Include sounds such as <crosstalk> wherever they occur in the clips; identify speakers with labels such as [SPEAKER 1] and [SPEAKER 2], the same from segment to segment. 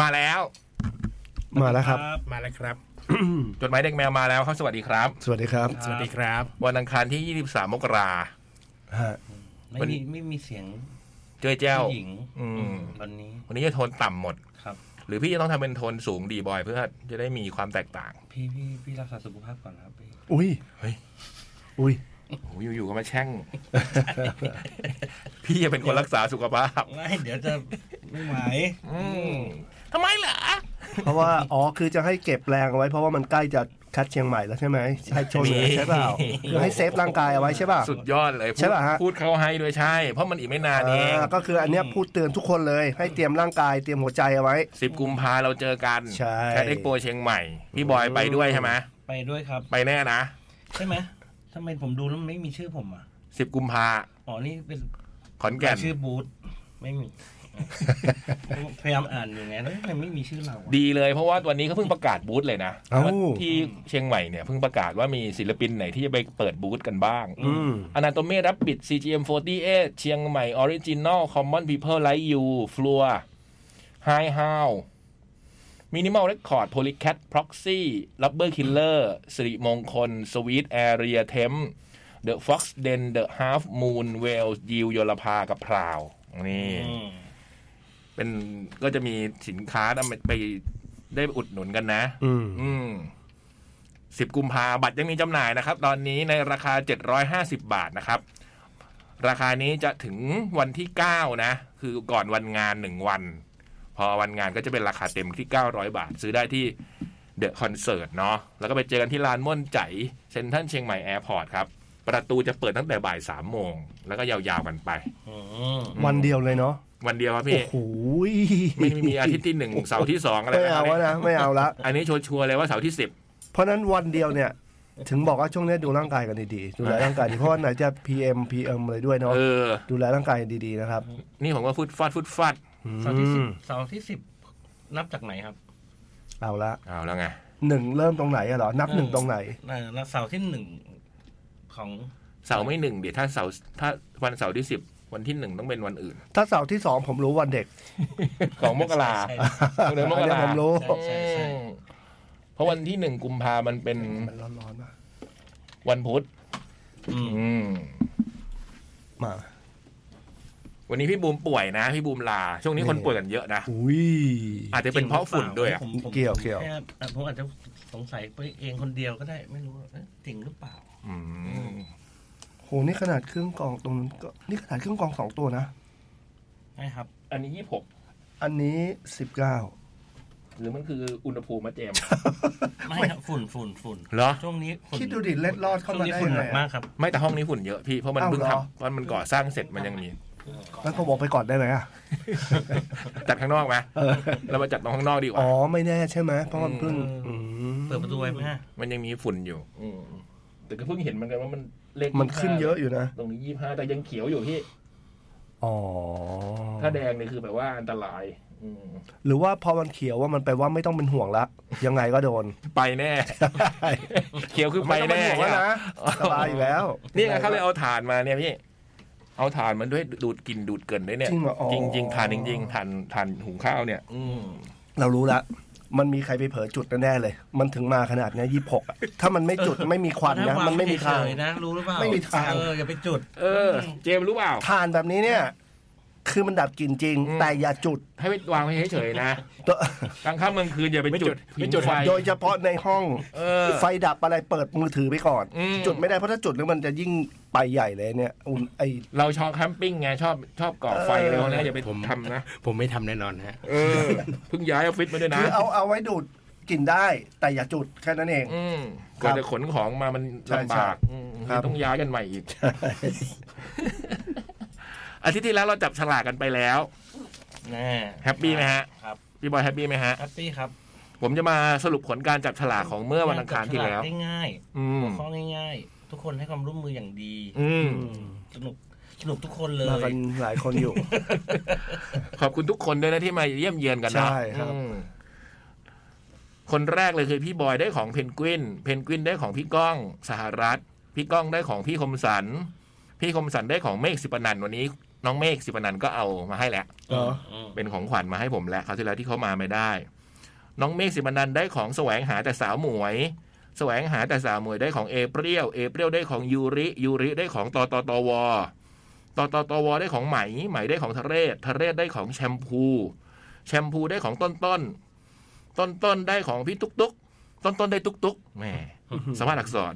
[SPEAKER 1] มาแล้ว
[SPEAKER 2] มาแล้วครับ
[SPEAKER 1] มาแล้วครับ <coughs> จดหมายเด็กแมวมาแล้วครับสวัสดีครับ
[SPEAKER 2] สวัสดีครับ
[SPEAKER 3] สวัสดีครับ
[SPEAKER 1] วันอังคารที่ 23 มกรา
[SPEAKER 2] ฮะ
[SPEAKER 3] ไม่
[SPEAKER 1] วันนี้
[SPEAKER 3] มีไม่มีเสียง
[SPEAKER 1] เจ้ยแจ้ว
[SPEAKER 3] ผู้หญิง
[SPEAKER 1] อืม
[SPEAKER 3] วันนี้
[SPEAKER 1] วันนี้จะโทนต่ำหมด
[SPEAKER 3] ครับ
[SPEAKER 1] หรือพี่จะต้องทำเป็นโทนสูงดีบอยเพื่อจะได้มีความแตกต่าง
[SPEAKER 3] พี่พี่พี่รักษาสุขภาพก่อนนะครับพี่
[SPEAKER 2] อุ้ย
[SPEAKER 1] เฮ้ย
[SPEAKER 2] อุ้ย
[SPEAKER 1] โหอยู่ๆก็มาแช่ง พี่จะเป็นคนรักษาสุขภาพ
[SPEAKER 3] ไม่เดี๋ยวจะไม่ไหว
[SPEAKER 1] อืมทำไมเหรอ
[SPEAKER 2] เพราะว่า <laughs> อ๋อคือจะให้เก็บแรงเอาไว้เพราะว่ามันใกล้จะคัดเชียงใหม่แล้วใช่ไหมใช่ชนเหลือใช่เปล่าคือให้เซฟร่างกายเอาไว้ใช่เปล่า
[SPEAKER 1] สุดยอดเลยพูด
[SPEAKER 2] ใช่ป่ะฮะ
[SPEAKER 1] พูดเขาให้ด้วยใช่ เพราะมันอีกไม่นานเอง
[SPEAKER 2] อ่าก็คืออันเนี้ยพูดเตือนทุกคนเลยให้เตรียมร่างกายเตรียมหัวใจเอาไว้
[SPEAKER 1] สิบกุมภาเราเจอกัน
[SPEAKER 2] ใช่
[SPEAKER 1] แคดเอ็กโปเชียงใหม่ พี่บอยไปด้วยใช่ไหม
[SPEAKER 3] ไปด้วยครับ
[SPEAKER 1] ไปแน่นะ
[SPEAKER 3] ใช่ไหมทำไมผมดูแล้วมันไม่มีชื่อผมอ่ะ
[SPEAKER 1] สิบกุมภา
[SPEAKER 3] อ๋อนี่เป็น
[SPEAKER 1] ขอนแก่น
[SPEAKER 3] ชื่อบูธไม่มีอ่ะพยายามอ่านอยู่ไงแล้วทำไมไม่มีชื่อเราอ่ะ
[SPEAKER 1] <laughs> ดีเลยเพราะว่าวันนี้เขาเพิ่งประกาศบูธเลยนะ
[SPEAKER 2] เอ้า
[SPEAKER 1] ว่าที่เชียงใหม่เนี่ยเพิ่งประกาศว่ามีศิลปินไหนที่จะไปเปิดบูธกันบ้าง
[SPEAKER 2] อืม
[SPEAKER 1] อนาโตเมรับบิด CGM 48เชียงใหม่ออริจิน l ลคอมมอนพีเพิลไลท์ยูฟลัวไฮฮาวมินิมอลเรคคอร์ดโพลิแคทพ็อกซี่ลับเบอร์คิลเลอร์สิริมงคลสวีทแอเรียเทมเดอะฟ็อกซ์เดนเดอะฮาฟมูนเวลยิวยลภากับพราวนี่
[SPEAKER 3] อืม
[SPEAKER 1] เป็นก็จะมีสินค้านำไปได้อุดหนุนกันนะ
[SPEAKER 2] อืม
[SPEAKER 1] อืมสิบกุมภาบัตรยังมีจำหน่ายนะครับ ตอนนี้ในราคาเจ็ดร้อยห้าสิบาทนะครับ ราคานี้จะถึงวันที่เก้านะ คือก่อนวันงานหนึ่งวัน พอวันงานก็จะเป็นราคาเต็มที่เก้าร้อยบาท ซื้อได้ที่เดอะคอนเสิร์ตเนาะแล้วก็ไปเจอกันที่ลานม่วนใจเซ็นทรัลเชียงใหม่แอร์พอร์ตครับ ประตูจะเปิดตั้งแต่บ่ายสามโมง แล้วก็ยาวๆกันไป
[SPEAKER 3] อืม
[SPEAKER 2] วันเดียวเลยเนาะ
[SPEAKER 1] วันเดียวครับ
[SPEAKER 2] โอ้
[SPEAKER 1] พี่
[SPEAKER 2] โห
[SPEAKER 1] ไม่ไม่มีอาทิตย์
[SPEAKER 2] <laughs>
[SPEAKER 1] ที่หนึ่งเสาร์ที่สองอะไร
[SPEAKER 2] ไม่
[SPEAKER 1] แบบ
[SPEAKER 2] เอา
[SPEAKER 1] นั้น
[SPEAKER 2] แล้ว
[SPEAKER 1] เนี่ย
[SPEAKER 2] นะไม่เอาละ
[SPEAKER 1] อันนี้ชัวร์ๆเลยว่าเสาร์ที่สิบ
[SPEAKER 2] เพราะฉะนั้นวันเดียวเนี่ย ถึงบอกว่าช่วงเนี้ยดูร่างกายกันดีๆดูแลร่างกายดีเพราะว่าไหนจะ PM PM เลยด้วยเนาะ
[SPEAKER 1] เออ
[SPEAKER 2] ดูแลร่างกายดีๆนะครับ
[SPEAKER 1] นี่ผมว่าฟุดฟาดฟุดฟาด
[SPEAKER 3] เสาร์ที่สิ
[SPEAKER 2] อื
[SPEAKER 3] บ
[SPEAKER 2] ม
[SPEAKER 3] เสาร์ที่สิบนับจากไหนครับ
[SPEAKER 2] เอาละ
[SPEAKER 1] เอาแล้วไง
[SPEAKER 2] หนึ่งเริ่มตรงไหนอะเหรอนับหนึ่งตรงไหน
[SPEAKER 3] เออแล้วเสาร์ที่หนึ่งของ
[SPEAKER 1] เสาร์ไม่หนึ่งเดี๋ยวถ้าเสาร์ถ้าวันเสาร์ที่สิบวันที่หนึ่งต้องเป็นวันอื่น
[SPEAKER 2] ถ้าเสาร์ที่สองผมรู้วันเด็ก
[SPEAKER 1] ของมกรา
[SPEAKER 3] ใช่
[SPEAKER 1] เดือนม
[SPEAKER 2] อัน
[SPEAKER 1] ก
[SPEAKER 2] เนี้ย
[SPEAKER 1] รา
[SPEAKER 2] ผมรู้
[SPEAKER 3] ใช่ใช่ใช่
[SPEAKER 1] อืมเพราะวันที่หนึ่งกุมภามันเป็น
[SPEAKER 2] มันร้อนๆมา
[SPEAKER 1] วันพุธ
[SPEAKER 3] อืม
[SPEAKER 1] อืม
[SPEAKER 2] มา
[SPEAKER 1] วันนี้พี่บูมป่วยนะ พี่บูมลา ช่วงนี้คน
[SPEAKER 2] นี่
[SPEAKER 1] ป่วยกันเยอะนะ
[SPEAKER 2] อุ้ย
[SPEAKER 1] อาจจะเป็นเพราะฝุ่นด้วยอะ
[SPEAKER 3] ผมผม
[SPEAKER 2] เกี่ยวเกี่ยว
[SPEAKER 3] แค่อ่ะผมอาจจะสงสัยไปเองคนเดียวก็ได้ไม่รู้ว่าเอ๊ะจริงหรือเปล่า
[SPEAKER 1] อืม
[SPEAKER 2] โหนี่ขนาดเครื่องกรองตรงนั้นก็นี่ขนาดเครื่องกรองสองตัวนะ
[SPEAKER 3] นะครับ
[SPEAKER 1] อันนี้ยี่หก
[SPEAKER 2] อันนี้สิบเก้า
[SPEAKER 1] หรือมันคืออุณหภูมิมะเจม
[SPEAKER 3] ไม่ครับฝุ่นฝุ่นฝุ่น
[SPEAKER 1] เหรอ
[SPEAKER 3] ช่วงนี้ฝุ่น
[SPEAKER 2] คิดดูดิเล็ดลอดเข้ามาได้
[SPEAKER 3] ช่วงนี้ฝุ่น
[SPEAKER 2] ไง
[SPEAKER 3] หนักมากครับ
[SPEAKER 1] ไม่แต่ห้องนี้ฝุ่นเยอะพี่เพราะมัน
[SPEAKER 2] อ้าว
[SPEAKER 1] เพิ่ง
[SPEAKER 2] เหรอ
[SPEAKER 1] ทำเพราะมันก่อสร้างเสร็จมันยังมี
[SPEAKER 2] งั้นผมบอกไปก่อนได้ไหมอะ
[SPEAKER 1] จัดข้างนอกไหม
[SPEAKER 2] เออ
[SPEAKER 1] เรามาจัดตรงข้างนอกดีกว่า
[SPEAKER 2] อ๋อไม่แน่ใช่ไหมเพราะมันเพิ่ง
[SPEAKER 3] อื
[SPEAKER 2] อืม
[SPEAKER 3] เปิดประตูไว้ไหมฮะ
[SPEAKER 1] มันยังมีฝุ่นอยู่ อืมแต่ก็เพิ่งเห็นเหมือนกันว่ามันเล็ก
[SPEAKER 2] มันขึ้นเยอะอยู่นะ
[SPEAKER 1] ตรงนี้ยี่ห้าแต่ยังเขียวอยู่พี่
[SPEAKER 2] อ๋อ
[SPEAKER 1] ถ้าแดงนี่คือแบบว่าอันตราย อืม
[SPEAKER 2] หรือว่าพอมันเขียวว่ามันแปลว่าไม่ต้องเป็นห่วงละ ยังไงก็โดน
[SPEAKER 1] ไปแน่ เขียวคือไป
[SPEAKER 2] ต้องเป็
[SPEAKER 1] แน่
[SPEAKER 2] นห่วงแล้วนะสบายอยู่แล้ว
[SPEAKER 1] นี่ไงเขาเลยเอาถ่านมาเนี่ยพี่ เอาถ่านมันด้วยดูดกลิ่นดูดเกินด้วยเนี่ย
[SPEAKER 2] จริงเหรออ๋อ
[SPEAKER 1] จริงจริงๆถ่านจริง ๆถ่านถ่านหุงข้าวเนี่ย
[SPEAKER 3] อืม
[SPEAKER 2] เรารู้ละมันมีใครไปเผลอจุดแน่ๆเลย มันถึงมาขนาดเนี้ยี่หกถ้ามันไม่จุดไม่มีควัน
[SPEAKER 3] ถ้า
[SPEAKER 2] นะ
[SPEAKER 3] วาง
[SPEAKER 2] มันไม่มีทาง
[SPEAKER 3] เฉยๆนะ รู้หรือเปล่า
[SPEAKER 2] ไม่มีทาง
[SPEAKER 3] เอออย่าไปจุด
[SPEAKER 1] เออ เจมส์รู้เปล่า
[SPEAKER 2] ทานแบบนี้เนี่ย คือมันดับกลิ่นจริง
[SPEAKER 1] อืม
[SPEAKER 2] แต่อย่าจุด
[SPEAKER 1] ให้ไปวางไว้เฉยๆ
[SPEAKER 2] <laughs>
[SPEAKER 1] นะ
[SPEAKER 2] ตัว
[SPEAKER 1] กลางค่ำกลางคืนอย่าไป
[SPEAKER 4] ไม่จุ
[SPEAKER 1] จุด
[SPEAKER 4] ดไม่จุด
[SPEAKER 1] ผิงไฟ
[SPEAKER 2] <laughs> โดยเฉพาะในห้อง
[SPEAKER 1] เออ
[SPEAKER 2] ไฟดับอะไรเปิดมือถือไปก่อน
[SPEAKER 1] อืม
[SPEAKER 2] จุดไม่ได้เพราะถ้าจุดแล้วมันจะยิ่งไปใหญ่เลยเนี่ยอุ่นไอ
[SPEAKER 1] เราชอบแคมปิ้งไงชอบชอบก่อไฟ
[SPEAKER 2] เออ
[SPEAKER 1] เลยนะอย่าไป
[SPEAKER 4] ผม
[SPEAKER 1] ทำนะ
[SPEAKER 4] ผมไม่ทำแน่นอนฮะ
[SPEAKER 1] เออเพิ่งย้ายออฟฟิศมาด้วยนะ
[SPEAKER 2] คือเอาเอาไว้ดูดกลิ่นได้ แต่อย่าจุดแค่นั้นเอง
[SPEAKER 1] อืม
[SPEAKER 2] ค
[SPEAKER 1] ก
[SPEAKER 2] รับ
[SPEAKER 1] ว่าจะขนของมามัน
[SPEAKER 2] ใช่
[SPEAKER 1] ลำบากอืม
[SPEAKER 2] ครับ
[SPEAKER 1] ต้องย้ายกันใหม่อีก อาทิตย์ที่แล้วเราจับฉลากกันไปแล้ว
[SPEAKER 3] แน่
[SPEAKER 1] แฮปปี้ไหมฮะ
[SPEAKER 3] ครับ
[SPEAKER 1] พี่บอยแฮปปี้ไหมฮะ
[SPEAKER 3] แฮปปี้ครับ
[SPEAKER 1] ผมจะมาสรุปผลการจับฉลากของเมื่อวันอังคารที่แล้ว
[SPEAKER 3] จับฉากง่าย
[SPEAKER 1] อืม
[SPEAKER 3] ๆข้อง่ายๆ ทุกคนให้ความร่วมมืออย่างดี
[SPEAKER 1] อืม
[SPEAKER 3] สนุกสนุกทุกคนเลย
[SPEAKER 2] มากันหลายคนอยู่
[SPEAKER 1] ขอบคุณทุกคนด้วยนะที่มาเยี่ยมเยียนกันนะ
[SPEAKER 2] ใช่ครับ
[SPEAKER 1] อืมคนแรกเลยคือพี่บอยได้ของเพนกวินเพนกวินได้ของพี่ก้องสหรัฐ พี่ก้องได้ของพี่คมสัน พี่คมสันได้ของเมฆสิปนันท์วันนี้ น้องเมฆสิบนันท์ก็เอามาให้แหละ
[SPEAKER 2] เหรอ
[SPEAKER 3] ม
[SPEAKER 1] เป็นของขวัญมาให้ผมแล้วคราวที่แล้วที่เขามาไม่ได้ น้องเมฆสิบนันท์ได้ของแสวงหาแต่สาวหมวย แสวงหาแต่สาวหมวยได้ของเอเปรี้ยวเอเปรี้ยวได้ของยูริยูริได้ของตตตวตตตวได้ของไหมไหมได้ของทะเรศทะเรศได้ของแชมพู แชมพูได้ของต้นต้น ต้นต้นได้ของพี่ตุ๊กตุ๊กต้นต้นได้ตุ๊กตุ๊ก
[SPEAKER 2] <laughs>
[SPEAKER 1] แหม สามารถอักษร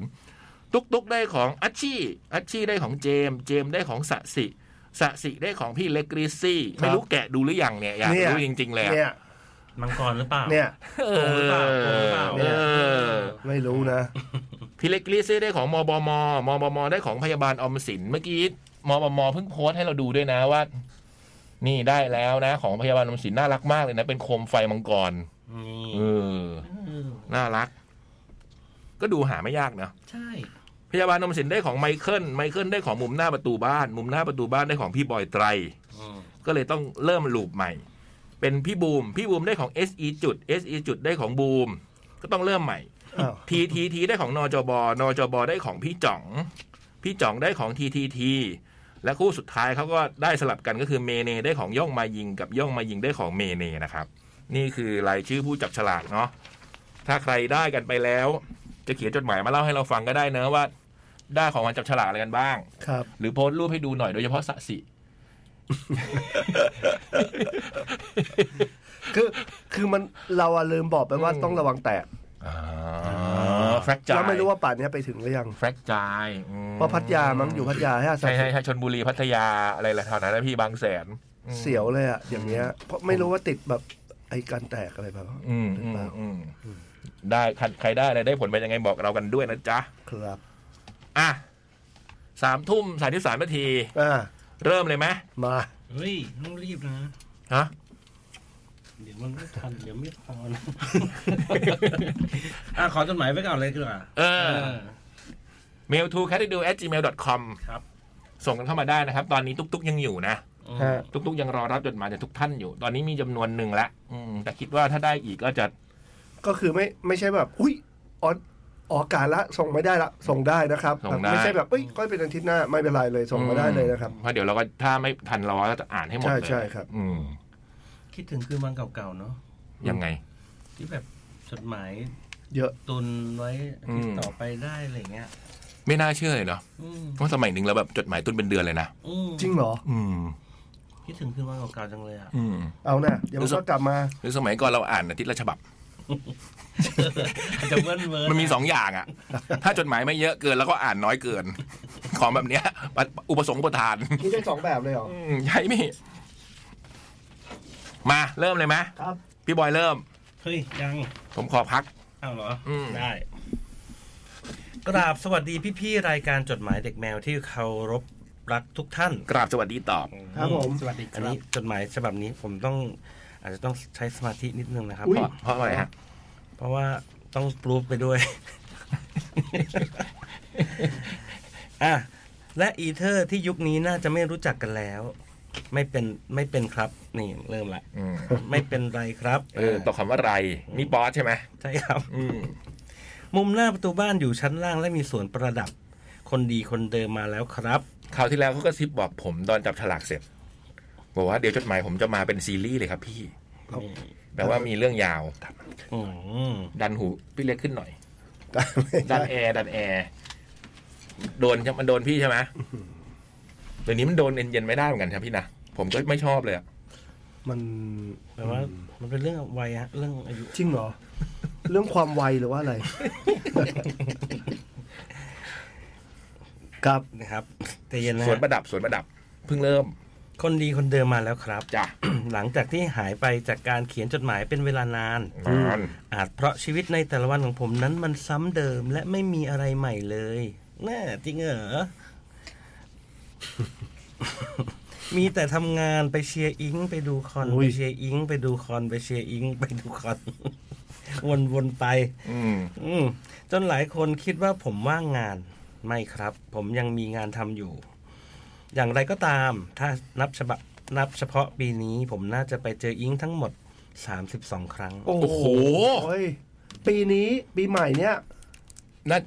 [SPEAKER 1] ตุ๊กตุ๊กได้ของอัชชี่อัชชี่ได้ของเจมส์เจมส์ได้ของสะสิสะสิได้ของพี่เล็กกรีซี่
[SPEAKER 2] ครับ
[SPEAKER 1] ไม่รู้แกะดูหรือยังเนี่ยอยาก
[SPEAKER 2] เนี่ย
[SPEAKER 1] รู้จริง ๆ เลยอะ
[SPEAKER 2] เนี่ย
[SPEAKER 3] มังกรหรือเปล่า
[SPEAKER 2] เนี่ย
[SPEAKER 1] เอ
[SPEAKER 3] ตรงหรือเปล่าตรงหรือเปล่า
[SPEAKER 1] อเออ
[SPEAKER 2] ไม่รู้นะ
[SPEAKER 1] พี่เล็กกรีซี่ได้ของมบมมบมได้ของพยาบาลออมสินเมื่อกี้มบมเพิ่งโพสต์ให้เราดูด้วยนะว่า นี่ได้แล้วนะ ของพยาบาลออมสินน่ารักมากเลยนะ เป็นโคมไฟมังกร
[SPEAKER 3] นี่
[SPEAKER 1] เออ
[SPEAKER 3] เออ
[SPEAKER 1] น่ารัก ก็ดูหาไม่ยากเนอะ
[SPEAKER 3] ใช่
[SPEAKER 1] พยาบาลนมสินได้ของไมเคิลไมเคิลได้ของมุมหน้าประตูบ้าน มุมหน้าประตูบ้านได้ของพี่บอยไตร
[SPEAKER 3] อืม
[SPEAKER 1] ก็เลยต้องเริ่มลูปใหม่ เป็นพี่บูม พี่บูมได้ของ SE จุด SE จุดได้ของบูม ก็ต้องเริ่มใหม่
[SPEAKER 2] อ้าว
[SPEAKER 1] TTT ได้ของนจบนจบได้ของพี่จ่อง พี่จ่องได้ของ TTT และคู่สุดท้ายเขาก็ได้สลับกันก็คือเมเนได้ของย่องมายิงกับย่องมายิงได้ของเมเนนะครับ นี่คือรายชื่อผู้จับฉลากเนาะถ้าใครได้กันไปแล้ว จะเขียนจดหมายมาเล่าให้เราฟังก็ได้เนอะว่า ได้ของวันจับฉลากอะไรกันบ้าง
[SPEAKER 2] ครับ
[SPEAKER 1] หรือโพสต์รูปให้ดูหน่อยโดยเฉพาะสะสิ
[SPEAKER 2] คือคือมันเราอะลืมบอกไปว่า
[SPEAKER 1] อืม
[SPEAKER 2] ต้องระวังแตก
[SPEAKER 1] อ่าแฟกจาย
[SPEAKER 2] แล้วไม่รู้ว่าป่านเนี้ยไปถึงหรือยัง
[SPEAKER 1] แฟกจายอืม
[SPEAKER 2] ว่าะพัทยามั้งอยู่พัทยาให้อาศั
[SPEAKER 1] ใช่
[SPEAKER 2] ย
[SPEAKER 1] ใช่ใช่ชนบุรีพัทยาอะไรละแถวนั้นนะพี่บางแสนอืม
[SPEAKER 2] เสียวเลยอะอย่างเงี้ยเพราะไม่รู้ว่าติดแบบไอ้การแตกอะไรแบบ
[SPEAKER 1] อืมอืมอืมได้ใครใครได้อะไรได้ผลเป็นยังไงบอกเรากันด้วยนะจ๊ะ
[SPEAKER 2] ครับ
[SPEAKER 1] อ่ะสามทุ่มสามที่สามนาที
[SPEAKER 2] อ่า
[SPEAKER 1] เริ่มเลยไหม
[SPEAKER 2] มา
[SPEAKER 3] เฮ้ยต้องรีบนะ
[SPEAKER 1] ฮะ
[SPEAKER 3] เดี๋ยวมันไม่ทัน เดี๋ยวไม่พอนะ อ่ะขอจดหมายไว้ก่อนเลยดีกว่า
[SPEAKER 1] เอ
[SPEAKER 3] เอ
[SPEAKER 1] อ
[SPEAKER 3] อ
[SPEAKER 1] mail to c a t i d u at gmail com
[SPEAKER 3] ครับ
[SPEAKER 1] ส่งกันเข้ามาได้นะครับ ตอนนี้ตุ๊กตุกๆยังอยู่นะ
[SPEAKER 3] อืม
[SPEAKER 2] ฮะ
[SPEAKER 1] ตุ๊กตุกๆยังรอรับจดหมายจากทุกท่านอยู่ ตอนนี้มีจำนวนหนึ่งละอืมแต่คิดว่าถ้าได้อีกก็จะ
[SPEAKER 2] ก็คือไม่ไม่ใช่แบบ อุ้ยออนออกอากาศละส่งไม่ได้ละส่งได้นะครับ
[SPEAKER 1] ส่งได้
[SPEAKER 2] ไม่ใช่แบบเอ้ยก้อยเป็นอาทิตย์หน้าไม่เป็นไรเลยส่งมาได้เลยนะครับ
[SPEAKER 1] เพราะเดี๋ยวเราก็ถ้าไม่ทันเราก็จะอ่านให้หมดเลย
[SPEAKER 2] ใช่ใช่ครับ
[SPEAKER 1] อืม
[SPEAKER 3] คิดถึงคือวันเก่าๆเนาะ
[SPEAKER 1] ยังไง
[SPEAKER 3] ที่แบบจดหมาย
[SPEAKER 2] เยอะ
[SPEAKER 3] ตุนไว้อาทิต
[SPEAKER 1] อื
[SPEAKER 3] ย์
[SPEAKER 1] ม
[SPEAKER 3] ต่อไปได้อะไรเงี้ย
[SPEAKER 1] ไม่น่าเชื่อเลยเนาะ
[SPEAKER 3] อืม
[SPEAKER 1] เพราะสมัยหนึ่งเราแบบจดหมายต้นเป็นเดือนเลยนะ
[SPEAKER 3] อืม
[SPEAKER 2] จริงเหรอ
[SPEAKER 1] อืม
[SPEAKER 3] คิดถึงคือวันเก่าๆจังเลย
[SPEAKER 2] <laughs>
[SPEAKER 3] อ่ะ
[SPEAKER 1] อืม
[SPEAKER 2] เอาน่ะเดี๋ยวมันก็กลับมา
[SPEAKER 1] หรือสมัยก่อนเราอ่านอาทิตย์ละฉบับ
[SPEAKER 3] อาจจะเวิ้นเวิ้น
[SPEAKER 1] มันมีสองอย่างอะ ถ้าจดหมายไม่เยอะเกินแล้วก็อ่านน้อยเกิน ของแบบเนี้ย อุปสงค์อุปทาน
[SPEAKER 2] คิดได้สองแบบเลยเหรอ
[SPEAKER 1] อืมใช่ไหมมาเริ่มเลยไหม
[SPEAKER 2] ครับ
[SPEAKER 1] พี่บอยเริ่ม
[SPEAKER 3] เฮ้ยยัง
[SPEAKER 1] ผมขอพัก
[SPEAKER 3] อ้าวเหรอ
[SPEAKER 1] อืม
[SPEAKER 3] ได้ กราบสวัสดีพี่ๆรายการจดหมายเด็กแมวที่เคารพรักทุกท่าน
[SPEAKER 1] กราบสวัสดีตอบ
[SPEAKER 2] ครับผม
[SPEAKER 3] สวัสดีอันนี้จดหมายฉบับนี้ผมต้องอาจจะต้องใช้สมาธินิดนึงนะครับ
[SPEAKER 2] อุ๊
[SPEAKER 1] เพ
[SPEAKER 2] ย
[SPEAKER 1] ราะเพราะอะไรฮะ
[SPEAKER 3] เพราะว่าต้องปลูฟไปด้วย <laughs> อ่ะและอีเทอร์ที่ยุคนี้น่าจะไม่รู้จักกันแล้ว ไม่เป็นไม่เป็นครับ นี่เริ่มละ
[SPEAKER 1] อืม
[SPEAKER 3] ไม่เป็นไรครับ
[SPEAKER 1] เออตอบคำว่าไร นี่บอสใช่ไหม
[SPEAKER 3] ใช่ครับ
[SPEAKER 1] อืม
[SPEAKER 3] มุมหน้าประตูบ้านอยู่ชั้นล่างและมีสวนประดับ คนดีคนเดิมมาแล้วครับ
[SPEAKER 1] คราวที่แล้วเขาก็ซิปบอกผมตอนจับฉลากเสร็จบอกว่าเดี๋ยวจดหมายผมจะมาเป็นซีรีส์เลยครับพี่แปลว่ามีเรื่องยาว
[SPEAKER 3] อืม
[SPEAKER 1] ดันหูพี่เล็กขึ้นหน่อย ดันแอร์ดันแอร์โดนใช่มันโดนพี่ใช่ไหมเดี๋ยวนี้มันโดนเย็นๆไม่ได้เหมือนกันครับพี่นะผมก็ไม่ชอบเลยอะ
[SPEAKER 2] มัน
[SPEAKER 3] แปลว่ามันเป็นเรื่องวัยฮะเรื่องอายุ
[SPEAKER 2] จริงเหรอ เรื่องความไวหรือว่าอะไร ครับ
[SPEAKER 3] นะครับใจเย็นนะ
[SPEAKER 1] สวน
[SPEAKER 3] ฮะ
[SPEAKER 1] ประดับสวนประดับเพิ่งเริ่ม
[SPEAKER 3] คนดีคนเดิมมาแล้วครับ
[SPEAKER 1] จ้ะ
[SPEAKER 3] <coughs> หลังจากที่หายไปจากการเขียนจดหมายเป็นเวลานาน
[SPEAKER 1] นาน
[SPEAKER 3] อาจเพราะชีวิตในแต่ละวันของผมนั้นมันซ้ำเดิมและไม่มีอะไรใหม่เลยน่าจริงเหรอ <laughs> มีแต่ทำงานไปเชียร์อิง ไปดูคอนไปเชียร์อิง ไปดูคอนไปเชียร์อิง ไปดูคอน วน <laughs> ๆไป
[SPEAKER 1] อืม
[SPEAKER 3] อืมจนหลายคนคิดว่าผมว่างงานไม่ครับ ผมยังมีงานทำอยู่ อย่างไรก็ตาม ถ้านับฉบับนับเฉพาะปีนี้ ผมน่าจะไปเจออิงทั้งหมด 32 ครั้ง
[SPEAKER 1] โอ้โห
[SPEAKER 2] โอ้ยปีนี้ปีใหม่เนี่ย
[SPEAKER 1] นั่น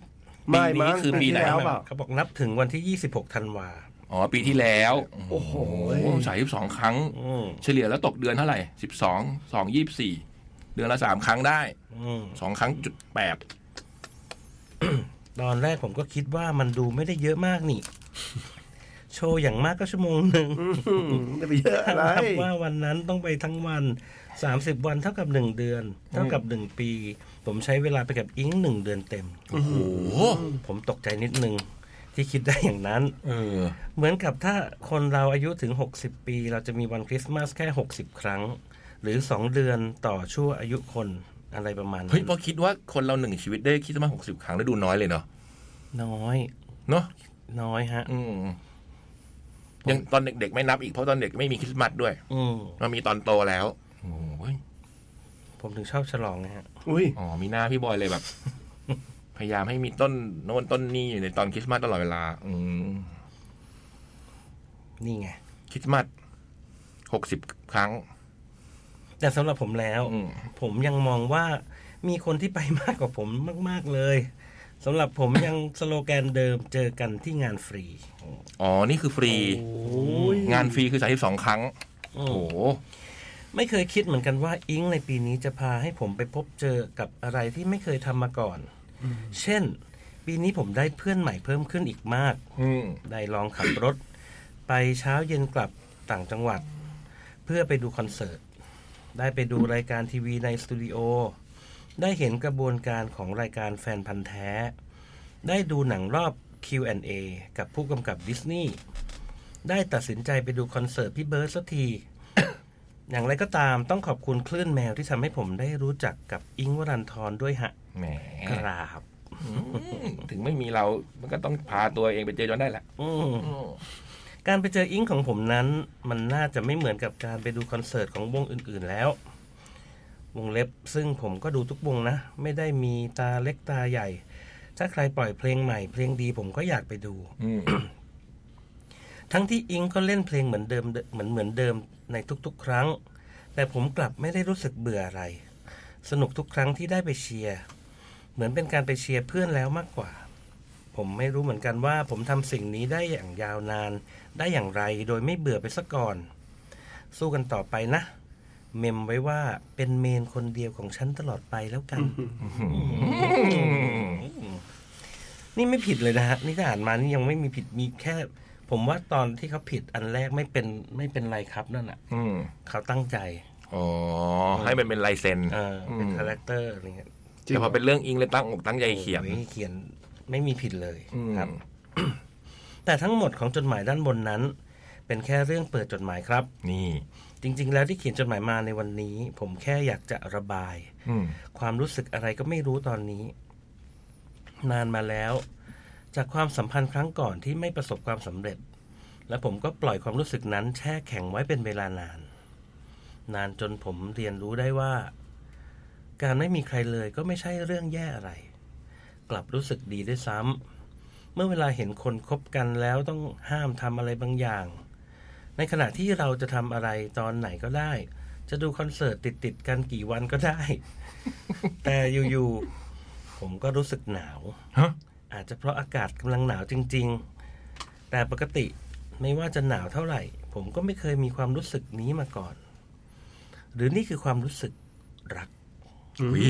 [SPEAKER 2] ไม่
[SPEAKER 1] ปีนี้
[SPEAKER 2] มั้ง
[SPEAKER 1] คือปีไหน
[SPEAKER 2] ปีที่แล้วเปล่า
[SPEAKER 3] เขาบอกนับถึงวันที่ 26 ธันวา
[SPEAKER 1] อ๋อ ปีที่แล้ว
[SPEAKER 2] โอ้โห
[SPEAKER 1] สายสองครั้ง
[SPEAKER 3] อืม
[SPEAKER 1] เฉลี่ยแล้วตกเดือนเท่าไหร่สิบสองสองยี่สี่เดือนละสามครั้งได้
[SPEAKER 3] อืม
[SPEAKER 1] สองครั้งจุดแปด
[SPEAKER 3] ตอนแรกผมก็คิดว่ามันดูไม่ได้เยอะมากนี่ โชว์อย่างมากก็ชั่วโมงหนึ่ง
[SPEAKER 2] อืมจะไปเยอะอะไร
[SPEAKER 3] นับว่าวันนั้นต้องไปทั้งวัน 30 วันเท่ากับ 1 เดือน เท่ากับ 1 ปี ผมใช้เวลาไปกับอิงหนึ่งเดือนเต็ม
[SPEAKER 1] โอ้โห
[SPEAKER 3] ผมตกใจนิดนึง ที่คิดได้อย่างนั้น
[SPEAKER 1] เออ
[SPEAKER 3] เหมือนกับถ้าคนเราอายุถึง 60 ปี เราจะมีวันคริสต์มาสแค่ 60 ครั้ง หรือ 2 เดือนต่อชั่วอายุคนอะไรประมาณนั้
[SPEAKER 1] เฮ้ย
[SPEAKER 3] น
[SPEAKER 1] พอคิดว่าคนเราหนึ่งชีวิตได้คิดมาหกสิบครั้งแล้วดูน้อยเลยเนาะ
[SPEAKER 3] น้อย
[SPEAKER 1] เนาะ
[SPEAKER 3] น้อยฮะ
[SPEAKER 1] อืมยังตอนเด็กๆไม่นับอีกเพราะตอนเด็กไม่มีคริสต์มาสด้วย
[SPEAKER 3] อืม
[SPEAKER 1] มันมีตอนโตแล้วโอ้ย
[SPEAKER 3] ผมถึงชอบฉลองไงฮะ
[SPEAKER 2] อุ้ย
[SPEAKER 1] อ๋อมีหน้าพี่บอยเลยแบบ <laughs> พยายามให้มีต้นโน่นต้นนี่อยู่ในตอนคริสต์มาสตลอดเวลา อืม
[SPEAKER 3] นี่ไง
[SPEAKER 1] คริสต์มาสหกสิบครั้ง
[SPEAKER 3] แต่สำหรับผมแล้ว
[SPEAKER 1] อืม
[SPEAKER 3] ผมยังมองว่ามีคนที่ไปมากกว่าผมมาก ๆ เลยสำหรับผมยัง สโลแกนเดิมเจอกันที่งานฟรี
[SPEAKER 1] อ๋อ นี่คือฟรี
[SPEAKER 2] โอ้ย
[SPEAKER 1] งานฟรีคือสายสองครั้ง
[SPEAKER 3] อื
[SPEAKER 1] โอ้
[SPEAKER 3] ม
[SPEAKER 1] โห
[SPEAKER 3] ไม่เคยคิดเหมือนกันว่าอิงในปีนี้จะพาให้ผมไปพบเจอกับอะไรที่ไม่เคยทำมาก่อน เช่น ปีนี้ผมได้เพื่อนใหม่เพิ่มขึ้นอีกมาก
[SPEAKER 1] อืม
[SPEAKER 3] ได้ลองขับรถ ไปเช้าเย็นกลับต่างจังหวัด เพื่อไปดูคอนเสิร์ต ได้ไปดูรายการทีวีในสตูดิโอ ได้เห็นกระบวนการของรายการแฟนพันธ์แท้ ได้ดูหนังรอบ Q&A กับผู้กำกับดิสนีย์ได้ตัดสินใจไปดูคอนเสิร์ตพี่เบิร์ดสักที <coughs> อย่างไรก็ตามต้องขอบคุณคลื่นแมวที่ทำให้ผมได้รู้จักกับอิงค์วรันทรด้วยฮะ
[SPEAKER 1] แหม
[SPEAKER 3] กราบ
[SPEAKER 1] ถึงไม่มีเรามันก็ต้องพาตัวเองไปเจอจนได้แหละ
[SPEAKER 3] อืม
[SPEAKER 1] <coughs>
[SPEAKER 3] การไปเจออิงของผมนั้น มันน่าจะไม่เหมือนกับการไปดูคอนเสิร์ตของวงอื่นๆแล้ว วงเล็บซึ่งผมก็ดูทุกวงนะ ไม่ได้มีตาเล็กตาใหญ่ ถ้าใครปล่อยเพลงใหม่เพลงดีผมก็อยากไปดู
[SPEAKER 1] อืม
[SPEAKER 3] ทั้งที่อิงก็เล่นเพลงเหมือนเดิมเหมือนเหมือนเดิมในทุกๆ ครั้ง แต่ผมกลับไม่ได้รู้สึกเบื่ออะไร สนุกทุกครั้งที่ได้ไปเชียร์เหมือนเป็นการไปเชียร์เพื่อนแล้วมากกว่า ผมไม่รู้เหมือนกันว่า ผมทำสิ่งนี้ได้อย่างยาวนาน ได้อย่างไรโดยไม่เบื่อไปซะก่อน สู้กันต่อไปนะ เมมไว้ว่าเป็นเมนคนเดียวของฉันตลอดไปแล้วกัน นี่ไม่ผิดเลยนะฮะนี่ถ้าอ่านมานี่ยังไม่มีผิดมีแค่ ผมว่าตอนที่เขาผิดอันแรกไม่เป็นไม่เป็นไรครับนั่นอ่ะ
[SPEAKER 1] อืม
[SPEAKER 3] เขาตั้งใจ
[SPEAKER 1] อ๋อ ให้มันเป็นลายเซ็น
[SPEAKER 3] เอออเป็น
[SPEAKER 1] ม
[SPEAKER 3] คาแรคเตอร์อะไรเงี้ย
[SPEAKER 1] แต่พอเป็นเรื่องอิงเลยตั้งอกตั้งใจเขียน
[SPEAKER 3] โอ้เขียนไม่มีผิดเลย
[SPEAKER 1] อืม
[SPEAKER 3] ครับ แต่ทั้งหมดของจดหมายด้านบนนั้น เป็นแค่เรื่องเปิดจดหมายครับ
[SPEAKER 1] นี่
[SPEAKER 3] จริง ๆ แล้วที่เขียนจดหมายมาในวันนี้ ผมแค่อยากจะระบาย
[SPEAKER 1] อืม
[SPEAKER 3] ความรู้สึกอะไรก็ไม่รู้ตอนนี้ นานมาแล้ว จากความสัมพันธ์ครั้งก่อนที่ไม่ประสบความสำเร็จ และผมก็ปล่อยความรู้สึกนั้นแช่แข็งไว้เป็นเวลานาน นานจนผมเรียนรู้ได้ว่า การไม่มีใครเลยก็ไม่ใช่เรื่องแย่อะไร กลับรู้สึกดีด้วยซ้ำเมื่อเวลาเห็นคนคบกันแล้วต้องห้ามทำอะไรบางอย่าง ในขณะที่เราจะทำอะไรตอนไหนก็ได้ จะดูคอนเสิร์ตติดๆกันกี่วันก็ได้ แต่อยู่ๆ ผมก็รู้สึกหนาว
[SPEAKER 1] ฮะ
[SPEAKER 3] อาจจะเพราะอากาศกำลังหนาวจริง ๆ แต่ปกติไม่ว่าจะหนาวเท่าไหร่ ผมก็ไม่เคยมีความรู้สึกนี้มาก่อน หรือนี่คือความรู้สึกรัก
[SPEAKER 1] อุ๊ย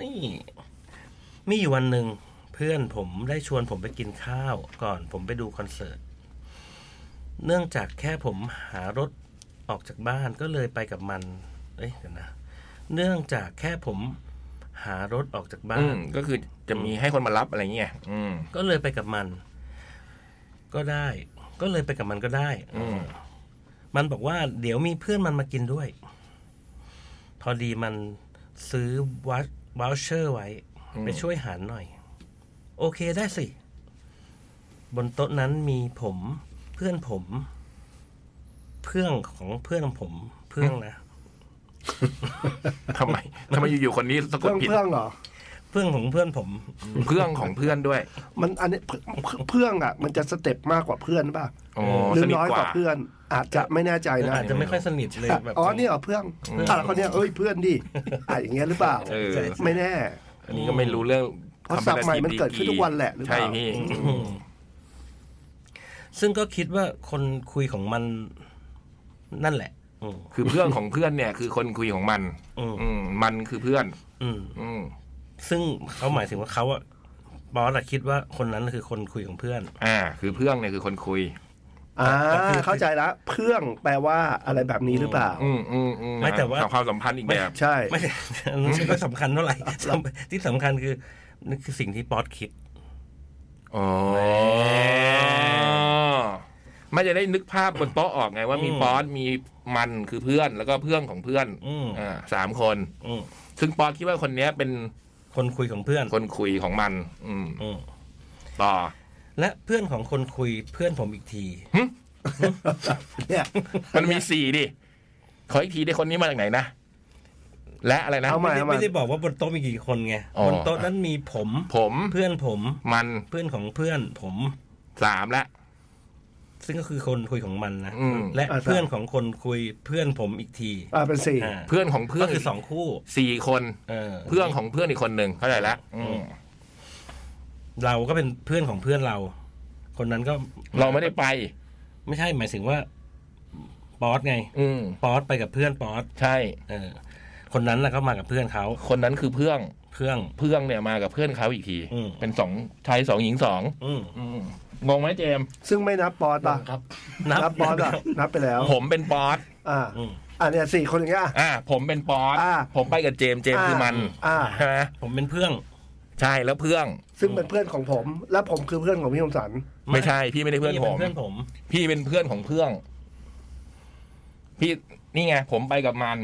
[SPEAKER 3] นี่มีอยู่วันหนึ่งเพื่อนผมได้ชวนผมไปกินข้าว ก่อนผมไปดูคอนเสิร์ต เนื่องจากแค่ผมหารถออกจากบ้านก็เลยไปกับมัน เอ้ยเดี๋ยวนะ เนื่องจากแค่ผมหารถออกจากบ้า
[SPEAKER 1] อื
[SPEAKER 3] น
[SPEAKER 1] ม ก็คือจะมีให้คนมารับอะไรเงี้ย อืม
[SPEAKER 3] ก็เลยไปกับมัน ก็ได้ ก็เลยไปกับมันก็ได้
[SPEAKER 1] อืม
[SPEAKER 3] มันบอกว่าเดี๋ยวมีเพื่อนมันมากินด้วย พอดีมันซื้อวัดวอลเชอร์ไว้
[SPEAKER 1] อืม
[SPEAKER 3] ไปช่วยหารหน่อย โอเคได้สิ บนโต๊ะนั้นมีผมเพื่อนผม เพื่อนของเพื่อนของผมเพื่อนนะ
[SPEAKER 1] ทำไมทำไมอยู่ๆคนนี้สะก
[SPEAKER 2] เพื่
[SPEAKER 1] ด
[SPEAKER 2] อง
[SPEAKER 1] ผิด
[SPEAKER 2] เพื่องเหรอ
[SPEAKER 3] เพื่อนของเพื่อนผม
[SPEAKER 1] เพื่อนของเพื่อนด้วย
[SPEAKER 2] มันอันนี้เพื่องเพื่องอ่ะ มันจะสเต็ปมากกว่าเพื่อนป่ะ
[SPEAKER 1] อ๋อ
[SPEAKER 2] หรื
[SPEAKER 1] สนิท
[SPEAKER 2] น้อย
[SPEAKER 1] ก
[SPEAKER 2] กว่า
[SPEAKER 1] ว่า
[SPEAKER 2] เพื่อน อาจจะไม่แน่ใจนะ
[SPEAKER 3] อาจจะไม่ค่อยสนิทเลยแบบ
[SPEAKER 2] อ๋อเนี่ยเหรอเพื่อน
[SPEAKER 1] อืม
[SPEAKER 2] อ่ะคนเนี้ยเอ้ยเพื่อนดิอ่ะอย่างเงี้ยหรือเปล่า
[SPEAKER 1] เออ
[SPEAKER 2] ไม่แน่
[SPEAKER 1] อันนี้ก็ไม่รู้เรื่อง
[SPEAKER 2] เพราะศัพท์ใหม่มันเกิดขึ้นทุกวันแหละหรือเปล่า
[SPEAKER 1] ใช่พี่
[SPEAKER 3] อืม ซึ่งก็คิดว่าคนคุยของมันนั่นแหละ อืม
[SPEAKER 1] คือเพื่อนของเพื่อนเนี่ย คือคนคุยของมัน
[SPEAKER 3] อืม
[SPEAKER 1] อืมมันคือเพื่อน
[SPEAKER 3] อืม
[SPEAKER 1] อืม
[SPEAKER 3] ซึ่งเขาหมายถึงว่าเขาอะบอสอะคิดว่าคนนั้นคือคนคุยของเพื่อน
[SPEAKER 1] อ่า คือเพื่อนเนี่ยคือคนคุย
[SPEAKER 2] อ่าเข้าใจละเพื่องแปลว่าอะไรแบบนี้หรือเปล่า
[SPEAKER 1] อืมอืมอืม
[SPEAKER 3] ไม่แต่ว่า
[SPEAKER 1] ความสัมพันธ์อีกแบบ
[SPEAKER 2] ใช่
[SPEAKER 3] ไม่ <laughs> อันนั้นไม่ค่อยสำคัญเท่าไหร่ <laughs> สำที่สำคัญคือนั่นคือสิ่งที่บอสคิด
[SPEAKER 1] อ๋อ ไม่จะได้นึกภาพบนโต๊ะออกไงว่ามี
[SPEAKER 3] อืม
[SPEAKER 1] ป๊อตมีมันคือเพื่อนแล้วก็เพื่อนของเพื่อน
[SPEAKER 3] อืม
[SPEAKER 1] อ่าสามคน
[SPEAKER 3] อืม
[SPEAKER 1] ซึ่งป๊อตคิดว่าคนเนี้ยเป็น
[SPEAKER 3] คนคุยของเพื่อน
[SPEAKER 1] คนคุยของมัน อืม
[SPEAKER 3] อืม
[SPEAKER 1] ต่อ
[SPEAKER 3] และเพื่อนของคนคุยเพื่อนผมอีกที
[SPEAKER 2] เนี่ย
[SPEAKER 1] มันมีสี่ดิ ขออีกทีได้คนนี้มาจากไหนนะ และอะไรนะ
[SPEAKER 2] เอาใหม่
[SPEAKER 3] ไม่ได้
[SPEAKER 2] เอาใหม่
[SPEAKER 3] ไม่ได้บอกว่าบนโต๊ะมีกี่คนไง
[SPEAKER 1] อ๋อ
[SPEAKER 3] บนโต๊ะนั้นมีผม
[SPEAKER 1] ผม
[SPEAKER 3] เพื่อนผม
[SPEAKER 1] มัน
[SPEAKER 3] เพื่อนของเพื่อนผม
[SPEAKER 1] สามละ
[SPEAKER 3] ซึ่งก็คือคนคุยของมันนะ
[SPEAKER 1] อืม
[SPEAKER 3] และเพื่อนของคนคุยเพื่อนผมอีกที
[SPEAKER 2] อ่าเป็นสี่
[SPEAKER 3] อ่า
[SPEAKER 1] เพื่อนของเพื่อ
[SPEAKER 3] ก็
[SPEAKER 1] น
[SPEAKER 3] คือสองคู่
[SPEAKER 1] สี่คน
[SPEAKER 3] เออ
[SPEAKER 1] เพื่อนของเพื่อนอีกคนหนึ่งเข้าใจละอืม
[SPEAKER 3] เราก็เป็นเพื่อนของเพื่อนเรา คนนั้นก็
[SPEAKER 1] เราไม่ได้ไป
[SPEAKER 3] ไม่ใช่หมายถึงว่าป๊อตไง
[SPEAKER 1] อืม
[SPEAKER 3] ป๊อตไปกับเพื่อนป๊อต
[SPEAKER 1] ใช่
[SPEAKER 3] เออ คนนั้นนะก็มากับเพื่อนเขา
[SPEAKER 1] คนนั้นคือเพื่อน
[SPEAKER 3] เพื่อน
[SPEAKER 1] เพื่อนเนี่ยมากับเพื่อนเขาอีกที
[SPEAKER 3] อืม
[SPEAKER 1] เป็นสองชายสองหญิงสอง
[SPEAKER 3] อืม
[SPEAKER 1] งงไหมเจมส์
[SPEAKER 2] ซึ่งไม่นับปอดป่ะ
[SPEAKER 4] ครับ
[SPEAKER 2] นับปอดอ่ะนับไปแล้ว
[SPEAKER 1] ผมเป็นป๊อต
[SPEAKER 2] อ่า
[SPEAKER 3] อืม
[SPEAKER 2] อ่าเนี่ยสี่คนอย่างเงี้ยอ่ะ
[SPEAKER 1] อ่า ผมเป็นป๊อต
[SPEAKER 2] อ่า
[SPEAKER 1] ผมไปกับเจมส์เจมส์คือมัน
[SPEAKER 2] อ่า
[SPEAKER 1] ใช่ไหม
[SPEAKER 3] ผมเป็นเพื่อน
[SPEAKER 1] ใช่แล้วเพื่อน
[SPEAKER 2] ซึ่งเป็นเพื่อนของผม และผมคือเพื่อนของพี่คมสัน
[SPEAKER 1] ไม่ใช่ พี่ไม่ได้เพื่อนผ
[SPEAKER 3] พี่เป็น
[SPEAKER 1] ม
[SPEAKER 3] เพื่อนผม
[SPEAKER 1] พี่เป็นเพื่อนของเพื่อนพี่นี่ไงผมไปกับมัน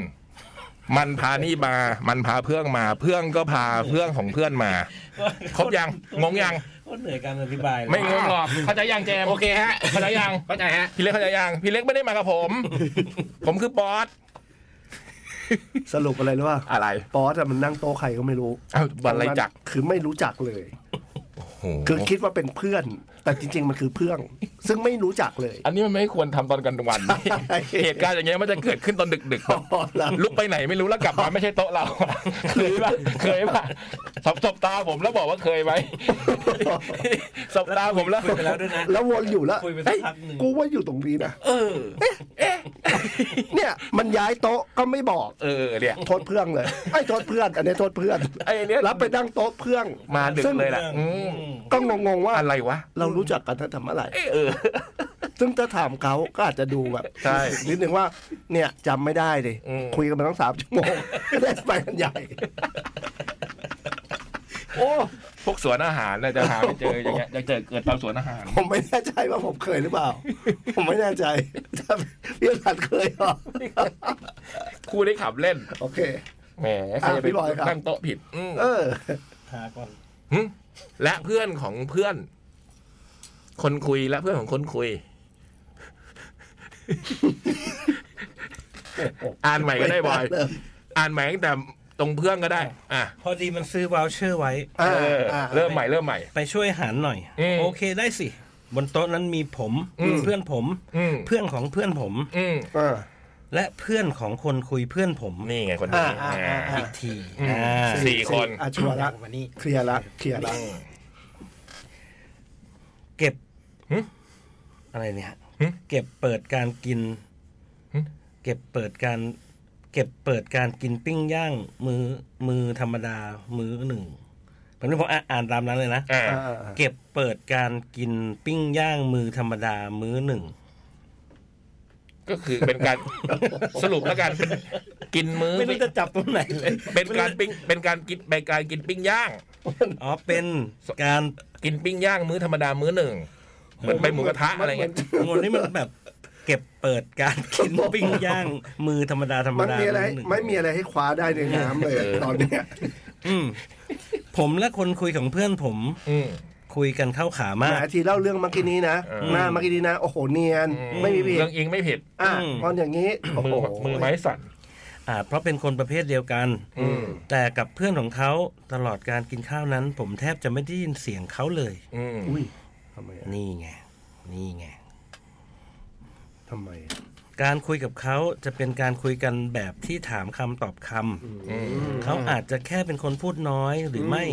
[SPEAKER 1] มันพานี่มา มันพาเพื่อนมา เพื่อนก็พาเพื่อนของเพื่อนมา ครบยังงงยัง
[SPEAKER 3] โคตรเหนื่อยการอธิบายเลย
[SPEAKER 1] ไม่งงหรอกเข้าใจยังเจมส์
[SPEAKER 4] โอเคฮะ
[SPEAKER 1] เข้าใจยัง
[SPEAKER 4] เข้าใจฮะ
[SPEAKER 1] พี่เล็กเข้าใจยังพี่เล็กไม่ได้มากับผม ผมคือป๊อต
[SPEAKER 2] สรุปอะไรรู้ป่ะ
[SPEAKER 1] อะไร
[SPEAKER 2] ปอดอะมันนั่งโต๊ะใครก็ไม่รู้
[SPEAKER 1] เอ้าบันไรจักร
[SPEAKER 2] คือไม่รู้จักเลย
[SPEAKER 1] โอ้โห
[SPEAKER 2] คือคิดว่าเป็นเพื่อน แต่จริง ๆ มันคือเพื่อน ซึ่งไม่รู้จักเลย
[SPEAKER 1] อันนี้มันไม่ควรทำตอนกลางวัน
[SPEAKER 2] ใช่
[SPEAKER 1] เหตุการณ์อย่างเงี้ยมันจะเกิดขึ้นตอนดึก
[SPEAKER 2] ปอดละ <laughs>
[SPEAKER 1] ๆลุกไปไหนไม่รู้แล้วกลับมาไม่ใช่โต๊ะเรา <laughs> เคยปะเคยปะสบสบตาผมแล้วบอกว่าเคยไหมสบตาผมแล้ว
[SPEAKER 3] คุยไปแล้วด้วยนะ
[SPEAKER 2] แล้ววนอยู่แล้ว
[SPEAKER 3] คุยไปสักพักหนึ่ง
[SPEAKER 2] กูว่าอยู่ตรงนี้นะ
[SPEAKER 1] เออ
[SPEAKER 2] เนี่ยมันย้ายโต๊ะก็ไม่บอก
[SPEAKER 1] เออเนี่ย
[SPEAKER 2] โทษเพื่อนเลยไอ้ยโทษเพื่อน อันนี้โทษเพื่อน
[SPEAKER 1] ไอ้เนี่ย
[SPEAKER 2] รับไปนั่งโต๊ะเพื่อน
[SPEAKER 1] มาดึก
[SPEAKER 2] ซึ่ง
[SPEAKER 1] เลยล่ะอืม
[SPEAKER 2] ก็งงๆว่า
[SPEAKER 1] อะไรวะ
[SPEAKER 2] เรารู้จักกันตั้งแต่เมื่อไหร่
[SPEAKER 1] เอ้ยเออ
[SPEAKER 2] ซึ่งถ้าถามเขาก็อาจจะดูแบบ
[SPEAKER 1] ใช่
[SPEAKER 2] นิดนึงว่า เนี่ยจำไม่ได้ดิ
[SPEAKER 1] อืม
[SPEAKER 2] คุยกันมาตั้งสามชั่วโมง ได้ไปกันใหญ่
[SPEAKER 1] โอ้พวกสวนอาหารน่ะจะหาไม่เจออย่างเงี้ยจะเจอเกิดตามสวนอาหาร
[SPEAKER 2] ผมไม่แน่ใจว่าผมเคยหรือเปล่า ผมไม่แน่ใจ <laughs> ถ้าพี่สันเคยเหรอ
[SPEAKER 1] คู่ได้ขับเล่น
[SPEAKER 2] โอเค
[SPEAKER 1] แหมใครจะไป
[SPEAKER 2] อ่ะพี่บอยครับ
[SPEAKER 1] นั่งโต๊ะผิดอืม
[SPEAKER 2] เออ
[SPEAKER 3] หาก่อน
[SPEAKER 1] หึและเพื่อนของเพื่อน คนคุยและเพื่อนของคนคุย อ่านใหม่ก็ได้บอย อ่านใหม่ตั้งแต่ตรงเพื่อนก็ได้ อ่ะ
[SPEAKER 3] พอดีมันซื้อว o ลเชอร์ไว้
[SPEAKER 1] เอ
[SPEAKER 2] อ่า
[SPEAKER 1] อ
[SPEAKER 2] อ่า
[SPEAKER 1] เริ่มใหม่เริ่มใหม่
[SPEAKER 3] ไปช่วยหารหน่อย
[SPEAKER 1] อืม
[SPEAKER 3] โอเคได้สิ บนโต๊ะนั้นมีผม
[SPEAKER 1] อืม
[SPEAKER 3] เพื่อนผม
[SPEAKER 1] อืม
[SPEAKER 3] เพื่อนของเพื่อนผม
[SPEAKER 1] อืม
[SPEAKER 2] อ่า
[SPEAKER 3] และเพื่อนของคนคุยเพื่อนผม
[SPEAKER 1] นี่ไงคนนี้
[SPEAKER 2] อ่าอ่า
[SPEAKER 1] อ่า
[SPEAKER 2] อ่า
[SPEAKER 3] อีกที
[SPEAKER 1] อืม
[SPEAKER 3] อ่า
[SPEAKER 1] สี่คน
[SPEAKER 2] อาชัวร์ละ
[SPEAKER 4] มานี่
[SPEAKER 2] เคลียร์ละเคลียร์ละ
[SPEAKER 3] เก็บ
[SPEAKER 1] หึ
[SPEAKER 3] อะไรเนี่ย
[SPEAKER 1] หึ
[SPEAKER 3] เก็บเปิดการกิน
[SPEAKER 1] หึ
[SPEAKER 3] เก็บเปิดการ เก็บเปิดการกินปิ้งย่างมือมือธรรมดามือหนึ่งผมนี่ผมอ่ะอ่านตามนั้นเลยนะ
[SPEAKER 1] อ่า
[SPEAKER 2] อ่าอ่าอ่า
[SPEAKER 3] เก็บเปิดการกินปิ้งย่างมือธรรมดามือหนึ่ง
[SPEAKER 1] ก็คือเป็นการ สรุปแล้วกันเป็นกินมื้อ
[SPEAKER 3] ไม่รู้จะจับตรงไหนเลย
[SPEAKER 1] เป็นการปิ้งเป็นการกินเป็นการกินปิ้งย่าง
[SPEAKER 3] อ๋อ เป็นการ
[SPEAKER 1] กินปิ้งย่างมื้อธรรมดามื้อหนึ่งเหมือนไปหมูกระทะอะไรเงี้ย
[SPEAKER 3] งนนี่มันแบบ เก็บเปิดการกินปิ้งย่างมือธรรมดาธรรม
[SPEAKER 2] มัน
[SPEAKER 3] ดา
[SPEAKER 2] มีอะไร
[SPEAKER 3] หนึ่ง
[SPEAKER 2] ไม่มีอะไรให้คว้าได้ในน้ำเลย
[SPEAKER 1] เออ
[SPEAKER 2] ตอนเนี้ย
[SPEAKER 3] อืมผมและคนคุยของเพื่อนผม
[SPEAKER 1] อืม
[SPEAKER 3] คุยกันเข้าขา
[SPEAKER 2] แห
[SPEAKER 3] มาม ก
[SPEAKER 2] ทีเล่าเรื่องเมื่อกี้นี้นะ
[SPEAKER 1] เออ
[SPEAKER 2] หน้าเมื่อกี้นี้นะ โอ้โหเนียน ไม่มีผิด
[SPEAKER 1] เรื่องอิงไม่ผิด
[SPEAKER 2] อ่ะ
[SPEAKER 3] อืม
[SPEAKER 2] ตอนอย่างนี้โอ้
[SPEAKER 1] มื
[SPEAKER 2] โห
[SPEAKER 1] อมือไม้สั่น
[SPEAKER 3] อาจเพราะเป็นคนประเภทเดียวกัน
[SPEAKER 1] อืม
[SPEAKER 3] แต่กับเพื่อนของเขาตลอดการกินข้าวนั้น ผมแทบจะไม่ได้ยินเสียงเขาเลย
[SPEAKER 1] อืม
[SPEAKER 2] อุ้ยทำไมอ่ะ
[SPEAKER 3] นี่ไง นี่ไง
[SPEAKER 2] ทำไมอ่ะ
[SPEAKER 3] การคุยกับเขาจะเป็นการคุยกันแบบที่ถามคำตอบคำ
[SPEAKER 1] อืม
[SPEAKER 3] เขาอาจจะแค่เป็นคนพูดน้อยหรือไม่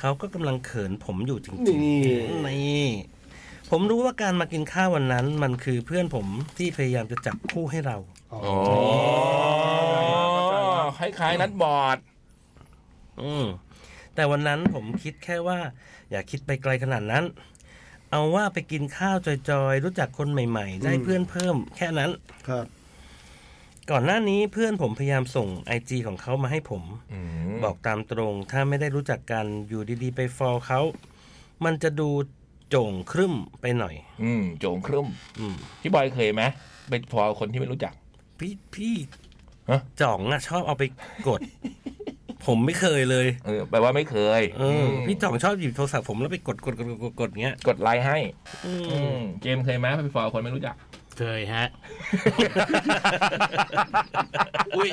[SPEAKER 3] เขาก็กำลังเขินผมอยู่จริง
[SPEAKER 2] นี่
[SPEAKER 3] ๆนี่ ผมรู้ว่าการมากินข้าววันนั้น มันคือเพื่อนผมที่พยายามจะจับคู่ให้เรา
[SPEAKER 1] โอ้คล้ายๆนัดบอร์ด
[SPEAKER 3] อืมแต่วันนั้นผมคิดแค่ว่า อย่าคิดไปไกลขนาดนั้น เอาว่าไปกินข้าวจอยๆ รู้จักคนใหม่ๆ ได้เพื่อนเพิ่มแค่นั้น
[SPEAKER 2] ครับ
[SPEAKER 3] ก่อนหน้านี้เพื่อนผมพยายามส่งไอจของเขามาให้ผม บอกตามตรง ถ้าไม่ได้รู้จักกันอยู่ดีๆ ไปฟอลเขา มันจะดูโจ่งครึ่มไปหน่อย
[SPEAKER 1] อืมโจงครึ่ม
[SPEAKER 3] อืม
[SPEAKER 1] พี่บอยเคยไหมไปพอคนที่ไม่รู้จัก
[SPEAKER 3] พี่พี่
[SPEAKER 1] ฮะ
[SPEAKER 3] จ่องอะชอบเอาไปกด ผมไม่เคยเลย
[SPEAKER 1] เออแปลว่าไม่เคย
[SPEAKER 3] เอออพี่จ่องชอบหยิบโทรศัพท์ผมแล้วไปกดกดกดกดกดเงี้ย
[SPEAKER 1] กดไลค์ให้
[SPEAKER 3] อืม
[SPEAKER 1] อืมเจมส์เคยไหมไปฟอลคนไม่รู้จัก
[SPEAKER 4] เคยฮะ อุ้ย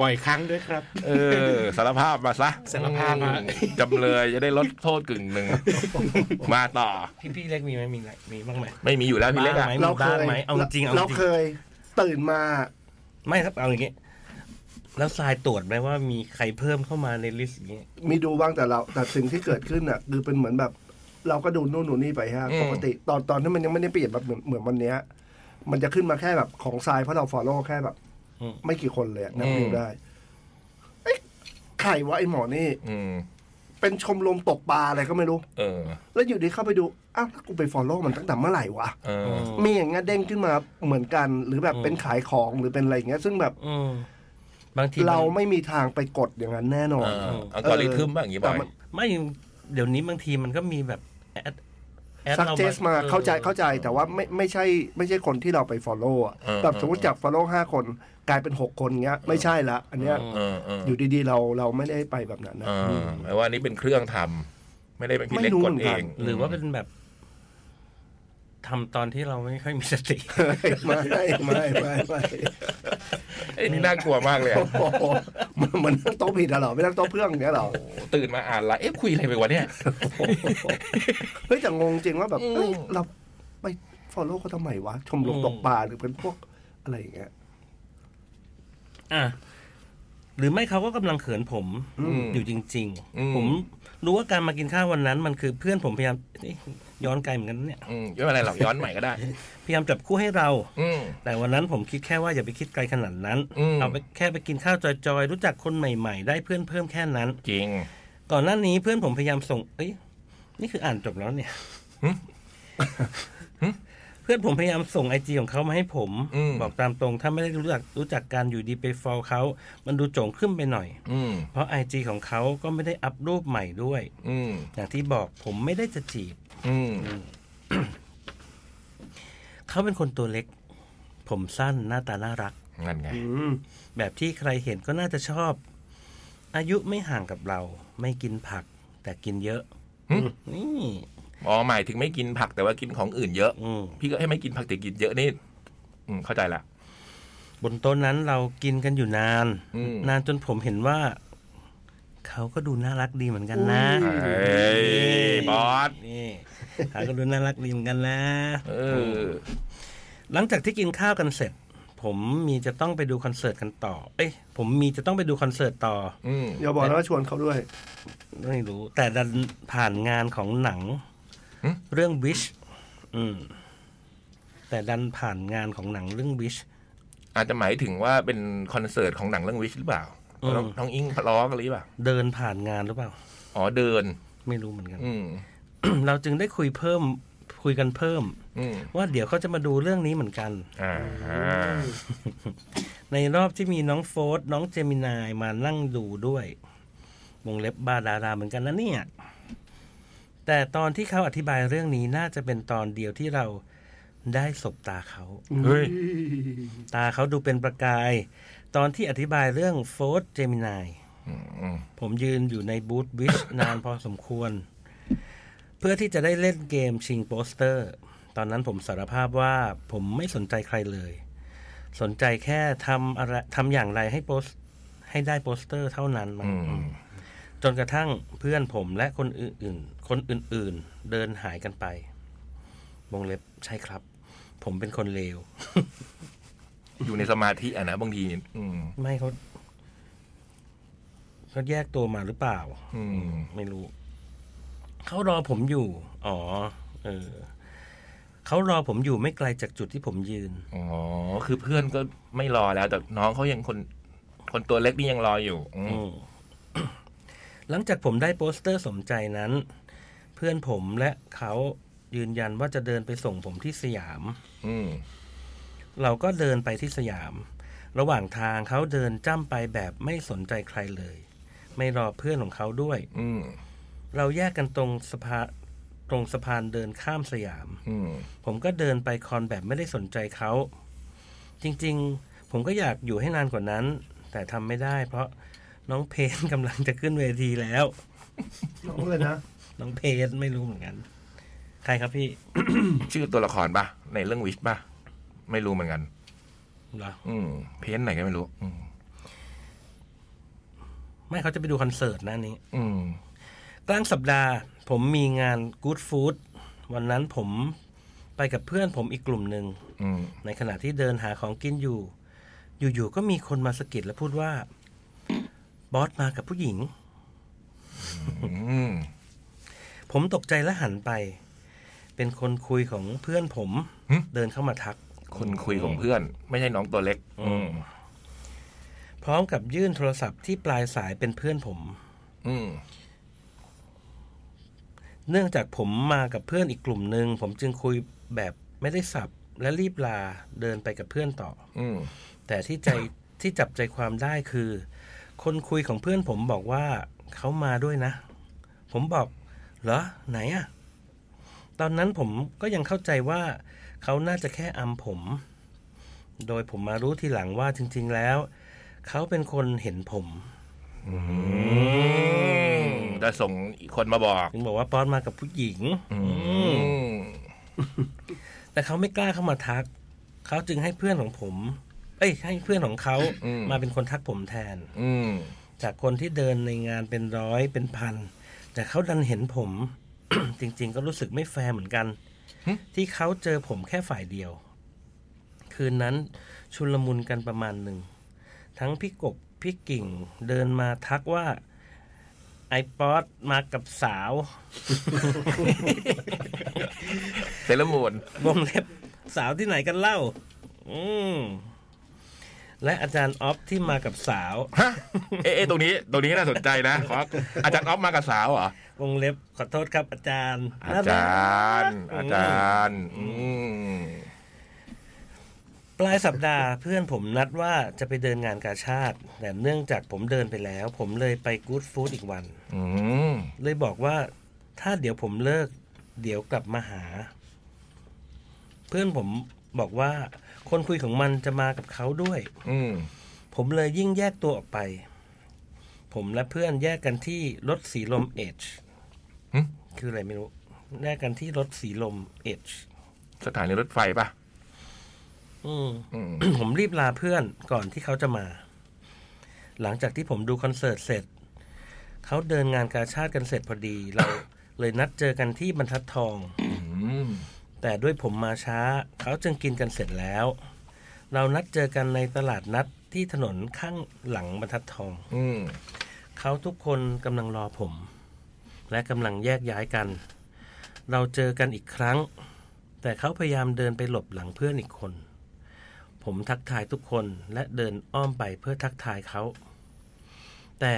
[SPEAKER 4] ปล่อยครั้งด้วยครับ
[SPEAKER 1] เออสารภาพมาซะ
[SPEAKER 4] สารภาพมา
[SPEAKER 1] อืจำเลยจะได้ลดโทษกึ่งหนึ่ง มาต่อ
[SPEAKER 3] พี่พี่เล็กมีไหมมีไหมมีบ้างไหม
[SPEAKER 1] ไม่มีอยู่แล้วพี่เล็กอะ
[SPEAKER 3] บ้าไหม
[SPEAKER 2] เราเค
[SPEAKER 3] บ้าย ไหมเอาจริงเอาจริง
[SPEAKER 2] เราเคยตื่นมา
[SPEAKER 3] ไม่ครับเอาอย่างเงี้ยแล้วทรายตรวจไหมว่ามีใครเพิ่มเข้ามาในลิสต์อย่างเงี้ย
[SPEAKER 2] มีดูบ้างแต่เราแต่สิ่งที่เกิดขึ้นอ่ะคือเป็นเหมือนแบบ เราก็ดูนู่นดูนี่ไปฮะปกติตอนตอนที่มันยังไม่ได้เปลี่ยนแบบเหมือนเหมือนวันเนี้ย มันจะขึ้นมาแค่แบบของทรายเพราะเราฟอลโล่แค่แบบ ไม่กี่คนเลยอะนับดูได้เอ๊ะใครวะไอหมอนี่
[SPEAKER 1] อืม
[SPEAKER 2] เป็นชมรมตกปลาอะไรก็ไม่รู้
[SPEAKER 1] เออ
[SPEAKER 2] แล้วอยู่ดีเข้าไปดู อ้าวแล้วกูไปฟอลโล่มันตั้งแต่เมื่อไหร่วะ
[SPEAKER 1] เออ
[SPEAKER 2] มีอย่างเงี้ยเด้งขึ้นมาเหมือนกัน หรือแบบเป็นขายของหรือเป็นอะไรอย่างเงี้ย ซึ่งแบบ
[SPEAKER 3] อืมบางทีมัน
[SPEAKER 2] เราไม่มีทางไปกดอย่างนั้นแน่นอน
[SPEAKER 1] เอออัลกอริทึมบ้างอย่างงี้บ่อย
[SPEAKER 2] แต่มัน
[SPEAKER 3] ไม่เดี๋ยวนี้บางทีมันก็มีแบบแอดแอด
[SPEAKER 2] ซัก
[SPEAKER 3] เรา
[SPEAKER 2] เจสมา
[SPEAKER 3] ออ
[SPEAKER 2] เข้าใจเข้าใจแต่ว่าไม่ไม่ใช่ไม่ใช่คนที่เราไปฟอลโล่อะ
[SPEAKER 1] เออ
[SPEAKER 2] แบบสมมติจากฟอลโล่ห้าคนกลายเป็นหกคนเงี้ย ไม่ใช่ละ อันเนี้ย
[SPEAKER 1] เออเออ
[SPEAKER 2] อยู่ดีๆเราเราไม่ได้ไปแบบนั้นนะ
[SPEAKER 1] เออแปลว่านี่เป็นเครื่องทำไม่ได้เป็นพี่เล็ก
[SPEAKER 2] ไม่รู้
[SPEAKER 1] กดเอ
[SPEAKER 2] เหมือนกั
[SPEAKER 1] ง
[SPEAKER 2] น
[SPEAKER 3] หรือว่าเป็นแบบทำตอนที่เราไม่ค่อยมีสติ
[SPEAKER 2] ไม่ไม่ไม่ไม่ <laughs>
[SPEAKER 1] ไอ้ยนี่น่ากลัวมากเลยอะ
[SPEAKER 2] โอ้โหมันมันนั่งโต๊ะผิดอะเหรอไม่นั่งโต๊ะเพื่อนอย่างเงี้ยเหรอ
[SPEAKER 1] ตื่นมาอ่านไลน์เอ๊ะคุยอะไรไปวะเนี่ย
[SPEAKER 2] เฮ้ยแต่งงจริงว่าแบบ
[SPEAKER 1] อืม
[SPEAKER 2] เอ้ยเราไปฟอลโล่เขาทำไมวะ ชมรมตกปลาหรือเป็นพวกอะไรอย่างเงี้ย
[SPEAKER 3] อ่ะหรือไม่เขาก็กำลังเขินผม
[SPEAKER 1] อืม
[SPEAKER 3] อยู่จริง
[SPEAKER 1] อืม
[SPEAKER 3] ๆ ผมรู้ว่าการมากินข้าววันนั้น มันคือเพื่อนผมพยายามเอ๊ะย้อนไกลเหมือนกันนะเนี่ย
[SPEAKER 1] อืมไม่เป็นไรหรอกย้อนใหม่ก็ได้
[SPEAKER 3] พยายามจับคู่ให้เรา
[SPEAKER 1] อืม
[SPEAKER 3] แต่วันนั้นผมคิดแค่ว่าอย่าไปคิดไกลขนาดนั้น
[SPEAKER 1] อืม
[SPEAKER 3] เอาไปแค่ไปกินข้าวจอยๆ รู้จักคนใหม่ๆ ได้เพื่อนเพิ่มแค่นั้น
[SPEAKER 1] จริง
[SPEAKER 3] ก่อนหน้านี้เพื่อนผมพยายามส่ง เอ้ย นี่คืออ่านจบแล้วเนี่ย
[SPEAKER 1] หึหึ
[SPEAKER 3] <laughs> เพื่อนผมพยายามส่งไอจีของเขามาให้ผม
[SPEAKER 1] อืม
[SPEAKER 3] บอกตามตรงถ้าไม่ได้รู้จักรู้จักการอยู่ดีไปฟอลเขา มันดูโจ่งขึ้นไปหน่อย
[SPEAKER 1] อืม
[SPEAKER 3] เพราะไอจีของเขาก็ไม่ได้อัพรูปใหม่ด้วย
[SPEAKER 1] อืม
[SPEAKER 3] อย่างที่บอกผมไม่ได้จะจีบ
[SPEAKER 1] อืม
[SPEAKER 3] เขาเป็นคนตัวเล็ก ผมสั้นหน้าตาน่ารัก
[SPEAKER 1] นั่นไง
[SPEAKER 2] อืม
[SPEAKER 3] แบบที่ใครเห็นก็น่าจะชอบ อายุไม่ห่างกับเรา ไม่กินผัก แต่กินเยอะ
[SPEAKER 1] หึ
[SPEAKER 3] นี่
[SPEAKER 1] อ๋อหมายถึงไม่กินผักแต่ว่ากินของอื่นเยอะ
[SPEAKER 3] อืม
[SPEAKER 1] พี่ก็ให้ไม่กินผักแต่กินเยอะนี่อืมเข้าใจละ
[SPEAKER 3] บนโต๊ะนั้นเรากินกันอยู่นาน
[SPEAKER 1] อืม
[SPEAKER 3] นานจนผมเห็นว่า เขาก็ดูน่ารักดีเหมือนกันนะ
[SPEAKER 1] เฮ้ยบอส
[SPEAKER 3] นี่เขาก็ดูน่ารักดีเหมือนกันนะ
[SPEAKER 1] เออ
[SPEAKER 3] หลังจากที่กินข้าวกันเสร็จ ผมมีจะต้องไปดูคอนเสิร์ตกันต่อ เอ้ยผมมีจะต้องไปดูคอนเสิร์ตต่อ
[SPEAKER 1] อืม
[SPEAKER 2] อย่าบอกนะว่าชวนเขาด้วย
[SPEAKER 3] ไม่รู้ แต่ดันผ่านงานของหนัง เรื่อง wish อืม แต่ดันผ่านงานของหนังเรื่อง wish
[SPEAKER 1] อาจจะหมายถึงว่าเป็นคอนเสิร์ตของหนังเรื่องวิชหรือเปล่า
[SPEAKER 3] อืม
[SPEAKER 1] น้องน้องอิงร้องอะไรหรือเปล่า
[SPEAKER 3] เดินผ่านงานหรือเปล่า
[SPEAKER 1] อ๋อเดิน
[SPEAKER 3] ไม่รู้เหมือนกัน
[SPEAKER 1] อืม
[SPEAKER 3] เราจึงได้คุยเพิ่ม คุยกันเพิ่ม
[SPEAKER 1] อืม
[SPEAKER 3] ว่าเดี๋ยวเขาจะมาดูเรื่องนี้เหมือนกัน
[SPEAKER 1] อ่า
[SPEAKER 3] ในรอบที่มีน้องโฟสน้องเจมินายมานั่งดูด้วย วงเล็บบาดาราเหมือนกันนะเนี่ย แต่ตอนที่เขาอธิบายเรื่องนี้น่าจะเป็นตอนเดียวที่เราได้สบตาเขา
[SPEAKER 1] เฮ้ย
[SPEAKER 3] ตาเขาดูเป็นประกาย ตอนที่อธิบายเรื่องโฟร์เจมินาย
[SPEAKER 1] อืม
[SPEAKER 3] ผมยืนอยู่ในบูธวิช นานพอสมควร เพื่อที่จะได้เล่นเกมชิงโปสเตอร์ ตอนนั้นผมสารภาพว่าผมไม่สนใจใครเลย สนใจแค่ทำอะไรทำอย่างไรให้โปสให้ได้โปสเตอร์เท่านั้นมั้ง
[SPEAKER 1] อืม
[SPEAKER 3] จนกระทั่งเพื่อนผมและคนอื่นๆ คนอื่นๆ เดินหายกันไปวงเล็บใช่ครับ ผมเป็นคนเลว
[SPEAKER 1] อยู่ในสมาธิอ่ะนะบางทีอืม
[SPEAKER 3] ไม่เขาเขาแยกตัวมาหรือเปล่า
[SPEAKER 1] อืม
[SPEAKER 3] ไม่รู้ เขารอผมอยู่ อ๋อ เออเขารอผมอยู่ไม่ไกลจากจุดที่ผมยืน
[SPEAKER 1] อ๋อคือเพื่อนก็ไม่รอแล้ว แต่น้องเขายังคน คนตัวเล็กนี่ยังรออยู่อืม
[SPEAKER 3] <coughs> หลังจากผมได้โปสเตอร์สมใจนั้น เพื่อนผมและเขายืนยันว่าจะเดินไปส่งผมที่สยาม
[SPEAKER 1] อืม
[SPEAKER 3] เราก็เดินไปที่สยาม ระหว่างทางเขาเดินจ้ำไปแบบไม่สนใจใครเลย ไม่รอเพื่อนของเขาด้วย
[SPEAKER 1] อืม
[SPEAKER 3] เราแยกกันตรงสะพานตรงสะพานเดินข้ามสยาม
[SPEAKER 1] อืม
[SPEAKER 3] ผมก็เดินไปคอนแบบไม่ได้สนใจเขา จริงๆ ผมก็อยากอยู่ให้นานกว่านั้น แต่ทำไม่ได้เพราะน้องเพนกำลังจะขึ้นเวทีแล้ว
[SPEAKER 2] น้องเลยนะ
[SPEAKER 3] น้องเพนไม่รู้เหมือนกัน ใครครับพี่
[SPEAKER 1] ชื่อตัวละครปะในเรื่องวิชปะไม่รู้เหมือนกัน
[SPEAKER 3] เหรอ
[SPEAKER 1] อืม เพ้นไหนก็ไม่รู้ อืม
[SPEAKER 3] ไม่เขาจะไปดูคอนเสิร์ตนะอันนี้
[SPEAKER 1] อืม
[SPEAKER 3] กลางสัปดาห์ ผมมีงาน Good Food วันนั้นผมไปกับเพื่อนผมอีกกลุ่มหนึ่ง
[SPEAKER 1] อืม
[SPEAKER 3] ในขณะที่เดินหาของกินอยู่ อยู่ๆ ก็มีคนมาสะกิดและพูดว่า บอสมากับผู้หญิง
[SPEAKER 1] อืม
[SPEAKER 3] ผมตกใจและหันไป เป็นคนคุยของเพื่อนผม
[SPEAKER 1] หึ
[SPEAKER 3] เดินเข้ามาทัก
[SPEAKER 1] คนคุยของเพื่อน ไม่ใช่น้องตัวเล็ก อืม
[SPEAKER 3] พร้อมกับยื่นโทรศัพท์ที่ปลายสายเป็นเพื่อนผม
[SPEAKER 1] อืม
[SPEAKER 3] เนื่องจากผมมากับเพื่อนอีกกลุ่มหนึ่งผมจึงคุยแบบไม่ได้สับและรีบลาเดินไปกับเพื่อนต่อ
[SPEAKER 1] อืม
[SPEAKER 3] แต่ที่ใจที่จับใจความได้คือ คนคุยของเพื่อนผมบอกว่าเขามาด้วยนะ ผมบอก เหรอ ไหนอะตอนนั้นผมก็ยังเข้าใจว่า เขาน่าจะแค่อำผม โดยผมมารู้ทีหลังว่าจริง ๆแล้ว เขาเป็นคนเห็นผม
[SPEAKER 1] จะส่งอีกคนมาบอก
[SPEAKER 3] ถึงบอกว่าป๊อดมากับผู้หญิง
[SPEAKER 1] อืม
[SPEAKER 3] แต่เขาไม่กล้าเข้ามาทัก เขาจึงให้เพื่อนของผม เอ้ย ให้เพื่อนของเขา
[SPEAKER 1] อืม
[SPEAKER 3] มาเป็นคนทักผมแทน
[SPEAKER 1] อืม
[SPEAKER 3] จากคนที่เดินในงานเป็นร้อยเป็นพัน แต่เขาดันเห็นผม <coughs> จริง ๆ ก็รู้สึกไม่แฟร์เหมือนกัน
[SPEAKER 1] หึ
[SPEAKER 3] ที่เขาเจอผมแค่ฝ่ายเดียว คืนนั้นชุลมุนกันประมาณหนึ่ง ทั้งพี่กบพี่กิ่งเดินมาทักว่า ไอป๊อดมากับสาว
[SPEAKER 1] เซเลอร์มูน
[SPEAKER 3] วงเล็บสาวที่ไหนกันเล่า อืมและอาจารย์ออฟที่มากับสาว
[SPEAKER 1] ฮะเอ๊ะเอ๊ะตรงนี้ ตรงนี้น่าสนใจนะขออาจารย์ออฟมากับสาวเหรอ
[SPEAKER 3] วงเล็บขอโทษครับอาจารย์
[SPEAKER 1] อาจารย์
[SPEAKER 3] น่ก
[SPEAKER 1] อาจารย์ อืม
[SPEAKER 3] ปลายสัปดาห์เพื่อนผมนัดว่าจะไปเดินงานกาชาติ แต่เนื่องจากผมเดินไปแล้ว ผมเลยไปกู๊ดฟู้ดอีกวัน
[SPEAKER 1] อืม
[SPEAKER 3] เลยบอกว่าถ้าเดี๋ยวผมเลิก เดี๋ยวกลับมาหา เพื่อนผมบอกว่า คนคุยของมันจะมากับเขาด้วย
[SPEAKER 1] อืม
[SPEAKER 3] ผมเลยยิ่งแยกตัวออกไป ผมและเพื่อนแยกกันที่รถสีลมเอช
[SPEAKER 1] หึ
[SPEAKER 3] คืออะไรไม่รู้ แยกกันที่รถสีลมเอช
[SPEAKER 1] สถานีรถไฟปะ
[SPEAKER 3] อืม
[SPEAKER 1] อืม
[SPEAKER 3] <coughs> ผมรีบลาเพื่อนก่อนที่เขาจะมา หลังจากที่ผมดูคอนเสิร์ตเสร็จ เขาเดินงานกาชาติกันเสร็จพอดี เรา เลยนัดเจอกันที่บรรทัดทอง
[SPEAKER 1] อืม
[SPEAKER 3] แต่ด้วยผมมาช้า เขาจึงกินกันเสร็จแล้ว เรานัดเจอกันในตลาดนัดที่ถนนข้างหลังบรรทัดทอง
[SPEAKER 1] อืม
[SPEAKER 3] เขาทุกคนกำลังรอผม และกำลังแยกย้ายกัน เราเจอกันอีกครั้ง แต่เขาพยายามเดินไปหลบหลังเพื่อนอีกคน ผมทักทายทุกคนและเดินอ้อมไปเพื่อทักทายเขา แต่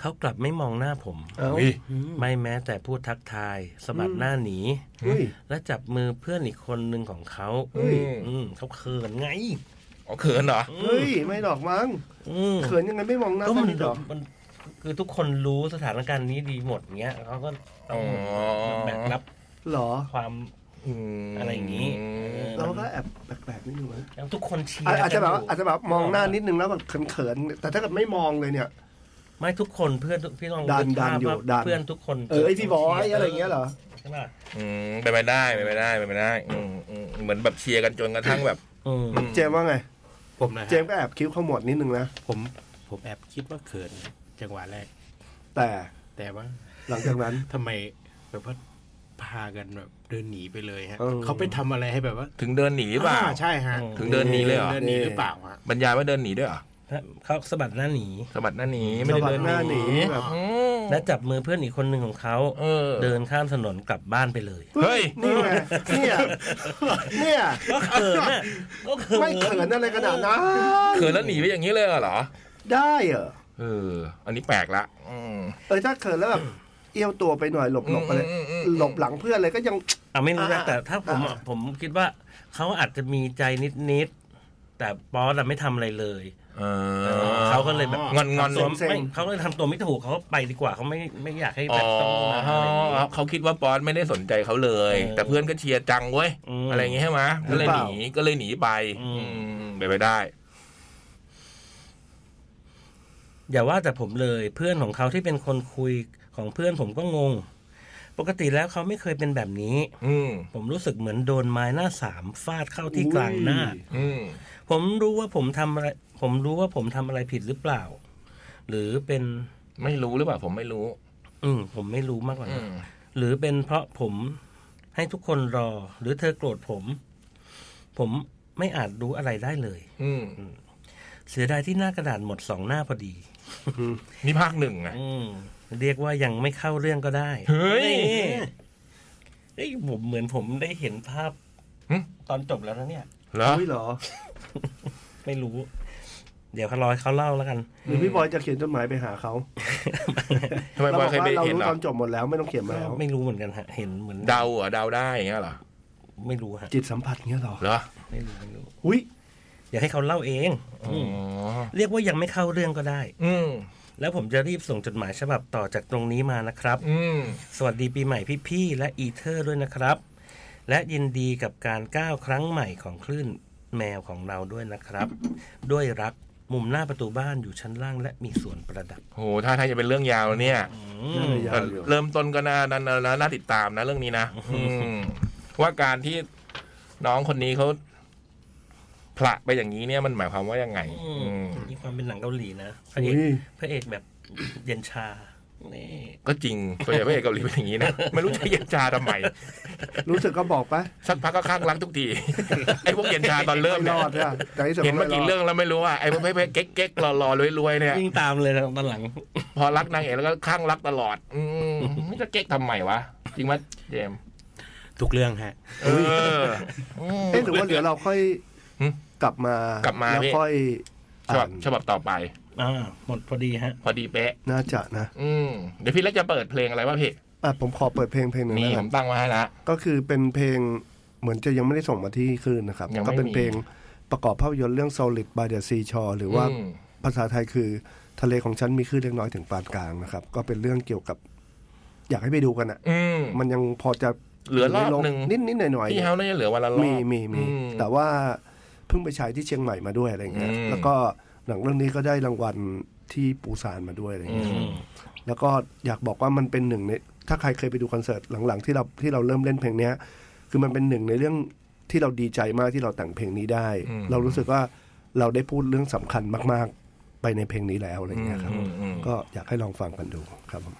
[SPEAKER 3] เขากลับไม่มองหน้าผม
[SPEAKER 2] เอ้า
[SPEAKER 1] อุ๊ย
[SPEAKER 3] ไม่แม้แต่พูดทักทายสะบัดหน้าหนี
[SPEAKER 2] เฮ้ย
[SPEAKER 3] และจับมือเพื่อนอีกคนหนึ่งของเขา
[SPEAKER 2] เฮ้ย
[SPEAKER 3] อืมเขาเขินไง
[SPEAKER 1] อ๋อเขินเหรอ
[SPEAKER 2] เฮ้ย ไม่หรอกมั้ง
[SPEAKER 3] อืม
[SPEAKER 2] เขินยังไงไม่มองหน้า
[SPEAKER 3] ก็มัน
[SPEAKER 2] พี่หรอก
[SPEAKER 3] มันคือทุกคนรู้สถานการณ์นี้ดีหมดเงี้ยเขาก็ต้อง
[SPEAKER 1] อ๋อ
[SPEAKER 3] แบกรับ
[SPEAKER 2] หรอ
[SPEAKER 3] ความ
[SPEAKER 1] ม
[SPEAKER 3] อะไรอย่างงี้
[SPEAKER 2] เราก็แอบแปลกๆนิดนึงนะ
[SPEAKER 3] แล้วทุกคนเชีย
[SPEAKER 2] อ่ะ
[SPEAKER 3] ร์
[SPEAKER 2] อาจจะแบบว่า
[SPEAKER 3] กันยู่
[SPEAKER 2] อาจจะแบบมองหน้านิดนึงแล้วแบบเขินๆแต่ถ้าเกิดไม่มองเลยเนี่ย
[SPEAKER 3] ไม่ทุกคนเพื่อนพี่ลอง
[SPEAKER 2] ดัน
[SPEAKER 3] กภาพ
[SPEAKER 2] ดันอยู่
[SPEAKER 3] ว่า
[SPEAKER 2] ดัน
[SPEAKER 3] เพื่อนทุกคน
[SPEAKER 2] เออไอพี่บอยอะไรอย่างเงี้ยเหรอ
[SPEAKER 3] ใช่ป่ะ
[SPEAKER 1] อืมไปนไม่ได้ไปนไม่ได้ไปนไม่ได้อืมอืมเหมือนแบบเชียร์กันจนกระทั่งแบบ
[SPEAKER 3] อืม
[SPEAKER 2] เจมส์ว่าไง
[SPEAKER 4] ผมนะฮะ
[SPEAKER 2] เจมส์ก็แอบคิ้วขมวดนิดนึงนะ
[SPEAKER 4] ผมผมแอบคิดว่าเขินจังหวะแรก
[SPEAKER 2] แต่
[SPEAKER 4] แต่ว่า
[SPEAKER 2] หลังจากนั้น
[SPEAKER 4] ทำไมแบบว่าพากันแบบเดินหนีไปเลยฮะ
[SPEAKER 2] เออ
[SPEAKER 4] เขาไปทำอะไรให้แบบว่า
[SPEAKER 1] ถึงเดินหนีหรือเปล่า
[SPEAKER 4] อ่ใช่ฮะ
[SPEAKER 1] ถึงเดินหนีเลยเหรอ
[SPEAKER 4] เดินหนีหรือเปล่าฮะ
[SPEAKER 1] บรรยายว่าเดินหนีด้วยเหรอ
[SPEAKER 3] เขาสะบัดหน้าหนี
[SPEAKER 1] สะบัดหน้าหนีไม่ได้
[SPEAKER 2] สะบั
[SPEAKER 1] เดินห
[SPEAKER 2] ห
[SPEAKER 1] นี
[SPEAKER 2] น้าหนีแบบ
[SPEAKER 1] อืม
[SPEAKER 3] และจับมือเพื่อนอีกคนหนึ่งของเขา
[SPEAKER 1] เออ
[SPEAKER 3] เดินข้ามถนนกลับบ้านไปเลย
[SPEAKER 1] เฮ้ย
[SPEAKER 2] นี่ไงเนี่ยเนี่ย
[SPEAKER 3] ก็เขินน่ะก็เขิน
[SPEAKER 2] ไม่เขินอะไรขนาดนั้น
[SPEAKER 1] เขินแล้วหนีไปอย่างนี้เลยเหรอ
[SPEAKER 2] ได้เหรอ
[SPEAKER 1] เออ อันนี้แปลกละอืม
[SPEAKER 2] เออถ้าเขินแล้วแบบเอี้ยวตัวไปหน่อยหลบหลบอะไร
[SPEAKER 1] อืมอืมอืม
[SPEAKER 2] หลบหลังเพื่อนอะไรก็ยัง
[SPEAKER 3] อ่ะไม่รู้นะ
[SPEAKER 2] อ่า
[SPEAKER 3] แต่ถ้าผมอ่ะ
[SPEAKER 2] อ่า
[SPEAKER 3] ผมคิดว่าเขาอาจจะมีใจนิดๆแต่ป๊อตอะไม่ทำอะไรเลย
[SPEAKER 1] เออ
[SPEAKER 3] เขาก็เลยแบบ
[SPEAKER 1] งอนๆ
[SPEAKER 3] ทำตัว
[SPEAKER 2] เซ็งๆ
[SPEAKER 3] ไม่เขาเลยทำตัวไม่ถูกเขาก็ไปดีกว่าเขาไม่ไม่อยากให้
[SPEAKER 1] อ๋
[SPEAKER 3] แบ
[SPEAKER 1] อบ
[SPEAKER 3] ต้องมาอะไรอย่างเงี้ย
[SPEAKER 1] เขาคิดว่าป๊อนไม่ได้สนใจเขาเลย
[SPEAKER 3] เออ
[SPEAKER 1] แต่เพื่อนก็เชียร์จังเว้ย
[SPEAKER 3] อืม
[SPEAKER 1] อะไรอย่างงี้ใช่ไหม
[SPEAKER 2] หรื
[SPEAKER 1] ก็
[SPEAKER 2] อ
[SPEAKER 1] เลย
[SPEAKER 2] เป
[SPEAKER 1] ห
[SPEAKER 2] ล่า
[SPEAKER 1] นีก็เลยหนีไป
[SPEAKER 3] อืม
[SPEAKER 1] อืมไปนไปได้
[SPEAKER 3] อย่าว่าแต่ผมเลยเพื่อนของเขาที่เป็นคนคุยของเพื่อนผมก็งง ปกติแล้วเขาไม่เคยเป็นแบบนี้
[SPEAKER 1] อืม
[SPEAKER 3] ผมรู้สึกเหมือนโดนไม้หน้าสามฟาดเข้าที่กลางหน้า
[SPEAKER 2] อุ้ย
[SPEAKER 1] อืม
[SPEAKER 3] ผมรู้ว่าผมทำอะไร ผมรู้ว่าผมทำอะไรผิดหรือเปล่า หรือเป็น
[SPEAKER 1] ไม่รู้หรือเปล่าผมไม่รู้
[SPEAKER 3] อืมผมไม่รู้มากกว่า
[SPEAKER 1] อื
[SPEAKER 3] นั้น
[SPEAKER 1] ม
[SPEAKER 3] หรือเป็นเพราะผมให้ทุกคนรอ หรือเธอโกรธผม ผมไม่อาจรู้อะไรได้เลย
[SPEAKER 1] อืม
[SPEAKER 3] เสียดายที่หน้ากระดาษหมดสองหน้าพอดี
[SPEAKER 1] นี่ภาคหนึ่งไง
[SPEAKER 3] อืมเรียกว่ายังไม่เข้าเรื่องก็ได้
[SPEAKER 1] เฮ้ย
[SPEAKER 3] นี่เฮ้ยผมเหมือนผมได้เห็นภาพ
[SPEAKER 1] หึ
[SPEAKER 3] ตอนจบแล้วนะเนี่ย
[SPEAKER 1] เหรอ
[SPEAKER 2] อุ้ยเหรอ
[SPEAKER 3] ไม่รู้ เดี๋ยวเขารอให้เขาเล่าแล้วกัน
[SPEAKER 2] หรือพี่บอยจะเขียนจดหมายไปหาเขา
[SPEAKER 1] ทำไมบอย
[SPEAKER 2] ก
[SPEAKER 1] เคยไป
[SPEAKER 2] ว่าเรา
[SPEAKER 1] เห็น
[SPEAKER 2] รู้
[SPEAKER 1] เหรอ
[SPEAKER 2] ตอนจบหมดแล้วไม่ต้องเขียนมาแล้ว
[SPEAKER 3] ไม่รู้เหมือนกันฮะ เห็นเหมือน
[SPEAKER 1] เดาเหรอเดาได้อย่างเงี้ยเหรอ
[SPEAKER 3] ไม่รู้ฮะ
[SPEAKER 2] จิตสัมผัสเงี้ยเหรอ
[SPEAKER 1] เหรอ
[SPEAKER 3] ไม่รู้ไม่รู้
[SPEAKER 2] อุ้ย
[SPEAKER 3] อยากให้เขาเล่าเอง
[SPEAKER 1] อ๋อ
[SPEAKER 3] มเรียกว่ายังไม่เข้าเรื่องก็ได้
[SPEAKER 1] อืม
[SPEAKER 3] แล้วผมจะรีบส่งจดหมายฉบับต่อจากตรงนี้มานะครับ
[SPEAKER 1] อืม
[SPEAKER 3] สวัสดีปีใหม่พี่ๆและอีเทอร์ด้วยนะครับ และยินดีกับการก้าวครั้งใหม่ของคลื่นแมวของเราด้วยนะครับ ด้วยรักมุมหน้าประตูบ้านอยู่ชั้นล่างและมีสวนประดับ
[SPEAKER 1] โห ถ้าทางจะเป็นเรื่องยาวเนี่ย
[SPEAKER 2] น่าจะยาวอยู่
[SPEAKER 1] เริ่มต้นก็น่าน่าน่าน่าติดตามนะเรื่องนี้นะอืมว่าการที่น้องคนนี้เขาผละไปอย่างนี้เนี่ยมันหมายความว่ายังไง อืม
[SPEAKER 3] นี่ความเป็นหนังเกาหลีนะพระเอก
[SPEAKER 2] อุ้ย
[SPEAKER 3] พระเอกแบบเย็นชานี่
[SPEAKER 1] ก็จริงตัวใหญ่พระเอกเกาหลีเป็นอย่างนี้นะไม่รู้จะเย็นชาทำไม
[SPEAKER 2] รู้สึกก็บอกไป
[SPEAKER 1] สักพักก็ข้างรักทุกทีไอ้พวกเย็นชาตอนเริ่ม
[SPEAKER 2] ไม่ร
[SPEAKER 1] เนี่ย
[SPEAKER 2] อดอะแต่ที่สุด
[SPEAKER 1] เห็นมากี่
[SPEAKER 2] ด
[SPEAKER 1] เรื่องแล้วไม่รู้ว่าไอ้พวกเพ่เก๊กเก๊กๆรอๆรวยๆเนี่ย
[SPEAKER 3] วิ่งตามเลยนะตอนหลัง
[SPEAKER 1] พอรักนางเอกแล้วก็ข้างรักตลอด อืมไม่จะเก๊กทำไมวะจริงไหมยเจมส์
[SPEAKER 4] ทุกเรื่องฮะ
[SPEAKER 1] เอออืม
[SPEAKER 2] เอ๊ะหรือว่าเดี๋ยวเราค่อย
[SPEAKER 1] หึ
[SPEAKER 2] กลับมาก ก
[SPEAKER 1] ลับมา
[SPEAKER 2] แล้ว
[SPEAKER 1] พี่
[SPEAKER 2] ค่อย
[SPEAKER 1] ฉบับฉ
[SPEAKER 2] อ่าน
[SPEAKER 1] บับต่อไป
[SPEAKER 3] อ่าหมดพอดีฮะ
[SPEAKER 1] พอดีเป๊ะ
[SPEAKER 2] น่าจะนะ
[SPEAKER 1] อืมเดี๋ยวพี่เล็กจะเปิดเพลงอะไรวะพี่
[SPEAKER 2] อ่ะผมขอเปิดเพลงเพลงหนึ่ง
[SPEAKER 1] นี่
[SPEAKER 2] นะค
[SPEAKER 1] ผ
[SPEAKER 2] รับ
[SPEAKER 1] มตั้งไว้ให้ละ
[SPEAKER 2] ก็คือเป็นเพลงเหมือนจะยังไม่ได้ส่งมาที่คลื่นนะครับ
[SPEAKER 1] ยังไม่
[SPEAKER 2] ก็เป็น
[SPEAKER 1] มี
[SPEAKER 2] เพลงประกอบภาพยนตร์เรื่อง Solid by the Seashore หรือว่า
[SPEAKER 1] อืม
[SPEAKER 2] ภาษาไทยคือทะเลของฉันมีคลื่นเล็กน้อยถึงปานกลางนะครับ ก็เป็นเรื่องเกี่ยวกับ อยากให้ไปดูกันอะ
[SPEAKER 1] อืม
[SPEAKER 2] มันยังพอจะ
[SPEAKER 1] เหลือรอบหนึ่ง
[SPEAKER 2] นิดนิดๆหน่อยหน่อยๆ
[SPEAKER 1] พี่เฮาน่าจะเหลือวันละรอบ
[SPEAKER 2] มีมีมี
[SPEAKER 1] อื
[SPEAKER 2] แต่ว่าเพิ่งไปใช้ที่เชียงใหม่มาด้วยอะไรอย่างเงี้ย
[SPEAKER 1] อืม
[SPEAKER 2] แล้วก็หนังเรื่องนี้ก็ได้รางวัลที่ปูซานมาด้วยอะไรอย่าง
[SPEAKER 1] อื
[SPEAKER 2] เงี้ย
[SPEAKER 1] ม
[SPEAKER 2] แล้วก็อยากบอกว่ามันเป็นหนึ่งในถ้าใครเคยไปดูคอนเสิร์ตหลังๆ ที่เราที่เราเริ่มเล่นเพลงเนี้ย คือมันเป็นหนึ่งในเรื่องที่เราดีใจมากที่เราแต่งเพลงนี้ได้ เรารู้สึกว่าเราได้พูดเรื่องสำคัญมาก ๆ ไปในเพลงนี้แล้วอะไรอย่างเงี้ยครับ
[SPEAKER 1] อืมอืม
[SPEAKER 2] ก็อยากให้ลองฟังกันดูครับผม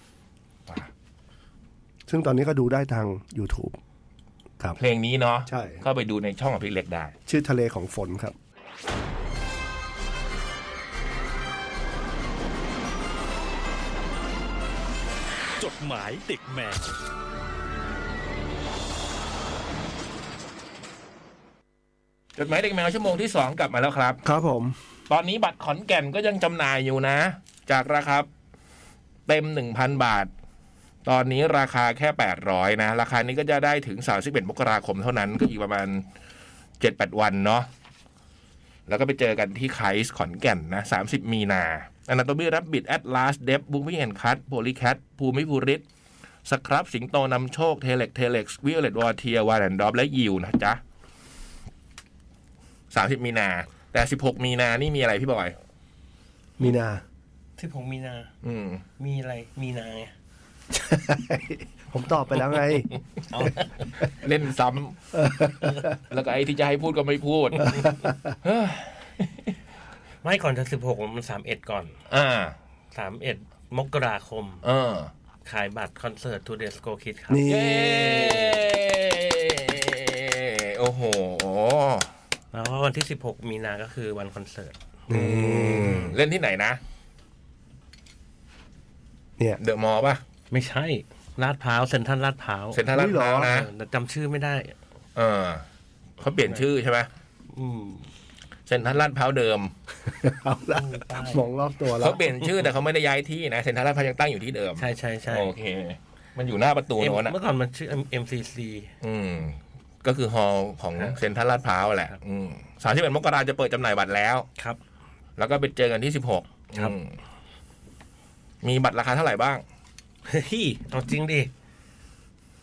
[SPEAKER 2] ซึ่งตอนนี้ก็ดูได้ทาง YouTube ครับ
[SPEAKER 1] เพลงนี้เนาะ
[SPEAKER 2] ใช่
[SPEAKER 1] เข้าไปดูในช่องของพี่เล็กได้
[SPEAKER 2] ชื่อทะเลของฝนครับ
[SPEAKER 5] จดหมายเด็กแมว
[SPEAKER 1] จดหมายเด็กแมวชั่วโมงที่ 2 กลับมาแล้วครับ
[SPEAKER 2] ครับผม
[SPEAKER 1] ตอนนี้บัตรขอนแก่นก็ยังจำหน่ายอยู่นะ จากราคาเต็ม 1,000 บาท ตอนนี้ราคาแค่ 800 นะ ราคานี้ก็จะได้ถึง 31มกราคมเท่านั้น ก็อีกประมาณ 7-8 วันเนาะแล้วก็ไปเจอกันที่ไคส์ขอนแก่นนะ 30 มีนาอนาโตมีรับบิดแอ l ลาสเดฟบุ๊ k พี่แอนคัตโพลีแคทภูมิภูริศสครับสิงโตนำโชคเทเล็กเทเล็กวิลเลตวอเทียวาแอนดอฟและยิวนะจ๊ะ 30 มีนา แต่ 16 มีนานี่มีอะไรพี่บอย
[SPEAKER 2] มีนา
[SPEAKER 3] ที่ผมมีนา
[SPEAKER 1] อืม
[SPEAKER 3] มีอะไร มีนาไง
[SPEAKER 2] ผมตอบไปแล้วไง
[SPEAKER 3] เอา
[SPEAKER 1] เล่นซ้ำ แล้วก็ไอ้ที่จะให้พูดก็ไม่พูด
[SPEAKER 3] ไม่ก่อนจะสิบหกมันสามเอ็ดก่อน
[SPEAKER 1] อ่า
[SPEAKER 3] สามเอ็ดมกราคม
[SPEAKER 1] เออ
[SPEAKER 3] ขายบัตรคอนเสิร์ต Two Days Go Kid ครับ
[SPEAKER 2] นี่
[SPEAKER 1] เย้ โอ้โห
[SPEAKER 3] แล้วก็วันที่ 16 มีนาก็คือวันคอนเสิร์ต
[SPEAKER 1] เล่นที่ไหนนะ
[SPEAKER 2] เนี่ย
[SPEAKER 1] เดอะมอลล์ป่ะ
[SPEAKER 3] ไม่ใช่ลาดพร้าวเซ็นทรัลลาดพร้าว
[SPEAKER 1] เซ็นทรัลลาดพร้าวนะ
[SPEAKER 3] เออแต่จำชื่อไม่ได้
[SPEAKER 1] เออเขาเปลี่ยนชื่อใช่ไหม
[SPEAKER 3] อืม
[SPEAKER 1] เซ็นทรัลลาดพร้าวเดิม
[SPEAKER 2] เอาละมองรอบตัวแล้
[SPEAKER 1] เขา
[SPEAKER 2] ว
[SPEAKER 1] เปลี่ยนชื่อแต่เขาไม่ได้ย้ายที่นะเซ็นทรัลลาดพร้าวยังตั้งอยู่ที่เดิม
[SPEAKER 3] ใช่ใช่ใช่
[SPEAKER 1] โอเค มันอยู่หน้าประตู
[SPEAKER 3] เอ็ม
[SPEAKER 1] โน้นอ่ะ
[SPEAKER 3] เมื่อก่อนมันชื่อ MCC
[SPEAKER 1] อืม ก็คือฮอลล์ของ
[SPEAKER 3] ครับ
[SPEAKER 1] เซ็นทรัลลาดพร้าวแหละ
[SPEAKER 3] ครับ
[SPEAKER 1] สามสิบเอ็ดมกราจะเปิดจำหน่ายบัตรแล้ว
[SPEAKER 3] ครับ
[SPEAKER 1] แล้วก็ไปเจอกันที่สิบหก
[SPEAKER 3] ครับ
[SPEAKER 1] มีบัตรราคาเท่าไหร่บ้าง
[SPEAKER 3] เฮ้ยเอาจริงดิ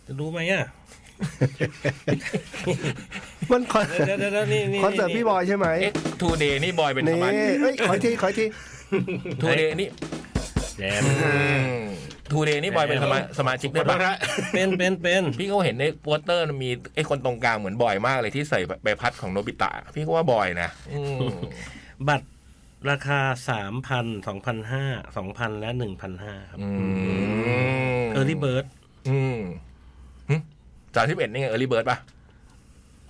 [SPEAKER 3] จะรู้ไหมอ่ะ
[SPEAKER 2] มันคอน
[SPEAKER 3] เดี๋ยวเดี๋ยวเดี๋ยวนี่นี่
[SPEAKER 2] คอนเสิร์ตพี่บอยใช่ไหม
[SPEAKER 1] เอ๊ะทูเดย์นี่บอยเป็นส
[SPEAKER 2] นี่
[SPEAKER 1] มาชิก
[SPEAKER 2] เอ้ยขออีกทีขออีกที
[SPEAKER 1] ทูเดย์นี่
[SPEAKER 3] แจม
[SPEAKER 1] ทูเดย์นี่บอยเป็นสมาสมาชิกด้วยปะ
[SPEAKER 3] เป็นเป็นเป็น
[SPEAKER 1] พี่ก็เห็นในโปสเตอร์มีไอ้คนตรงกลางเหมือนบอยมากเลยที่ใส่ใบพัดของโนบิตะ พี่ก็ว่าบอยนะอืม
[SPEAKER 3] บัตรราคาสามพันสองพันห้าสองพันและหนึ่งพันห้าครับ
[SPEAKER 1] อืม
[SPEAKER 3] เออร์ลี่เบิร์ด
[SPEAKER 1] อืมสามสิบเอ็ดนี่ไงเออร์ลี่เบิร์ดป่ะ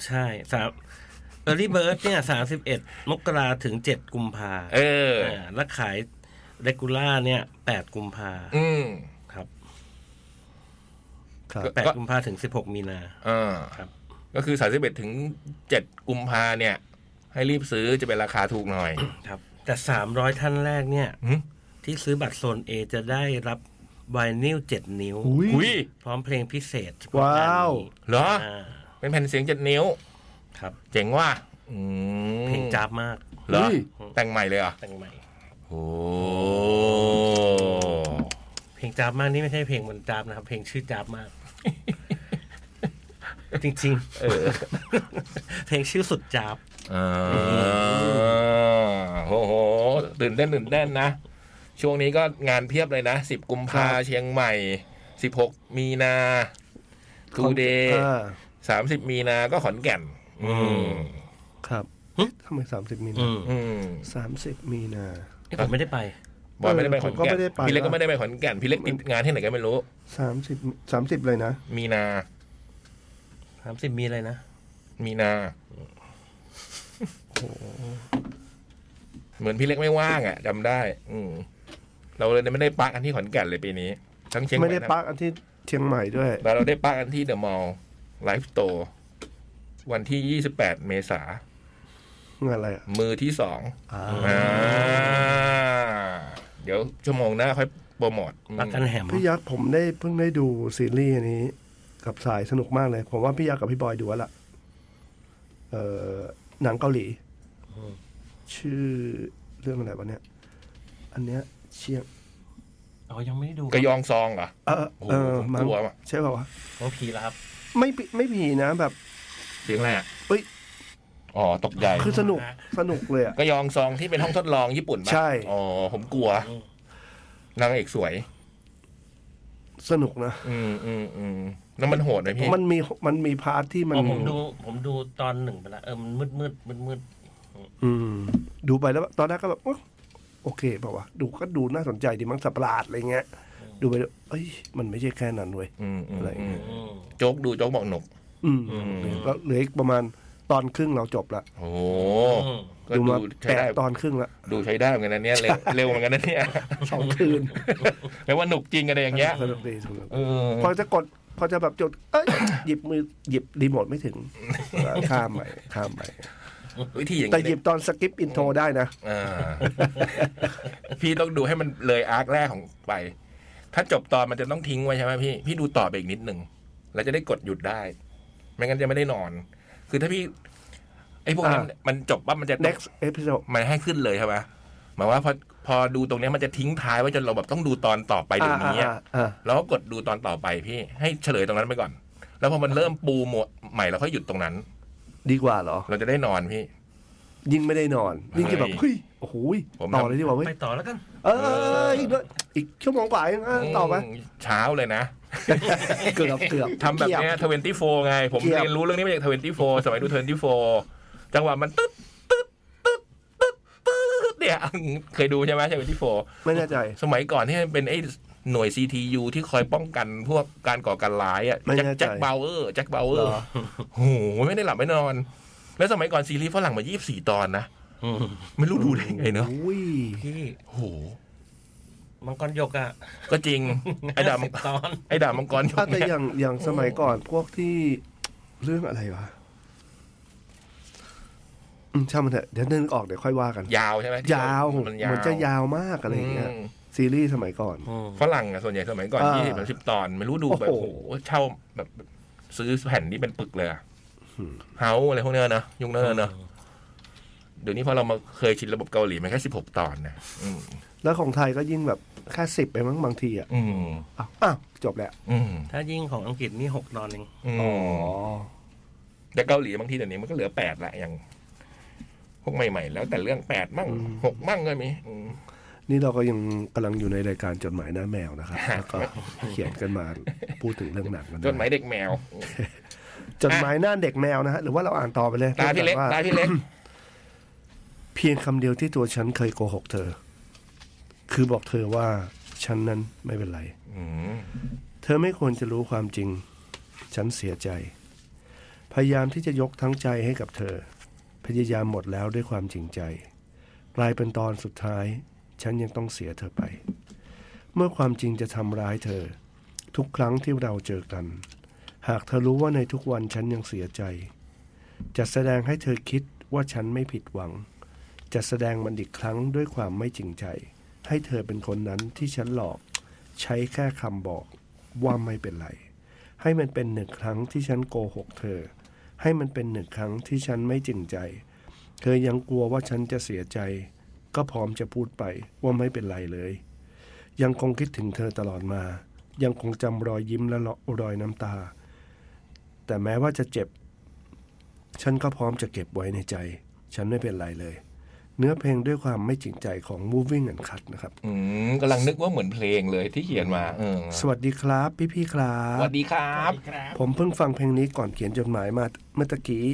[SPEAKER 3] ใช่สามเออร์ลี่เบิร์ดเนี่ยสามสิบเอ็ดมกราถึงเจ็ดกุมภา
[SPEAKER 1] เออ
[SPEAKER 3] าแล้วขายเรกูล่าเนี่ยแปดกุมภา
[SPEAKER 1] อืม
[SPEAKER 3] ครับ
[SPEAKER 2] ครับ
[SPEAKER 3] แปด
[SPEAKER 1] ก็
[SPEAKER 3] กุมภาถึงสิบหกมีนา
[SPEAKER 1] อ่า
[SPEAKER 3] ครับ
[SPEAKER 1] ก็คือสามสิบเอ็ดถึงเจ็ดกุมภาเนี่ย ให้รีบซื้อจะเป็นราคาถูกหน่อย
[SPEAKER 3] ครับ แต่สามร้อยท่านแรกเนี่ย
[SPEAKER 1] หึ
[SPEAKER 3] ที่ซื้อบัตรโซนเอจะได้รับไวนิลเจ็ดนิ้ว
[SPEAKER 2] อุ้
[SPEAKER 1] อุ้
[SPEAKER 2] ย
[SPEAKER 1] ย
[SPEAKER 3] พร้อมเพลงพิเศษ
[SPEAKER 2] ว้าว
[SPEAKER 1] เหรอ
[SPEAKER 3] อ่า
[SPEAKER 1] เป็นแผ่นเสียงเจ็ดนิ้ว
[SPEAKER 3] ครับ
[SPEAKER 1] เจ๋งว่ะอืม
[SPEAKER 3] เพลงจ้าบมาก
[SPEAKER 1] เหรอ
[SPEAKER 2] อุ้ย
[SPEAKER 1] แต่งใหม่เลยเหรอ่ะ
[SPEAKER 3] แต่งใหม่
[SPEAKER 1] โอ้
[SPEAKER 3] เพลงจ้าบมากนี่ไม่ใช่เพลงบนจ้าบนะครับ เพลงชื่อจ้าบ
[SPEAKER 1] <laughs>
[SPEAKER 3] มาก จริง
[SPEAKER 1] เออ
[SPEAKER 3] ๆ เพลงชื่อสุดจ้าบ
[SPEAKER 1] อ่าโอ้โหตื่นเต้นตื่นเต้นนะ ช่วงนี้ก็งานเพียบเลยนะสิบกุมภาเชียงใหม่สิบหกมีนาทูเดย์
[SPEAKER 2] อ่า
[SPEAKER 1] สามสิบมีนาก็ขอนแก่น อืม
[SPEAKER 2] ครับเอ๊ะทำไมสามสิบมีนา
[SPEAKER 1] อืม
[SPEAKER 2] สามสิบมีนา
[SPEAKER 3] เอ้ยผมไม่ได้ไป
[SPEAKER 1] บอยไม่ได้ไปขอน
[SPEAKER 2] ผมก็
[SPEAKER 1] แก่
[SPEAKER 2] ไม่
[SPEAKER 1] น
[SPEAKER 2] ได้ไป
[SPEAKER 1] พี่เล็กก็ไม่ได้ไปขอนแก่น พี่เล็กติดงานที่ไหนก็ไม่รู้
[SPEAKER 2] สามสิบสามสิบเลยนะ
[SPEAKER 1] มีนา
[SPEAKER 3] สามสิบมีอะไรนะ
[SPEAKER 1] มีนา เหมือนพี่เล็กไม่ว่างอ่ะจำได้ อืม เราเลยไม่ได้ปักอันที่ขอนแก่นเลยปีนี้ ทั้งเชียงใหม่
[SPEAKER 2] ไม่ได้ปักอันที่เชียงใหม่ด้วย
[SPEAKER 1] แต่เราได้ปักอันที่เดอะมอลล์ไลฟ์สโตร์วันที่ยี่สิบแปดเมษาง
[SPEAKER 2] านอะไรอ่ะ
[SPEAKER 1] มือที่สองอ่าเดี๋ยวชั่วโมงหน้าค่อยโปรโมทอืม
[SPEAKER 3] ปักกันแหม
[SPEAKER 2] พี่ยักษ์ผมได้เพิ่งได้ดูซีรีส์อันนี้ กับสายสนุกมากเลย ผมว่าพี่ยักษ์กับพี่บอยดูแล้วละเอ่อหนังเกาหลี ชื่อเรื่องอะไรวะเนี่ย อันเนี้ย เชียง
[SPEAKER 3] อ๋อยังไม่ได้ดู
[SPEAKER 1] กระยองซองเหรอ
[SPEAKER 2] เออเออ
[SPEAKER 1] โอ้โห
[SPEAKER 2] มั
[SPEAKER 1] กลัวว่ะ
[SPEAKER 2] ใช่ป่าวะ
[SPEAKER 3] น้องผีแล้วครับ
[SPEAKER 2] ไม่ปิไม่ผีนะแบบ
[SPEAKER 1] เสียงอะไรอ่ะ
[SPEAKER 2] เอ้ย
[SPEAKER 1] อ๋อ ตกใจ
[SPEAKER 2] คือสนุกสนุกเลยอ่ะ
[SPEAKER 1] กระยองซองที่เป็นห้องทดลองญี่ปุ่นปะ
[SPEAKER 2] ใช่
[SPEAKER 1] อ๋อ ผมกลัว นางเอกสวย
[SPEAKER 2] สนุกนะ
[SPEAKER 1] อืมอืมอืมแล้วมันโหดไหมพี่
[SPEAKER 2] มันมีมันมีพาร์ทที่มัน
[SPEAKER 3] อ๋อผมดู ผมดูตอนหนึ่งไปละเออมันมืดมืดมืดมืด
[SPEAKER 2] อืม ดูไปแล้วตอนแรกก็แบบอ๊ะโอเคเปล่าวะดูก็ดูน่าสนใจดีมั้งสับประหลาดอะไรเงี้ย ดูไปแล้วเอ้ย มันไม่ใช่แค่นั้นเว้ย
[SPEAKER 1] อืมอืม
[SPEAKER 2] อะไรอย่างเงี้ย
[SPEAKER 3] อืม
[SPEAKER 1] โจ๊กดูโจ๊กบอกหนุก
[SPEAKER 2] อืม
[SPEAKER 1] อืม
[SPEAKER 2] แล้วเหลืออีกประมาณตอนครึ่งเราจบละ
[SPEAKER 1] โอ้
[SPEAKER 3] อืม
[SPEAKER 1] ก็
[SPEAKER 2] ดู
[SPEAKER 1] ดู
[SPEAKER 2] มา
[SPEAKER 1] ใช้
[SPEAKER 2] แปด
[SPEAKER 1] ได้
[SPEAKER 2] ตอนครึ่งละ
[SPEAKER 1] ดูใช้ได้เหมือนกันนะเนี่ยเร็วเร็วเหมือนกันนะเนี่ย <laughs>
[SPEAKER 2] สองคืน
[SPEAKER 1] แม้ว่าหนุกจริงอะไรอย่างเงี้ย
[SPEAKER 2] สนุกดีสนุก
[SPEAKER 1] เออ
[SPEAKER 2] พอจะกด พอจะแบบจด เอ้ย หยิบมือหยิบรีโมทไม่ถึงข้ามไปข้ามไป
[SPEAKER 1] วิธีอย่าง
[SPEAKER 2] แต่
[SPEAKER 1] นี้
[SPEAKER 2] หยิบตอนสกิปอินโทรได้นะ
[SPEAKER 1] อ่าพี่ต้องดูให้มันเลยอาร์คแรกของไป ถ้าจบตอนมันจะต้องทิ้งไว้ใช่ไหมพี่ พี่ดูต่อไปอีกนิดหนึ่งแล้วจะได้กดหยุดได้ ไม่งั้นจะไม่ได้นอน คือถ้าพี่ไอ้พวกนั้นมันจบปั๊บมันจะต้อง
[SPEAKER 2] next episode
[SPEAKER 1] มันให้ขึ้นเลยใช่ไหมหมายว่าพอพอดูตรงเนี้ยมันจะทิ้งท้ายไว้จนเราแบบต้องดูตอนต่อไปเดี๋ยวนี้อะ
[SPEAKER 2] อ่าอ่า
[SPEAKER 1] แล้วก็กดดูตอนต่อไปพี่ ให้เฉลยตรงนั้นไปก่อน แล้วพอมันเริ่มปูหมวดใหม่เราค่อยหยุดตรงนั้น
[SPEAKER 2] ดีกว่าเหรอ
[SPEAKER 1] เราจะได้นอนพี่
[SPEAKER 2] ยิ่งไม่ได้นอน ยิ่งจะแบบ
[SPEAKER 1] เฮ้
[SPEAKER 2] เฮ้
[SPEAKER 1] ย
[SPEAKER 2] ยโอ้โห
[SPEAKER 1] ผม
[SPEAKER 2] ต่
[SPEAKER 1] ทำ
[SPEAKER 2] อเลยดีกว่าเว้ย
[SPEAKER 3] ไปต่อแล้วกัน
[SPEAKER 2] เอออีกด้วยอีกชั่วโมงกว่าเองอ่ะต่อไป
[SPEAKER 1] มเช้าเลยนะ
[SPEAKER 2] เกือบเกือบ
[SPEAKER 1] ทำแบบเนี้ยทเวนตี้โฟไง ผม
[SPEAKER 2] เกียบ
[SPEAKER 1] เรียนรู้เรื่องนี้มาจากทเวนตี้โฟสมัยดูทเวนตี้โฟจังหวะมันตึ๊ดตึ๊ดตึ๊ดตึ๊ดตึ๊ดเนี่ยเคยดูใช่ไหมทเวนตี้โฟ
[SPEAKER 2] ไม่แน่ใจ
[SPEAKER 1] สมัยก่อนที่มันเป็นไอ้หน่วย CTU ที่คอยป้องกันพวกการก่อการร้ายอ่ะ
[SPEAKER 2] ไม่
[SPEAKER 1] แจ็ค
[SPEAKER 2] แน่ใจ
[SPEAKER 1] แจ็คเบลเออร์แจ็คเบลเออร์
[SPEAKER 2] เหรอ
[SPEAKER 1] โอ้โหไม่ได้หลับไม่นอน แล้วสมัยก่อนซีรีส์ฝรั่งมา 24 ตอนนะ ไม่รู้ดูได้ไงเนาะ
[SPEAKER 2] อุ้ย
[SPEAKER 3] พี่
[SPEAKER 1] โอ้โห
[SPEAKER 3] มังกรหยกอ่ะ
[SPEAKER 1] ก็จริง ไอ้ดาบ
[SPEAKER 3] สิบตอน
[SPEAKER 1] ไอ้ดาบมังกรหย
[SPEAKER 2] ถ้าก แต่อ
[SPEAKER 1] เนี่ย
[SPEAKER 2] ย่างอย่างสมัยก่อนพวกที่เรื่องอะไรวะอืมช่างมันเถอะเดี๋ยวนึกออกเดี๋ยวค่อยว่ากัน
[SPEAKER 1] ยาวใช่ไหม
[SPEAKER 2] ยาว
[SPEAKER 1] มัน
[SPEAKER 2] เห
[SPEAKER 1] ยาว
[SPEAKER 2] มือนจะยาวมากอะไรอย่างเงี้ย
[SPEAKER 1] อืม
[SPEAKER 2] ซีรีส์สมัยก่อน
[SPEAKER 3] อืม
[SPEAKER 1] ฝรั่งอะส่วนใหญ่สมัยก่อน
[SPEAKER 2] อ่า
[SPEAKER 1] ยี่สิบสิบตอน ไม่รู้ดูแบบ
[SPEAKER 2] โอ้
[SPEAKER 1] โอ้
[SPEAKER 2] โห
[SPEAKER 1] โหเช่าแบบซื้อแผ่นนี้เป็นปึกเลยอะเฮาอะไรพวกเนี้ยเนอะยุคนั้นอะเนอะเดี๋ยวนี้พอเรามาเคยชินระบบเกาหลีมันแค่สิบหกตอนนะอืม
[SPEAKER 2] แล้วของไทยก็ยิ่งแบบแค่สิบไปมั้งบางทีอ่ะ
[SPEAKER 1] อืม
[SPEAKER 2] อ้าวอ้าวจบแล้ว
[SPEAKER 1] อืม
[SPEAKER 3] ถ้ายิ่งของอังกฤษนี่หกตอนเอง
[SPEAKER 1] อืม แต่เกาหลีบางทีเดี๋ยวนี้มันก็เหลือแปดแหละอย่างพวกใหม่ๆ แล้วแต่เรื่องแปดมั่งหกมั่งก็มีอืม
[SPEAKER 2] นี่เราก็ยังกำลังอยู่ในรายการจดหมายหน้าแมว
[SPEAKER 1] <laughs>
[SPEAKER 2] นะครับแล้วก็เขียนกันมาพูดถึงเรื่องหนังกัน
[SPEAKER 1] จดหมายเด็ก <laughs> แมว
[SPEAKER 2] จดหมายหน้าเด็กแมวนะฮะหรือว่าเราอ่านต่อไปเลย
[SPEAKER 1] ตาพี่เล็ก
[SPEAKER 2] ว่า
[SPEAKER 1] ตาพี่เล็ก
[SPEAKER 2] เพียงคำเดียวที่ตัวฉันเคยโกหกเธอ คือบอกเธอว่าฉันนั้นไม่เป็นไร
[SPEAKER 1] อืม
[SPEAKER 2] เธอไม่ควรจะรู้ความจริง ฉันเสียใจ พยายามที่จะยกทั้งใจให้กับเธอ พยายามหมดแล้วด้วยความจริงใจ กลายเป็นตอนสุดท้าย ฉันยังต้องเสียเธอไป เมื่อความจริงจะทำร้ายเธอ ทุกครั้งที่เราเจอกัน หากเธอรู้ว่าในทุกวันฉันยังเสียใจ จะแสดงให้เธอคิดว่าฉันไม่ผิดหวัง จะแสดงมันอีกครั้งด้วยความไม่จริงใจ ให้เธอเป็นคนนั้นที่ฉันหลอก ใช้แค่คำบอก ว่าไม่เป็นไร ให้มันเป็นหนึ่งครั้งที่ฉันโกหกเธอ ให้มันเป็นหนึ่งครั้งที่ฉันไม่จริงใจ เธอยังกลัวว่าฉันจะเสียใจ ก็พร้อมจะพูดไปว่าไม่เป็นไรเลย ยังคงคิดถึงเธอตลอดมา ยังคงจำรอยยิ้มและรอยน้ำตา แต่แม้ว่าจะเจ็บ ฉันก็พร้อมจะเก็บไว้ในใจ ฉันไม่เป็นไรเลย เนื้อเพลงด้วยความไม่จริงใจของ Moving and Cut นะครับ
[SPEAKER 1] อืมกำลังนึกว่าเหมือนเพลงเลยที่เขียนมา เออ
[SPEAKER 2] สวัสดีครับ พี่พี่ๆครั
[SPEAKER 1] ส
[SPEAKER 2] บ
[SPEAKER 1] วัสดีครับ
[SPEAKER 2] ผมเพิ่งฟังเพลงนี้ก่อนเขียนจดหมายมาเมื่อตะกี้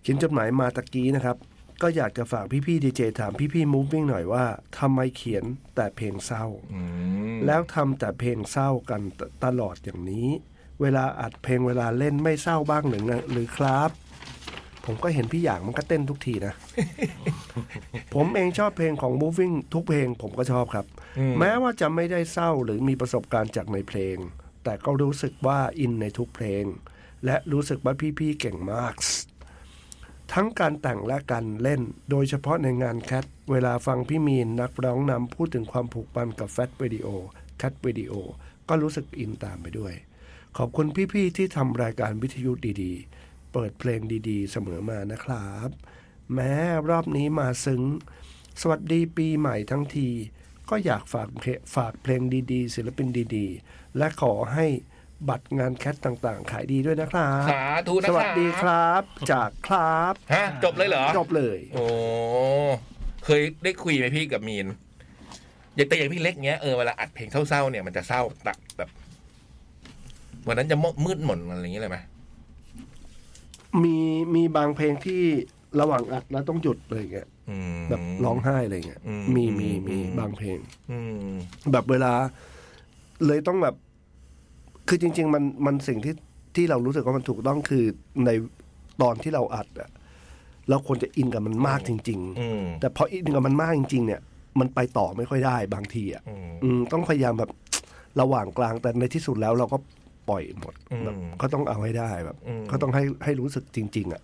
[SPEAKER 2] เขียนจดหมายมาตะกี้นะครับ ก็อยากจะฝากพี่ๆดีเจถามพี่ๆ moving หน่อยว่าทำไมเขียนแต่เพลงเศร้า
[SPEAKER 1] อืม
[SPEAKER 2] แล้วทำแต่เพลงเศร้ากันตตลอดอย่างนี้ เวลาอัดเพลงเวลาเล่นไม่เศร้าบ้างหรือไงหรือครับ ผมก็เห็นพี่อย่างมันก็เต้นทุกทีนะ <laughs> ผมเองชอบเพลงของ moving ทุกเพลงผมก็ชอบครับ แม้ว่าจะไม่ได้เศร้าหรือมีประสบการณ์จากในเพลง แต่ก็รู้สึกว่าอินในทุกเพลง และรู้สึกว่าพี่ๆเก่งมาก ทั้งการแต่งและการเล่น โดยเฉพาะในงานแคทเวลาฟังพี่มีนนักร้องนำพูดถึงความผูกพันกับแฟตวิดีโอแคทวิดีโอก็รู้สึกอินตามไปด้วย ขอบคุณพี่ๆที่ทำรายการวิทยุดีๆ เปิดเพลงดีๆ เสมอมานะครับ แม้รอบนี้มาซึ้ง สวัสดีปีใหม่ทั้งที ก็อยากฝากเพลงฝากเพลงดีๆ ศิลปินดีๆ และขอให้บัตรงานแคทต่างๆ ขายดีด้วยนะครับ
[SPEAKER 1] สาธุนะ
[SPEAKER 2] สวัสดีครับ จากครับ
[SPEAKER 1] ฮะ จบเลยเหรอ
[SPEAKER 2] จบเลย
[SPEAKER 1] โอ้เคยได้คุยไหมพี่กับมีนอย่างแต่อย่างพี่เล็กเงี้ยเออเวลาอัดเพลงเศร้าๆเนี่ยมันจะเศร้าตักแบบวันนั้นจะมืดหม่นอะไรอย่างเงี้ยเลยไหม
[SPEAKER 2] มีมีบางเพลงที่ระหว่างอัดแล้วต้องหยุดอะไรอย่างเงี้ย
[SPEAKER 1] อืม
[SPEAKER 2] แบบร้องไห้อะไรอย่างเงี้ย
[SPEAKER 1] อืม
[SPEAKER 2] มีมีมี
[SPEAKER 1] อืม
[SPEAKER 2] บางเพลง
[SPEAKER 1] อืม
[SPEAKER 2] แบบเวลา เลยต้องแบบ คือจริง ๆ มันมันสิ่งที่ที่เรารู้สึกว่ามันถูกต้องคือในตอนที่เราอัดอะเราควรจะอินกับมันมากจริง
[SPEAKER 1] อืม
[SPEAKER 2] ๆ แต่พออินกับมันมากจริง ๆ เนี่ย มันไปต่อไม่ค่อยได้บางทีอะ
[SPEAKER 1] อืม
[SPEAKER 2] อืมต้องพยายามแบบ ระหว่างกลางแต่ในที่สุดแล้วเราก็ปล่อยหมด
[SPEAKER 1] อืม
[SPEAKER 2] แบบก็ต้องเอาให้ได้แบบ
[SPEAKER 1] อืม
[SPEAKER 2] ก็ต้องให้ให้รู้สึกจริง ๆอะ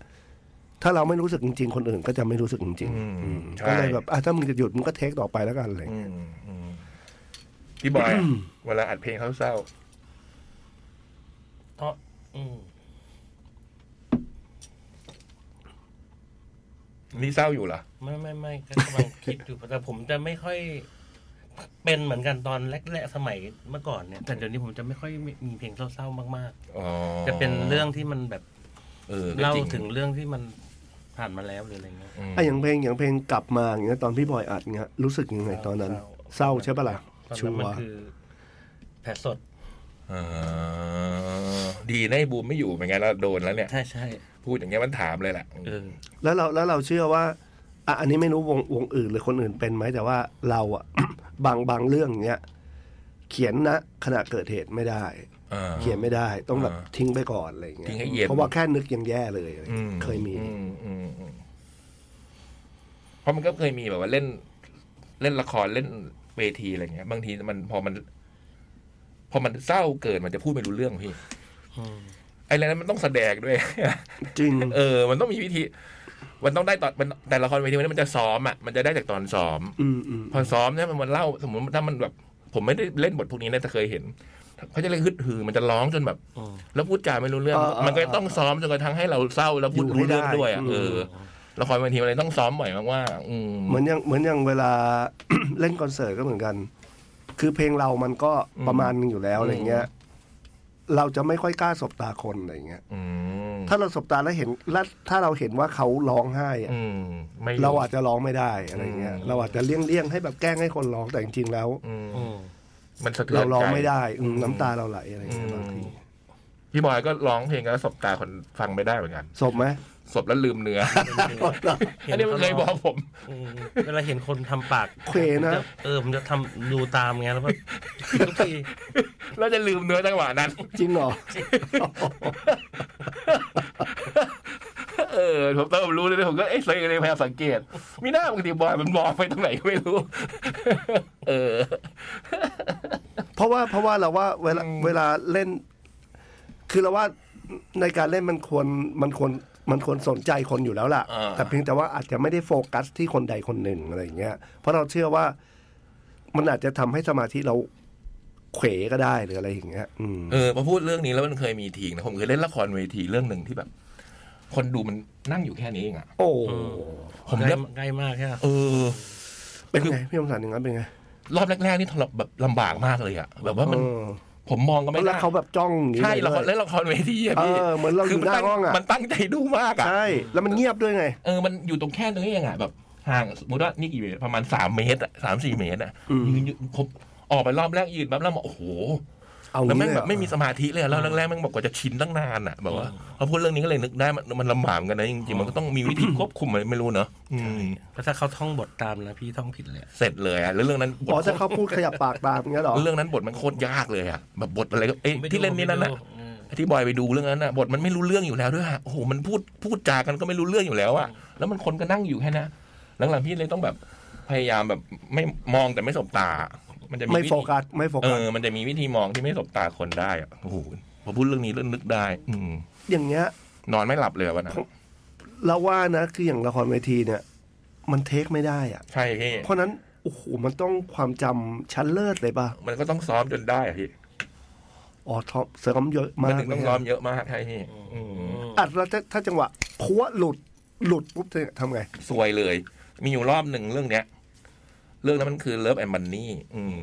[SPEAKER 2] ถ้าเราไม่รู้สึกจริง ๆ คนอื่น ก็จะไม่รู้สึกจริง
[SPEAKER 1] อืม
[SPEAKER 2] ๆ
[SPEAKER 1] ใช่
[SPEAKER 2] ก็เลยแบบอ่ะถ้ามึงจะหยุดมึงก็เทคต่อไปแล้วกันอะไรอย่าง
[SPEAKER 1] อื
[SPEAKER 2] เลย
[SPEAKER 1] มอืมพี่บอย <coughs> อะเวลาอัดเพลงเศร้า
[SPEAKER 3] ก็อืม
[SPEAKER 1] ๆนี่เศร้าอยู่เหรอ
[SPEAKER 3] ไม่ไม่ไม่ก็กำลังคิดอยู่ <laughs> แต่ผมจะไม่ค่อย เป็นเหมือนกันตอนแรกๆสมัยเมื่อก่อนเนี่ย แต่เดี๋ยวนี้ผมจะไม่ค่อยมีเพลงเศร้าๆมาก
[SPEAKER 1] อ๋อ
[SPEAKER 3] ๆ จะเป็นเรื่องที่มันแบบ
[SPEAKER 1] ออ
[SPEAKER 3] เล่า
[SPEAKER 1] ก็จริ
[SPEAKER 3] ถึงเรื่องที่มันผ่านมาแล้วหรืออะไรเงี้ย
[SPEAKER 1] ม
[SPEAKER 2] อ่ะอย่างเพลงอย่างเพลงกลับมาอย่างเงี้ยตอนพี่บอยอัดเงี้ยรู้สึกยังไงตอนนั้น เศ
[SPEAKER 3] เศ
[SPEAKER 2] ร้า
[SPEAKER 3] ร้า
[SPEAKER 2] ใช่ปะล่ะ
[SPEAKER 3] ตอน
[SPEAKER 2] ชั
[SPEAKER 3] นั้น
[SPEAKER 2] ว
[SPEAKER 3] มัน
[SPEAKER 2] ร์
[SPEAKER 3] คือแผลสด
[SPEAKER 1] อ่าดีนะไอ้บูมไม่อยู่เหมือนกันแล้วโดนแล้วเนี่ย
[SPEAKER 3] ใช่ใช่
[SPEAKER 1] พูดอย่างเงี้ยมันถามเลยแหละ
[SPEAKER 3] เออ
[SPEAKER 2] แล้วเราแล้วเราเชื่อว่าอ่ะอันนี้ไม่รู้วงวงอื่นหรือคนอื่นเป็นไหมแต่ว่าเราอ่ะ <coughs> บางบางเรื่องเนี้ยเขียนนะขณะเกิดเหตุไม่ได้
[SPEAKER 1] อ่า
[SPEAKER 2] เขียนไม่ได้ต้องแบบ
[SPEAKER 1] อ่า
[SPEAKER 2] ทิ้งไปก่อนอะไรอย่างเงี้
[SPEAKER 1] ทิ้
[SPEAKER 2] ย
[SPEAKER 1] งให้เย็น
[SPEAKER 2] เพราะว่าแค่นึกยังแย่เลยอะไร
[SPEAKER 1] อื
[SPEAKER 2] เงี้ยเคยมี
[SPEAKER 1] อือืมอืมเพราะมันก็เคยมีแบบว่าเล่น เล่นละครเล่นเวทีอะไรเงี้ย บางทีมันพอมัน พอมันเศร้าเกินมันจะพูดไม่รู้เรื่องพี่ไอ้เรื่องนั้นมันต้องแสดงด้วย <laughs>
[SPEAKER 2] จริง
[SPEAKER 1] เออ มันต้องมีวิธี มันต้องได้ตอนมันแต่ละครเวทีมันจะซ้อมอ่ะ มันจะได้จากตอนซ้อม
[SPEAKER 2] อืมอืม
[SPEAKER 1] พอซ้อมเนี่ยมันเล่าสมมติถ้ามันแบบ ผมไม่ได้เล่นบทพวกนี้นะแต่เคยเห็นเขาจะเล่นฮึดฮือมันจะร้องจนแบบ แล้วพูดจาไม่รู้เรื่อง มันก็ต้องซ้อมจนกระทั่งให้เราเศร้าแล้วพูดรู้เรื่องด้วยอ่ะเออละครเวทีอะไรต้องซ้อมบ่อยมากว่า อืม
[SPEAKER 2] เหมือนอย่างเหมือนอย่างเวลา <coughs> เล่นคอนเสิร์ตก็เหมือนกัน คือเพลงเรามันก็ประมาณนึงอยู่แล้วอะไรเงี้ย เราจะไม่ค่อยกล้าสบตาคนอะไรเงี้ย
[SPEAKER 1] อืม
[SPEAKER 2] ถ้าเราสบตาแล้วเห็นแล้วถ้าเราเห็นว่าเขาร้องไห้อะ
[SPEAKER 1] อืมไม่
[SPEAKER 2] เราอาจจะร้องไม่ได้อะไรเงี้ย
[SPEAKER 1] อืม
[SPEAKER 2] เราอาจจะเลี่ยงเลี่ยงๆให้แบบแกล้งให้คนร้องแต่จริงๆแล้ว
[SPEAKER 1] อืม
[SPEAKER 4] โอ้
[SPEAKER 1] มันสะเทือน
[SPEAKER 2] เราร้อง
[SPEAKER 1] ใจ
[SPEAKER 2] ไม่ได้อืมน้ำตาเราไหลอะไรเงี้ยบางที
[SPEAKER 1] อืม พี่บอยก็ร้องเพลงแล้วสบตาคนฟังไม่ได้เหมือนกัน
[SPEAKER 2] สบไหม
[SPEAKER 1] สบแล้วลืมเนื้อ อันนี้มันเคยบอกผม
[SPEAKER 3] อืมเวลาเห็นคนทำปาก
[SPEAKER 2] เขวนะ
[SPEAKER 3] ผมจเออผมจะทำดูตามไงแล้วแบบทุกที
[SPEAKER 1] เราจะลืมเนื้อจังหวะนั้น
[SPEAKER 2] จริงเหรอ
[SPEAKER 1] เออผมตอนผมรู้เลยผมก็เอ้ยเลยพยายามสังเกต มีหน้าบางทีบอยมันมองไปตรงไหนก็ไม่รู้ เออ
[SPEAKER 2] เพราะว่าเพราะว่าเราว่าเวลา
[SPEAKER 1] อืม
[SPEAKER 2] เวลาเล่น คือเราว่าในการเล่นมันควรมันควรมันควรสนใจคนอยู่แล้วล่ะ
[SPEAKER 1] อ่า
[SPEAKER 2] แต่เพียงแต่ว่าอาจจะไม่ได้โฟกัสที่คนใดคนหนึ่งอะไรอย่างเงี้ยเพราะเราเชื่อว่ามันอาจจะทำให้สมาธิเราเขวก็ได้หรืออะไรอย่างเงี้ย อืม
[SPEAKER 1] เออพอพูดเรื่องนี้แล้วมันเคยมีทีนะผมเคยเล่นละครเวทีเรื่องหนึ่งที่แบบ คนดูมันนั่งอยู่แค่นี้เองอ่ะ
[SPEAKER 2] โอ้
[SPEAKER 1] ผม
[SPEAKER 3] ใกล้
[SPEAKER 1] เริ่ม
[SPEAKER 3] ใกล้มากใช่ไหม
[SPEAKER 1] เออ
[SPEAKER 2] เป็นไงพี่อมสันอย่างนั้นเป็นไง
[SPEAKER 1] รอบแรกๆนี่ทรมแบบลำบากมากเลยอ่ะแบบว่ามัน
[SPEAKER 2] เออ
[SPEAKER 1] ผมมองก็ไม่
[SPEAKER 2] แล้ว
[SPEAKER 1] ได้
[SPEAKER 2] เขาแบบจ้องอย่างนี้
[SPEAKER 1] ใช่ละคร
[SPEAKER 2] เลย
[SPEAKER 1] เล่นละครเวทีอ่ะพี่
[SPEAKER 2] เออเหมือนเราอยู่
[SPEAKER 1] มั
[SPEAKER 2] หน้า
[SPEAKER 1] ตั้
[SPEAKER 2] ห้องอะ
[SPEAKER 1] มันตั้งใจดูมากอ่ะ
[SPEAKER 2] ใช่แล้วมันเงียบด้วยไง
[SPEAKER 1] เออมันอยู่ตรงแค่นี้เองอ่ะแบบห่างสมมติว่านี่กี่เมตรประมาณสามเมตรอ่ะสามสี่เมตรอ่ะ
[SPEAKER 2] อืม
[SPEAKER 1] ยืนอยู่ผมออกไปรอบแรกยืนแบบแล้วมาโอ้โห
[SPEAKER 2] เอา
[SPEAKER 1] แล้ว
[SPEAKER 2] งี้
[SPEAKER 1] แม่ง
[SPEAKER 2] เลย
[SPEAKER 1] แบ
[SPEAKER 2] เห
[SPEAKER 1] บ
[SPEAKER 2] รอ
[SPEAKER 1] ไม่มีสมาธิเลยอะแล้วแรกๆแม่งบอกกว่าจะชินตั้งนานอ่ะแบบว่าพอพูดเรื่องนี้ก็เลยนึกได้มันมันลำบากเหมือนกันนะจริงๆมันก็ต้องมีวิธีควบคุมอะไรไม่รู้เนอะอืม
[SPEAKER 3] เพราะถ้าเขาท่องบทตามนะพี่ท่องผิดเลย
[SPEAKER 1] เสร็จเลยอ่ะแล้วเรื่องนั้นบ
[SPEAKER 2] อ๋อ
[SPEAKER 1] ท
[SPEAKER 2] ถ้าเขาพูดขยับปากตามเงี้ยเหรอ
[SPEAKER 1] เรื่องนั้นบทมันโคตรยากเลยอ่ะแบบบทอะไรก็เอ้ย
[SPEAKER 3] ไม่ดู
[SPEAKER 1] ที่เล่นนี่นั่นน่ะ
[SPEAKER 3] ไม่ดูเออ
[SPEAKER 1] ที่บอยไปดูเรื่องนั้นน่ะบทมันไม่รู้เรื่องอยู่แล้วด้วยอะโอ้โหมันพูดพูดจากันก็ไม่รู้เรื่องอยู่แล้วอ่ะแล้วมันคนก็นั่งอยู่แค่นะหลังๆพี่เลยต้องแบบพยายามแบบไม่มองแต่ไม่สบตา มันจะมี
[SPEAKER 2] ไม่
[SPEAKER 1] วิ
[SPEAKER 2] โฟ
[SPEAKER 1] ธี
[SPEAKER 2] กัสไม่โฟ
[SPEAKER 1] เอ
[SPEAKER 2] กัส
[SPEAKER 1] อ มันจะมีวิธีมองที่ไม่สบตาคนได้อะโอ้โห พอพูดเรื่องนี้เรื่องนึกได้ อืม
[SPEAKER 2] อย่างเงี้ย
[SPEAKER 1] นอนไม่หลับเลยอะวันนั้น
[SPEAKER 2] เราว่านะคืออย่างละครเวทีเนี่ย มันเทคไม่ได้อะ
[SPEAKER 1] ใช่พี่
[SPEAKER 2] เพราะนั้นโอ้โหมันต้องความจำชั้นเลิศเลยป่ะ
[SPEAKER 1] มันก็ต้องซ้อมจนได้อะพี่
[SPEAKER 2] อ๋อทอมเสริมเยอะมา
[SPEAKER 1] มั
[SPEAKER 2] ก
[SPEAKER 1] นถึงต้องซ้อมเยอะมากใช่พี่อืม
[SPEAKER 2] อัดแล้วถ้าถ้าจังหวะพัวหลุดหลุดปุ๊บเธอทำไง
[SPEAKER 1] สวยเลย มีอยู่รอบหนึ่งเรื่องเนี้ย เรื่องนั้นมันคือเลิฟแอนด์มันนี่อืม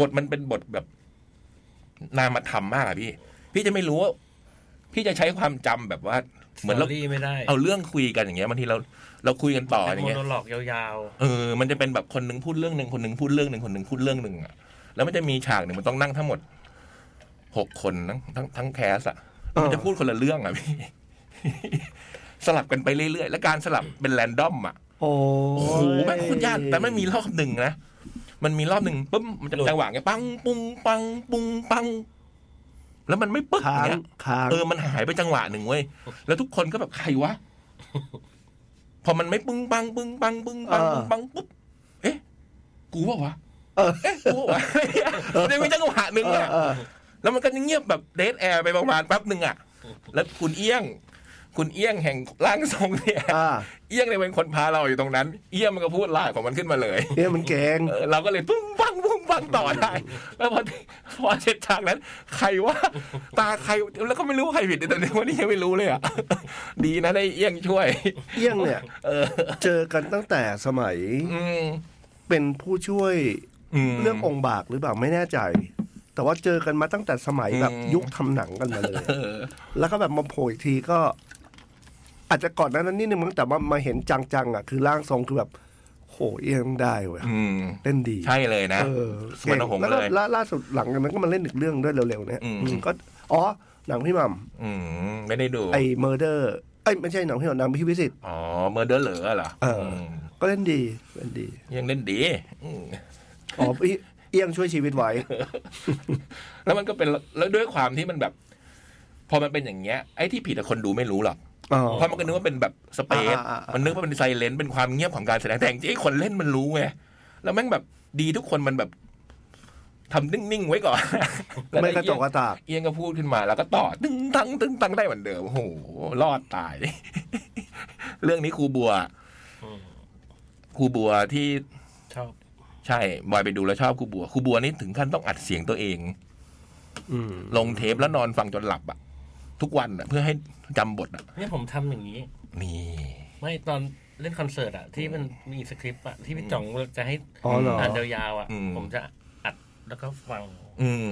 [SPEAKER 1] บทมันเป็นบทแบบ นามธรรมมากอะพี่ พี่จะไม่รู้ว่าพี่จะใช้ความจำแบบว่า เหมือน
[SPEAKER 3] ส
[SPEAKER 1] เรา
[SPEAKER 3] ตรี่ไม่ได้
[SPEAKER 1] เอาเรื่องคุยกันอย่างเงี้ยบางทีเรา เราคุยกันต่ออ
[SPEAKER 3] เป็น
[SPEAKER 1] ย่าง
[SPEAKER 3] โม
[SPEAKER 1] เงี้ย
[SPEAKER 3] โนโลอกยาว
[SPEAKER 1] เออ มันจะเป็นแบบคนหนึ่งพูดเรื่องหนึ่งคนหนึ่งพูดเรื่องหนึ่งคนหนึ่งพูดเรื่องหนึ่งอะแล้วมันจะมีฉากหนึ่งมันต้องนั่งทั้งหมดหกคนทั้งทั้งทั้งแคสอะ
[SPEAKER 2] เออ
[SPEAKER 1] มันจะพูดคนละเรื่องอะพี่ <laughs> สลับกันไปเรื่อยๆ และการสลับเป็นแรนดอมอะ
[SPEAKER 2] โอ้
[SPEAKER 1] โอ้โหแม่งโคุณยากแต่ไม่มีรอบหนึ่งนะ มันมีรอบหนึ่งปุ๊บมันจะจังหวะไงปัง ปุ้งปัง ปุ้งปัง แล้วมันไม่ปึ๊กอ
[SPEAKER 2] ค้า
[SPEAKER 1] ย่าง
[SPEAKER 2] ง
[SPEAKER 1] เงี้ย
[SPEAKER 2] ค้าง
[SPEAKER 1] เออ มันหายไปจังหวะหนึ่งเว้ย แล้วทุกคนก็แบบใคร <laughs> วะ พอมันไม่ปึ้งปังปึ้งปังปึ้งปังปึ้งปังปุ๊บ เอ๊ะ กูว่าวะ เอ๊ะ กูว่าวะมันจะมีจังหวะหนึ่ง
[SPEAKER 2] เออ
[SPEAKER 1] อะ
[SPEAKER 2] เออ
[SPEAKER 1] แล้วมันก็เงียบแบบเดทแอร์ไปประมาณแป๊บหนึ่งอะแล้วคุณเอี้ยง คุณเอี้ยงแห่งร่างทรงเนี่ย
[SPEAKER 2] อ่า
[SPEAKER 1] เอี้ยงเนี่ยเป็นคนพาเราอยู่ตรงนั้น เอี้ยงมันก็พูดลายของมันขึ้นมาเลย
[SPEAKER 2] เนี่ยมันเก่ง
[SPEAKER 1] เออเราก็เลยปุ้งปังปุ้งปังต่อได้ แล้วพอพอเสร็จฉากนั้น ใครว่า ตาใครแล้วก็ไม่รู้ว่าใครผิดแต่ในวันนี้ยังไม่รู้เลยอ่ะ <laughs> ดีนะได้เอี้ยงช่วย
[SPEAKER 2] เอี้ยงเนี่ย
[SPEAKER 1] เออ
[SPEAKER 2] เจอกันตั้งแต่สมัย
[SPEAKER 1] อืม
[SPEAKER 2] เป็นผู้ช่วย
[SPEAKER 1] ม
[SPEAKER 2] เรื่ององค์บากหรือเปล่าไม่แน่ใจ แต่ว่าเจอกันมาตั้งแต่สมัยแบบ
[SPEAKER 1] อืม
[SPEAKER 2] ยุคทำหนังกันมาเลย
[SPEAKER 1] เออ
[SPEAKER 2] แล้วก็แบบมาโผล่อีกทีก็ อาจจะก่อนหนั้นนั้นนิดนึงมั้งแต่ว่ามาเห็นจังๆอ่ะคือร่างทรงคือแบบโหเอียงได้เว้ย
[SPEAKER 1] อืม
[SPEAKER 2] เล่นดี
[SPEAKER 1] ใช่เลยนะ
[SPEAKER 2] เออ
[SPEAKER 1] สวนของผม
[SPEAKER 2] แล้ว
[SPEAKER 1] เล
[SPEAKER 2] ก็
[SPEAKER 1] ย
[SPEAKER 2] ล่าล่าสุดหลังจากนั้นก็มาเล่นอีกเรื่องด้วยเร็วๆเนี่ย
[SPEAKER 1] อืม
[SPEAKER 2] อืมก็อ๋อหนังพี่หมัม
[SPEAKER 1] อืม ไม่ได้ดู
[SPEAKER 2] ไอ้เมอร์เดอร์ไอ้ยไม่ใช่หนังพี่หมัมหนังพี่วิสิทธิ์
[SPEAKER 1] อ๋อเมอร์เดอร์เหลือเหรอ
[SPEAKER 2] เอออื
[SPEAKER 1] ม
[SPEAKER 2] ก็เล่นดีเล่นดี
[SPEAKER 1] ยังเล่นดีอืม
[SPEAKER 2] อ๋อพี่เอียงช่วยชีวิตไว้
[SPEAKER 1] แล้วมันก็เป็นแล้วด้วยความที่มันแบบ พอมันเป็นอย่างเงี้ยไอ้ที่ผิดอะคนดูไม่รู้หรอก
[SPEAKER 2] อ๋อ
[SPEAKER 1] เพราะมันก็นึกว่าเป็นแบบสเปซ
[SPEAKER 2] อ่าอ่าอ่ามั
[SPEAKER 1] มันนึกว่าเป็นไซเลนต์เป็นความเงียบของการแสดงแต่จริงๆไอ้คนเล่นมันรู้ไง แล้วแม่งแบบดีทุกคนมันแบบทำนิ่งๆไว้ก่อน แล้ว
[SPEAKER 2] ไม่
[SPEAKER 1] อ้
[SPEAKER 2] กระจ
[SPEAKER 1] เอี้ย
[SPEAKER 2] ก
[SPEAKER 1] ง
[SPEAKER 2] กระตาก
[SPEAKER 1] เอียงก็พูดขึ้นมา แล้วก็ต่อตึ้งทั้งตึ้งทั้งได้เหมือนเดิมโอ้โหรอดตาย เรื่องนี้ครูบัวครูบัวที่
[SPEAKER 4] ชอบ
[SPEAKER 1] ใช่ บอยไปดูแล้วชอบครูบัวครูบัวนี่ถึงขั้นต้องอัดเสียงตัวเอง
[SPEAKER 4] อืม
[SPEAKER 1] ลงเทปแล้วนอนฟังจนหลับอะทุกวันอะเพื่อให้จำบทอะ
[SPEAKER 3] เนี่ยผมทำอย่างนี้
[SPEAKER 1] นี่
[SPEAKER 3] ไม่ตอนเล่นคอนเสิร์ตอะที่มันมีสคริปต์อะที่พี่จ่องจะให้
[SPEAKER 2] อ๋อเหรอ
[SPEAKER 3] อ่านยาวๆอะ
[SPEAKER 1] อืม
[SPEAKER 3] ผมจะอัดแล้วก็ฟัง
[SPEAKER 1] อืม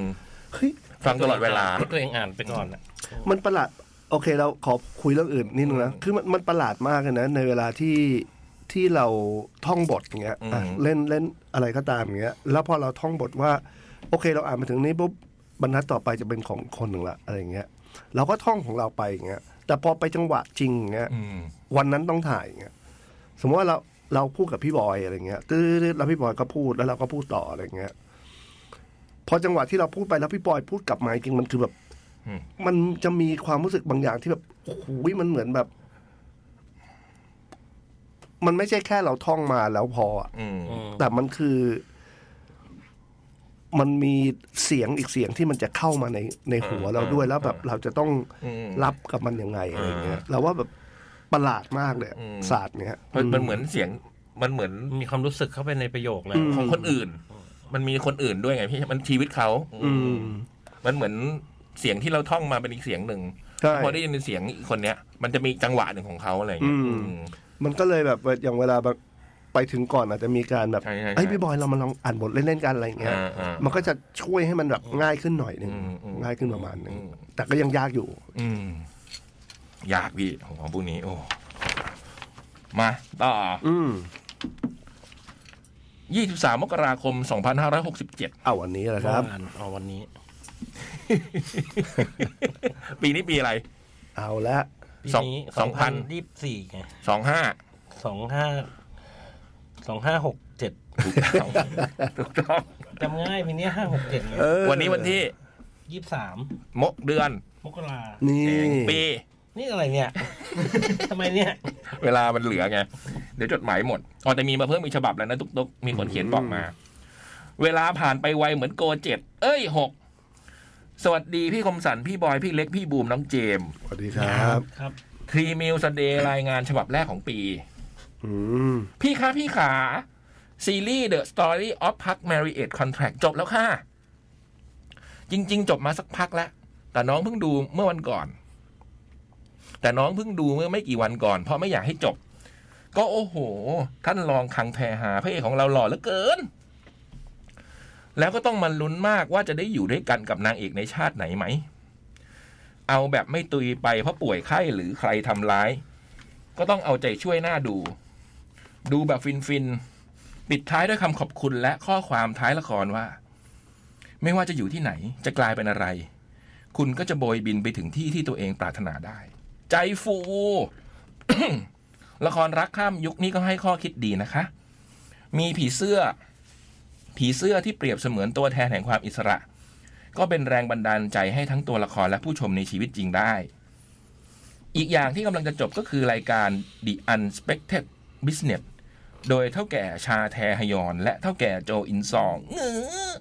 [SPEAKER 2] เฮ้ย
[SPEAKER 1] ฟังตลอดเวลา
[SPEAKER 3] ให้ตัวเองอ่านไปก่อนอะ
[SPEAKER 2] มันประหลาด โอเคเราขอคุยเรื่องอื่นนิดนึงนะคือมันมันประหลาดมากเลยนะ ในเวลาที่ที่เราท่องบทอย่างเงี้ยอ่ะ
[SPEAKER 1] อืม
[SPEAKER 2] เล่นเล่นอะไรก็ตามอย่างเงี้ย แล้วพอเราท่องบทว่า โอเคเราอ่านมาถึงนี้ปุ๊บบรรทัดต่อไปจะเป็นของคนหนึ่งละอะไรอย่างเงี้ย เราก็ท่องของเราไปอย่างเงี้ย แต่พอไปจังหวะจริงอย่างเงี้ย
[SPEAKER 1] อืม
[SPEAKER 2] วันนั้นต้องถ่ายอย่างเงี้ย สมมติว่าเราเราพูดกับพี่บอยอะไรเงี้ยตื้อๆแล้วพี่บอยก็พูดแล้วเราก็พูดต่ออะไรเงี้ย พอจังหวะที่เราพูดไปแล้วพี่บอยพูดกลับมาจริงมันคือแบบ
[SPEAKER 1] อืม
[SPEAKER 2] มันจะมีความรู้สึกบางอย่างที่แบบโอ้โหมันเหมือนแบบ มันไม่ใช่แค่เราท่องมาแล้วพออะ
[SPEAKER 1] อืม
[SPEAKER 2] แต่มันคือ มันมีเสียงอีกเสียงที่มันจะเข้ามาในในหัวเราด้วยแล้วแบบ เราจะต้อง
[SPEAKER 1] อืม
[SPEAKER 2] รับกับมันยังไงอะไรเงี้ยเราว่าแบบประหลาดมากเลยอะศาสตร์เนี้ย
[SPEAKER 1] เพราะมันเหมือนเสียงมันเหมือน
[SPEAKER 3] มีความรู้สึกเข้าไปในประโยคเลย
[SPEAKER 1] ของคนอื่น มันมีคนอื่นด้วยไงพี่มันชีวิตเขา
[SPEAKER 2] อืม
[SPEAKER 1] มันเหมือนเสียงที่เราท่องมาเป็นอีกเสียงหนึ่ง
[SPEAKER 2] ใช่
[SPEAKER 1] พอได้ยินเสียงอีกคนเนี้ย มันจะมีจังหวะหนึ่งของเขาอะไรอย่างเงี้ย
[SPEAKER 2] อืม
[SPEAKER 1] อืม
[SPEAKER 2] มันก็เลยแบบว่าอย่างเวลาแบบไปถึงก่อนอาจจะมีการแบบ
[SPEAKER 1] ใช่ใช่ใช่
[SPEAKER 2] เอ้ยพี่บอยเรามาลองอ่านบทเล่นๆกันอะไรอย่างเงี้ย
[SPEAKER 1] อ่าอ่ามั
[SPEAKER 2] มันก็จะช่วยให้มันแบบง่ายขึ้นหน่อยหนึ่ง
[SPEAKER 1] อืมอืม
[SPEAKER 2] ง่ายขึ้นประมาณหนึง
[SPEAKER 1] อืม
[SPEAKER 2] แต่ก็ยังยากอยู่
[SPEAKER 1] อืม ยากพี่ของพวกนี้ โอ้มาต่อ
[SPEAKER 2] อืม
[SPEAKER 1] 23 มกราคม 2567
[SPEAKER 2] เอาวันนี้แหละครับ
[SPEAKER 3] เมื่อวานอ๋อวันนี้
[SPEAKER 1] <laughs> ปีนี้ปีอะไร
[SPEAKER 2] เอาละ
[SPEAKER 3] ปี
[SPEAKER 1] สอง
[SPEAKER 3] นี้
[SPEAKER 1] สองพัน
[SPEAKER 3] ยี่สิบสี่ไง
[SPEAKER 1] 25
[SPEAKER 3] สองห้าสองห้าหกเจ็ด
[SPEAKER 1] ถูกต้อง <laughs> ถูกต้อง
[SPEAKER 3] จำง่ายปีนี้ห้าหกเจ็ด
[SPEAKER 2] เออ
[SPEAKER 1] วันนี้วันที่
[SPEAKER 3] ยี่สิบสาม
[SPEAKER 1] มกเดือน
[SPEAKER 3] มกรา
[SPEAKER 2] นี่
[SPEAKER 1] แห่งปี
[SPEAKER 3] นี่อะไรเนี่ย <laughs> ทำไมเนี่ย
[SPEAKER 1] เวลามันเหลือไง เดี๋ยวจดหมายหมดอ๋อแต่มีมาเพิ่มอีกฉบับแล้วนะตุ๊กๆมีคนเขียนบอกมา เวลาผ่านไปไวเหมือนโกเจ็ดเอ้ยหกสวัสดีพี่คมสันพี่บอย พี่เล็กพี่บูมน้องเจมส์
[SPEAKER 2] สวัสดีครับ
[SPEAKER 3] ครับ
[SPEAKER 1] ทรีมิลสเดย์รายงานฉบับแรกของปี
[SPEAKER 2] อืม
[SPEAKER 1] พี่คะพี่ขา ซีรีส์ The Story of Park Marriott Contract จบแล้วค่ะ จริง ๆ จบมาสักพักแล้ว แต่น้องเพิ่งดูเมื่อวันก่อน แต่น้องเพิ่งดูเมื่อไม่กี่วันก่อน เพราะไม่อยากให้จบ ก็โอ้โห ท่านรองคังแพรหาพระเอกของเราหล่อเหลือเกิน แล้วก็ต้องมาลุ้นมากว่าจะได้อยู่ด้วยกันกับนางเอกในชาติไหนไหม เอาแบบไม่ตุยไปเพราะป่วยไข้หรือใครทำร้าย ก็ต้องเอาใจช่วยหน้าดู ดูแบบฟินฟินๆปิดท้ายด้วยคำขอบคุณและข้อความท้ายละครว่า ไม่ว่าจะอยู่ที่ไหนจะกลายเป็นอะไร คุณก็จะโบยบินไปถึงที่ที่ตัวเองปรารถนาได้ ใจฟู <coughs> ละครรักข้ามยุคนี้ก็ให้ข้อคิดดีนะคะ มีผีเสื้อ ผีเสื้อที่เปรียบเสมือนตัวแทนแห่งความอิสระ ก็เป็นแรงบันดาลใจให้ทั้งตัวละครและผู้ชมในชีวิตจริงได้ อีกอย่างที่กำลังจะจบก็คือรายการ The Unexpected Business โดยเท่าแก่ชาแทฮยอน และเท่าแก่โจอินซองงื้อ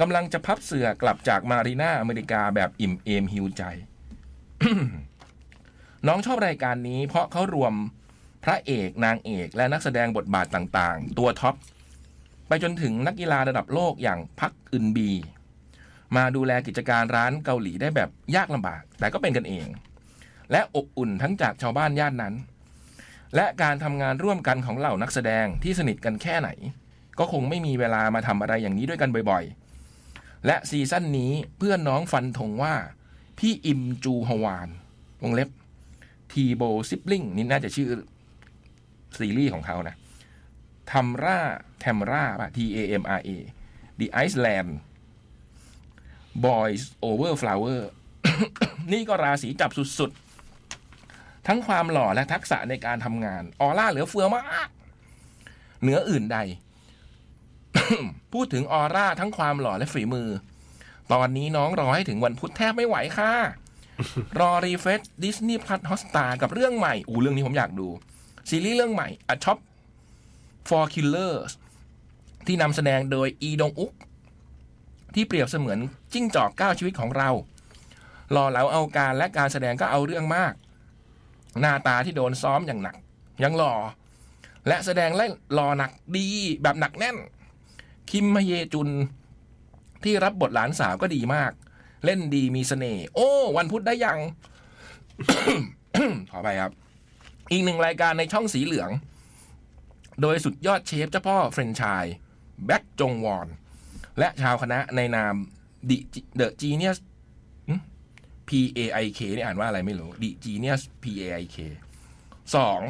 [SPEAKER 1] กำลังจะพับเสือกลับจากมารีนาอเมริกาแบบอิ่มเอมหิวใจ <coughs> น้องชอบรายการนี้ เพราะเขารวมพระเอกนางเอกและนักแสดงบทบาทต่างๆ ตัวท็อป ไปจนถึงนักกีฬาระดับโลกอย่างพักอึนบี มาดูแลกิจการร้านเกาหลีได้แบบยากลำบาก แต่ก็เป็นกันเอง และอบอุ่นทั้งจากชาวบ้านย่านนั้น และการทำงานร่วมกันของเหล่านักแสดงที่สนิทกันแค่ไหน ก็คงไม่มีเวลามาทำอะไรอย่างนี้ด้วยกันบ่อยๆ และซีซั่นนี้เพื่อนน้องฟันธงว่า พี่อิมจูฮวานวงเล็บ ทีโบซิปลิงนี่น่าจะชื่อซีรีส์ของเขานะทัมราแทมราป่ะ T A M R A The Iceland Boys Over Flower นี่ก็ราศีจับสุดๆ ทั้งความหล่อและทักษะในการทำงาน ออร่าเหลือเฟือมาก เหนืออื่นใด <coughs> พูดถึงออร่าทั้งความหล่อและฝีมือ ตอนนี้น้องรอให้ถึงวันพุธแทบไม่ไหวค่ะ <laughs> รอรีเฟสดิสนีย์พลัสฮอสตากับเรื่องใหม่ อูเรื่องนี้ผมอยากดู ซีรีส์เรื่องใหม่ A Shop for Killers ที่นำแสดงโดยอีดงอุก ที่เปรียบเสมือนจิ้งจอกเก้าชีวิตของเราหล่อเหลาเอาการและการแสดงก็เอาเรื่องมาก หน้าตาที่โดนซ้อมอย่างหนัก ยังหล่อ และแสดงและหล่อหนักดีแบบหนักแน่น คิมมะเยจุน ที่รับบทหลานสาวก็ดีมาก เล่นดีมีเสน่ห์โอ้ วันพุธได้ยัง <coughs> ขอไปครับ อีกหนึ่งรายการในช่องสีเหลือง โดยสุดยอดเชฟเจ้าพ่อเฟรนช์ชายแบ็กจงวอน และชาวคณะในนามดิเดอะจีเนียส P A I K นี่อ่านว่าอะไรไม่รู้ The Genius P A I K สอง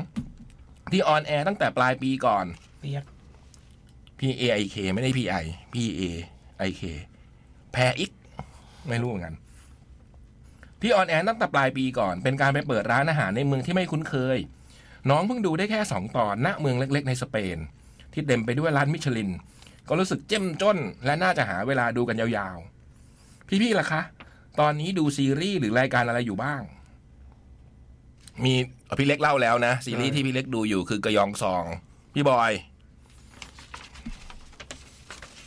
[SPEAKER 1] ที่ออนแอร์ตั้งแต่ปลายปีก่อน
[SPEAKER 3] เรียก
[SPEAKER 1] P A I K ไม่ได้ P I P A I K แพรอิก ไม่รู้เหมือนกัน ที่ออนแอร์ตั้งแต่ปลายปีก่อน เป็นการไปเปิดร้านอาหารในเมืองที่ไม่คุ้นเคย น้องเพิ่งดูได้แค่สองตอนณเมืองเล็ก ๆ ในสเปน ที่เต็มไปด้วยร้านมิชลิน ก็รู้สึกเจ้มจน และน่าจะหาเวลาดูกันยาวๆ พี่ๆล่ะคะ ตอนนี้ดูซีรีส์หรือรายการอะไรอยู่บ้าง มีอ๋อพี่เล็กเล่าแล้วนะ ซีรีส์ที่พี่เล็กดูอยู่คือกระยองซอง พี่บอย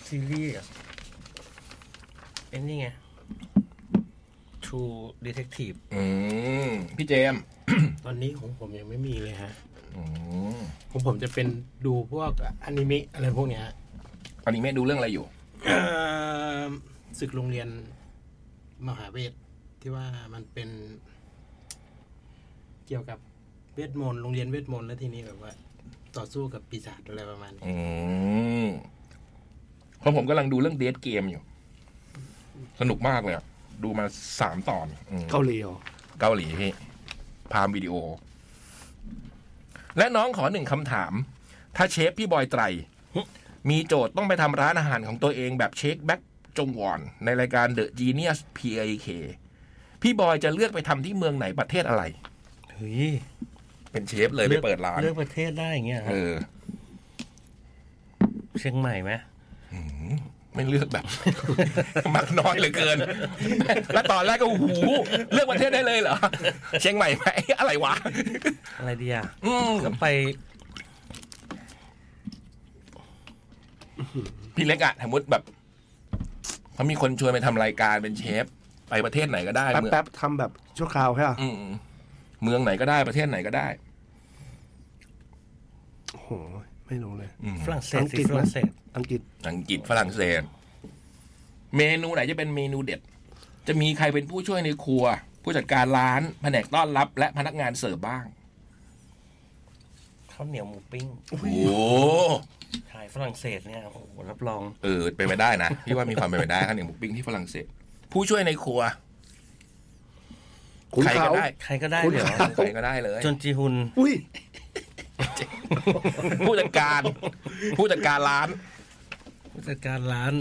[SPEAKER 3] ซีรีส์อะเป็นนี่ไง True Detective
[SPEAKER 1] อืมพี่เจมส์
[SPEAKER 4] ตอนนี้ของผมยังไม่มีเลยฮะ
[SPEAKER 1] อืม
[SPEAKER 4] ของผมจะเป็นดูพวกอนิเมะอะไรพวกเนี้ยฮะ
[SPEAKER 1] ตอนนี้แม่ดูเรื่องอะไรอยู่
[SPEAKER 4] เอิ่มศึกโรงเรียนมหาเวทที่ว่ามันเป็น เกี่ยวกับเวทมนต์โรงเรียนเวทมนต์แล้วทีนี้แบบว่า ต่อสู้กับปีศาจอะไรประมาณนี้
[SPEAKER 1] อืมเพราะผมกำลังดูเรื่องเดทเกมอยู่ สนุกมากเลยอะดูมาสามตอนอืม
[SPEAKER 2] เกาหลีเหรอ
[SPEAKER 1] เกาหลีพี่พามวิดีโอ และน้องขอหนึ่งคำถาม ถ้าเชฟพี่บอยไตร มีโจทย์ต้องไปทำร้านอาหารของตัวเองแบบเชคแบ็กจงวอน ในรายการ The Genius PAK พี่บอยจะเลือกไปทำที่เมืองไหนประเทศอะไร
[SPEAKER 3] เฮ้ย
[SPEAKER 1] เป็นเชฟเลยไปเปิดร้าน
[SPEAKER 3] เลือกประเทศได้อย่างเงี้ยเหรอ
[SPEAKER 1] เออ
[SPEAKER 3] เชียงใหม่ไหม
[SPEAKER 1] ไม่เลือกแบบ <laughs> มักน้อยเหลือเกิน <laughs> แล้วตอนแรกก็หูเลือกประเทศได้เลยเหรอ เชียงใหม่ไหมอะไรวะ
[SPEAKER 3] อะไรดีอ่ะ
[SPEAKER 1] อืม
[SPEAKER 3] ก็ไป
[SPEAKER 1] พี่เล็กอะสมมติแบบเขามีคนชวนไปทำรายการเป็นเชฟ ไปประเทศไหนก็ได้
[SPEAKER 2] แป๊บ
[SPEAKER 1] เมือง
[SPEAKER 2] แป๊บทำแบบชั่วคราวแค่
[SPEAKER 1] อืมเมืองไหนก็ได้ประเทศไหนก็ได้
[SPEAKER 2] โอ้โหไม่รู้เลย
[SPEAKER 1] อืม
[SPEAKER 3] ฝรั่งเศ
[SPEAKER 2] อั
[SPEAKER 3] ส
[SPEAKER 2] งก
[SPEAKER 3] สิ
[SPEAKER 2] ฤษ
[SPEAKER 3] ฝ
[SPEAKER 2] ไหม
[SPEAKER 3] รั่งเศส
[SPEAKER 2] อังกฤษ
[SPEAKER 1] อังกฤษฝรั่งเศส เมนูไหนจะเป็นเมนูเด็ด จะมีใครเป็นผู้ช่วยในครัว ผู้จัดการร้านแผนกต้อนรับ และพนักงานเสิร์ฟบ้าง
[SPEAKER 3] ข้าวเหนียวหมูปิ้ง
[SPEAKER 1] โอ้โห
[SPEAKER 3] ขายฝรั่งเศสเนี่ยโอ้โหรับรอง
[SPEAKER 1] เออเป็นไปได้นะ <laughs> พี่ว่ามีความเป็นไปได้ข้าวเหนียวหมูปิ้งที่ฝรั่งเศส ผู้ช่วยในครัว
[SPEAKER 2] ขุน
[SPEAKER 1] ใคร
[SPEAKER 2] เขา
[SPEAKER 1] ก็
[SPEAKER 2] ว
[SPEAKER 1] ได้ <laughs>
[SPEAKER 3] ใครก็ได้
[SPEAKER 2] คุณ
[SPEAKER 3] เดี๋ยว
[SPEAKER 2] ครับ
[SPEAKER 1] ใครก็ได้เลย
[SPEAKER 3] จนจีฮุน
[SPEAKER 2] อุ้ย
[SPEAKER 1] ผู้จัดการ ผู้จัดการร้าน
[SPEAKER 3] ผู้จัดการร้าน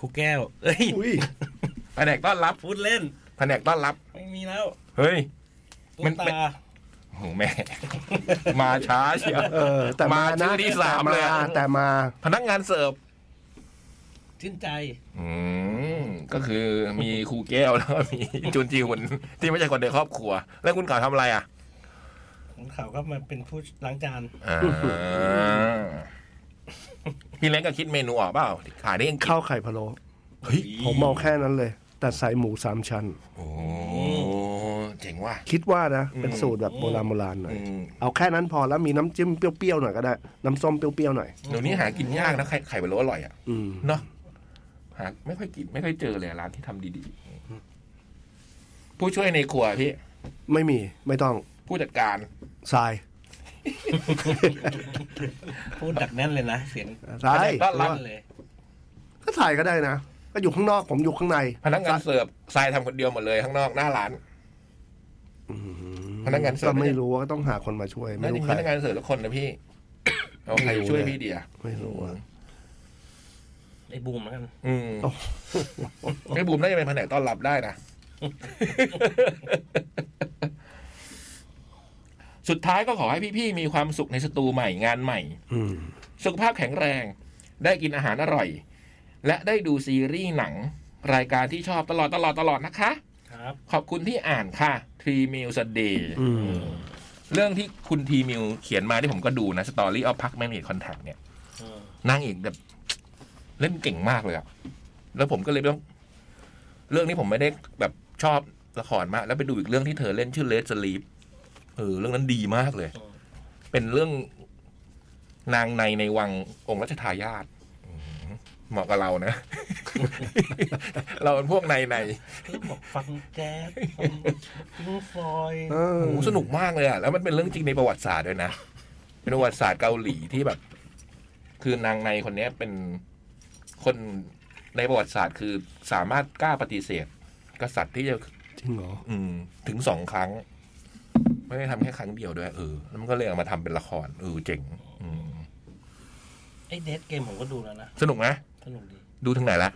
[SPEAKER 3] ครูแก้ว เอ้ย
[SPEAKER 2] อุ้ย
[SPEAKER 1] แผนกต้อนรับ
[SPEAKER 3] พูดเล่น
[SPEAKER 1] แผนกต้อนรับ
[SPEAKER 3] ไม่มีแล้ว
[SPEAKER 1] เฮ้ย
[SPEAKER 3] ตุ๊
[SPEAKER 1] มัน
[SPEAKER 3] ก
[SPEAKER 1] เป็น
[SPEAKER 3] ตา
[SPEAKER 1] โอ้โหแม่ <laughs> มาช้าเชียว
[SPEAKER 2] เออ แต่มา
[SPEAKER 1] มาชื่
[SPEAKER 2] นะ
[SPEAKER 1] อที่สามเลยอะ
[SPEAKER 2] แต่มา
[SPEAKER 1] พนักงานเสิร์ฟ
[SPEAKER 3] ชื่นใจ
[SPEAKER 1] อืมก็คือมีครูแก้วแล้วก็มีจุนจีหุนที่ไม่ใช่คนในครอบครัว แล้วคุณข่าวทำอะไรอ่ะ
[SPEAKER 3] ของเขาก็มาเป็นผู้ล้างจาน
[SPEAKER 1] อ่าพี่เล็กก็คิดเมนูออกเปล่าขายได้ยัง
[SPEAKER 2] ข้าวไข่พะโล้
[SPEAKER 1] เฮ้ย
[SPEAKER 2] ผมมองแค่นั้นเลย แต่ใส่หมูสามชั้น
[SPEAKER 1] โอ้เจ๋งว่ะ
[SPEAKER 2] คิดว่านะ เป็นสูตรแบบโบราณโบราณหน่อย
[SPEAKER 1] อืม
[SPEAKER 2] เอาแค่นั้นพอแล้วมีน้ำจิ้มเปรี้ยวๆหน่อยก็ได้ น้ำส้มเปรี้ยวๆหน่อย
[SPEAKER 1] เดี๋ยวนี้หากินยากนะไข่ไข่ปลาโลอร่อยอ่ะ
[SPEAKER 2] อืม
[SPEAKER 1] เนาะหาไม่ค่อยกินไม่ค่อยเจอเลยร้านที่ทำดีๆ ผู้ช่วยในครัวพี่
[SPEAKER 2] ไม่มีไม่ต้อง
[SPEAKER 1] ผู้จัดการ
[SPEAKER 2] ทราย
[SPEAKER 3] พูดดักแน่นเลยนะเสียง
[SPEAKER 2] ทราย
[SPEAKER 1] ต้อนรับ
[SPEAKER 3] เลย
[SPEAKER 2] ก็ทรายก็ได้นะก็อยู่ข้างนอกผมอยู่ข้างใน
[SPEAKER 1] พนักงานเสิร์ฟทรายทำคนเดียวหมดเลยข้างนอกหน้าร้าน พนักงานเสิร์
[SPEAKER 2] ก็
[SPEAKER 1] ฟ
[SPEAKER 2] ไม่รู้ว่าก็ต้องหาคนมาช่วย ไม่
[SPEAKER 1] น่าจะ
[SPEAKER 2] รู้
[SPEAKER 1] มี
[SPEAKER 2] ใค
[SPEAKER 1] พ
[SPEAKER 2] ร
[SPEAKER 1] นักงานเสิร์ฟทุกคนนะพี่ เอาใคร
[SPEAKER 2] ไม่รู้
[SPEAKER 1] ช่วย
[SPEAKER 2] เลย
[SPEAKER 1] พี่เดีย
[SPEAKER 2] ไม่รู้ว่า
[SPEAKER 3] ไอ้บูมแล้วกัน
[SPEAKER 1] อืม
[SPEAKER 2] โอ้
[SPEAKER 1] ไอ้บูมน่าจะเป็นแผนกต้อนรับได้นะ <laughs> สุดท้ายก็ขอให้พี่ๆมีความสุขในสตูใหม่งานใหม่
[SPEAKER 2] อืม
[SPEAKER 1] สุขภาพแข็งแรง ได้กินอาหารอร่อย และได้ดูซีรีส์หนัง รายการที่ชอบตลอดตลอดตลอดนะคะ
[SPEAKER 3] ครับ
[SPEAKER 1] ขอบคุณที่อ่านค่ะ Three Meals a Day
[SPEAKER 2] อืม
[SPEAKER 1] เรื่องที่คุณทีมิวเขียนมาที่ผมก็ดูนะ Story of Park Management Contact เนี่ยนางเอกแบบ เล่นเก่งมากเลยอะแล้วผมก็เลยต้อง เรื่องนี้ผมไม่ได้แบบชอบละครมาก แล้วไปดูอีกเรื่องที่เธอเล่นชื่อเลสลีปเออ เรื่องนั้นดีมากเลย เป็นเรื่องนางในในวังองค์รัชทายาทอืมเหมาะกับเรานะ <laughs> เราเป็นพวกในใน
[SPEAKER 3] บอกฟังแจ๊สฟังฟอย
[SPEAKER 2] เออ
[SPEAKER 1] โอ้โหสนุกมากเลยอะแล้วมันเป็นเรื่องจริงในประวัติศาสตร์ด้วยนะ เป็นประวัติศาสตร์เกาหลีที่แบบ คือนางในคนเนี้ยเป็นคนในประวัติศาสตร์คือสามารถกล้าปฏิเสธ กษัตริย์ที่จะ
[SPEAKER 2] จริงเหรอ
[SPEAKER 1] อืมถึงสองครั้ง ไม่ได้ทำแค่ครั้งเดียวด้วยเออแล้วมันก็เลยเอามาทำเป็นละครเออเจ๋งอืม
[SPEAKER 3] ไอ้เดทเกมผมก็ดูแล้วนะ
[SPEAKER 1] สนุกนะ
[SPEAKER 3] สนุกดี
[SPEAKER 1] ดูถึงไหนละ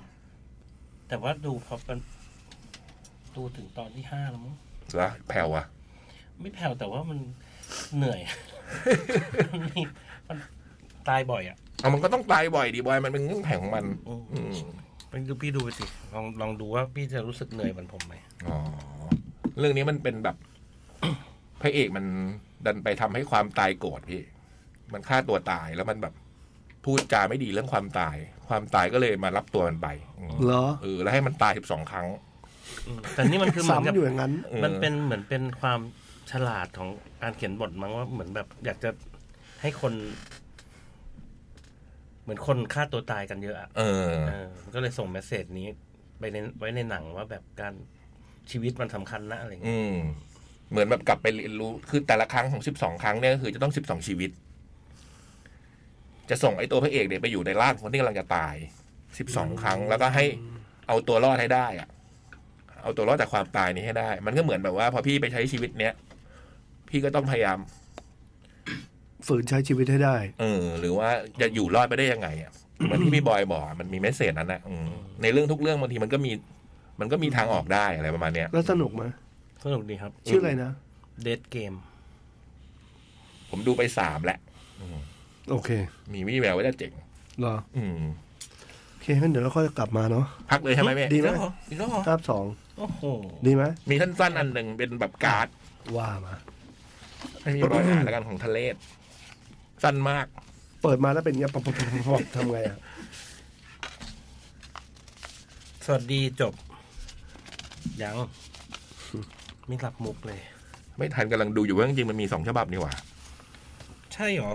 [SPEAKER 3] แต่ว่าดูพอมันดูถึงตอนที่ห้าแล้วมั้ง
[SPEAKER 1] เหรอแผ่วอะ
[SPEAKER 3] ไม่แผ่วแต่ว่ามันเหนื่อย มันมีมันตายบ่อยอ่ะ
[SPEAKER 1] เอามันก็ต้องตายบ่อยดีบอยมันเป็นเงื่อนแผงของมัน อืม
[SPEAKER 3] เป็นดูพี่ดูไปสิลองลองดูว่าพี่จะรู้สึกเหนื่อยเหมือนผมไหม
[SPEAKER 1] อ๋อเรื่องนี้มันเป็นแบบ <coughs> พระเอกมันดันไปทำให้ความตายโกรธพี่ มันฆ่าตัวตายแล้วมันแบบพูดจาไม่ดีเรื่องความตาย ความตายก็เลยมารับตัวมันไปอืม
[SPEAKER 2] เหรอ
[SPEAKER 1] เออแล้วให้มันตายสิบสองครั้ง
[SPEAKER 3] อืมแต่นี่มันคือเหมือนกับ
[SPEAKER 2] ซ้ำอยู่อย่างนั้น
[SPEAKER 1] เออ
[SPEAKER 3] มันเป็นเหมือนเป็นความฉลาดของการเขียนบทมั้งว่าเหมือนแบบ อยากจะให้คน เหมือนคนฆ่าตัวตายกันเยอะอะ
[SPEAKER 1] เออ
[SPEAKER 3] เออก็เลยส่งเมสเซจนี้ ไปในไว้ในหนังว่าแบบการชีวิตมันสำคัญนะอะไรเงี้ย
[SPEAKER 1] อืม เหมือนแบบกลับไปเรียนรู้ คือแต่ละครั้งของสิบสองครั้งเนี่ยก็คือจะต้องสิบสองชีวิต จะส่งไอ้ตัวพระเอกเนี่ยไปอยู่ในร่างคนที่กำลังจะตายสิบสองครั้ง แล้วก็ให้เอาตัวรอดให้ได้อะเอาตัวรอดจากความตายนี้ให้ได้ มันก็เหมือนแบบว่า พอพี่ไปใช้ชีวิตเนี้ยพี่ก็ต้องพยายาม
[SPEAKER 2] ฝืนใช้ชีวิตให้ได้
[SPEAKER 1] เออ หรือว่าจะอยู่รอดไปได้ยังไงอ่ะเหมือนที่พี่บอยบอกอะมันมีเมสเซจนั้นนะอืมในเรื่องทุกเรื่องบางทีมันก็มี มันก็มีทางออกได้อะไรประมาณเนี้ย
[SPEAKER 2] แล้วสนุกไหม
[SPEAKER 3] สนุกดีครับ
[SPEAKER 2] ชื่ออะไรนะ
[SPEAKER 3] เดทเกม
[SPEAKER 1] ผมดูไปสามแหละ
[SPEAKER 2] โอเค
[SPEAKER 1] มีวี่แววว่าจะเจ๋ง
[SPEAKER 2] เหรอ
[SPEAKER 1] อืม
[SPEAKER 2] โอเคงั้นเดี๋ยวเราค่อยกลับมาเนาะ
[SPEAKER 1] พักเลยใช่ไหมแม่
[SPEAKER 2] ดีไหม
[SPEAKER 3] อีกแล้วเหรอ
[SPEAKER 2] ภาพสอง
[SPEAKER 3] โอ้โห
[SPEAKER 2] ดีไหม
[SPEAKER 1] มีท่านสั้นๆอันหนึ่งเป็นแบบการ์ด
[SPEAKER 2] ว่ามา
[SPEAKER 1] ให้มีรอยอ่านแล้วกันของทะเลศสั้นมาก
[SPEAKER 2] เปิดมาแล้วเป็นไง <laughs> ปะปะปะปะปะทำไงอ่ะ
[SPEAKER 3] สวัสดีจบ <laughs> ยังไม่หลับมุกเลย
[SPEAKER 1] ไม่ทันกำลังดูอยู่ว่าจริงๆมันมีสองฉบับนี่หว่า
[SPEAKER 3] ใช่เหรอ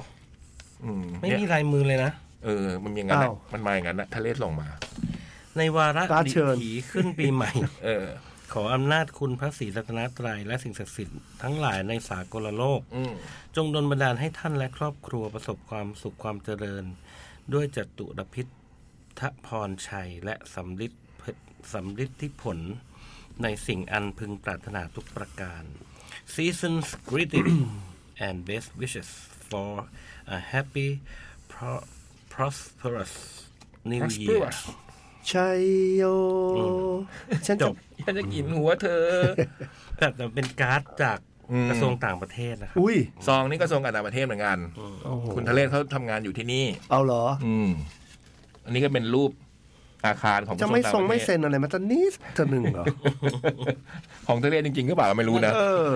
[SPEAKER 1] อืม
[SPEAKER 3] ไม่
[SPEAKER 1] เนี่ย
[SPEAKER 3] มีลายมือเลยนะ
[SPEAKER 1] เออ มันมีอย่างนั้นอะมันมาอย่างนั้นนะทะเลศลงมา
[SPEAKER 3] ในวาระ
[SPEAKER 2] การ์ด
[SPEAKER 3] ดี
[SPEAKER 2] เชิญ
[SPEAKER 3] ผีขึ้นปีใหม่
[SPEAKER 1] เออ
[SPEAKER 3] ขออำนาจคุณพระศรีรัตนตรัยและสิ่งศักดิ์สิทธิ์ทั้งหลายในสากลโลก
[SPEAKER 1] อืม
[SPEAKER 3] จงดลบันดาลให้ท่านและครอบครัวประสบความสุขความเจริญ ด้วยจตุรพิษทะพรชัย และสำลิดสำลิดที่ผลในสิ่งอันพึงปรารถนาทุกประการ Seasons greetings <coughs> and best wishes for a happy pro- prosperous new year
[SPEAKER 2] ชัยโยฉัน
[SPEAKER 3] จ
[SPEAKER 2] จะ
[SPEAKER 3] บ
[SPEAKER 1] ฉันจะกินหัวเธอ
[SPEAKER 3] แต่แต่ <laughs> เป็นการ์ดจาก
[SPEAKER 1] อืม
[SPEAKER 3] กระทรวงต่างประเทศนะครับ
[SPEAKER 2] อุ้ย
[SPEAKER 1] ซองนี่กระทรวงการต่างประเทศเหมือนกัน
[SPEAKER 2] โอ้โห
[SPEAKER 1] คุณทะเลศเขาทำงานอยู่ที่นี่
[SPEAKER 2] เอาเหรอ
[SPEAKER 1] อืม อันนี้ก็เป็นรูปอาคารของก
[SPEAKER 2] จะ
[SPEAKER 1] ระทรว
[SPEAKER 2] ไม่
[SPEAKER 1] งต่าง
[SPEAKER 2] ทรง
[SPEAKER 1] ประ
[SPEAKER 2] ไม่
[SPEAKER 1] เท
[SPEAKER 2] เซ็
[SPEAKER 1] ศ
[SPEAKER 2] นอะไรมาตันนี้จะหนึ่งเหรอ
[SPEAKER 1] ของทะเลศจริงๆก็เปล่าไม่รู้นะ
[SPEAKER 2] เออ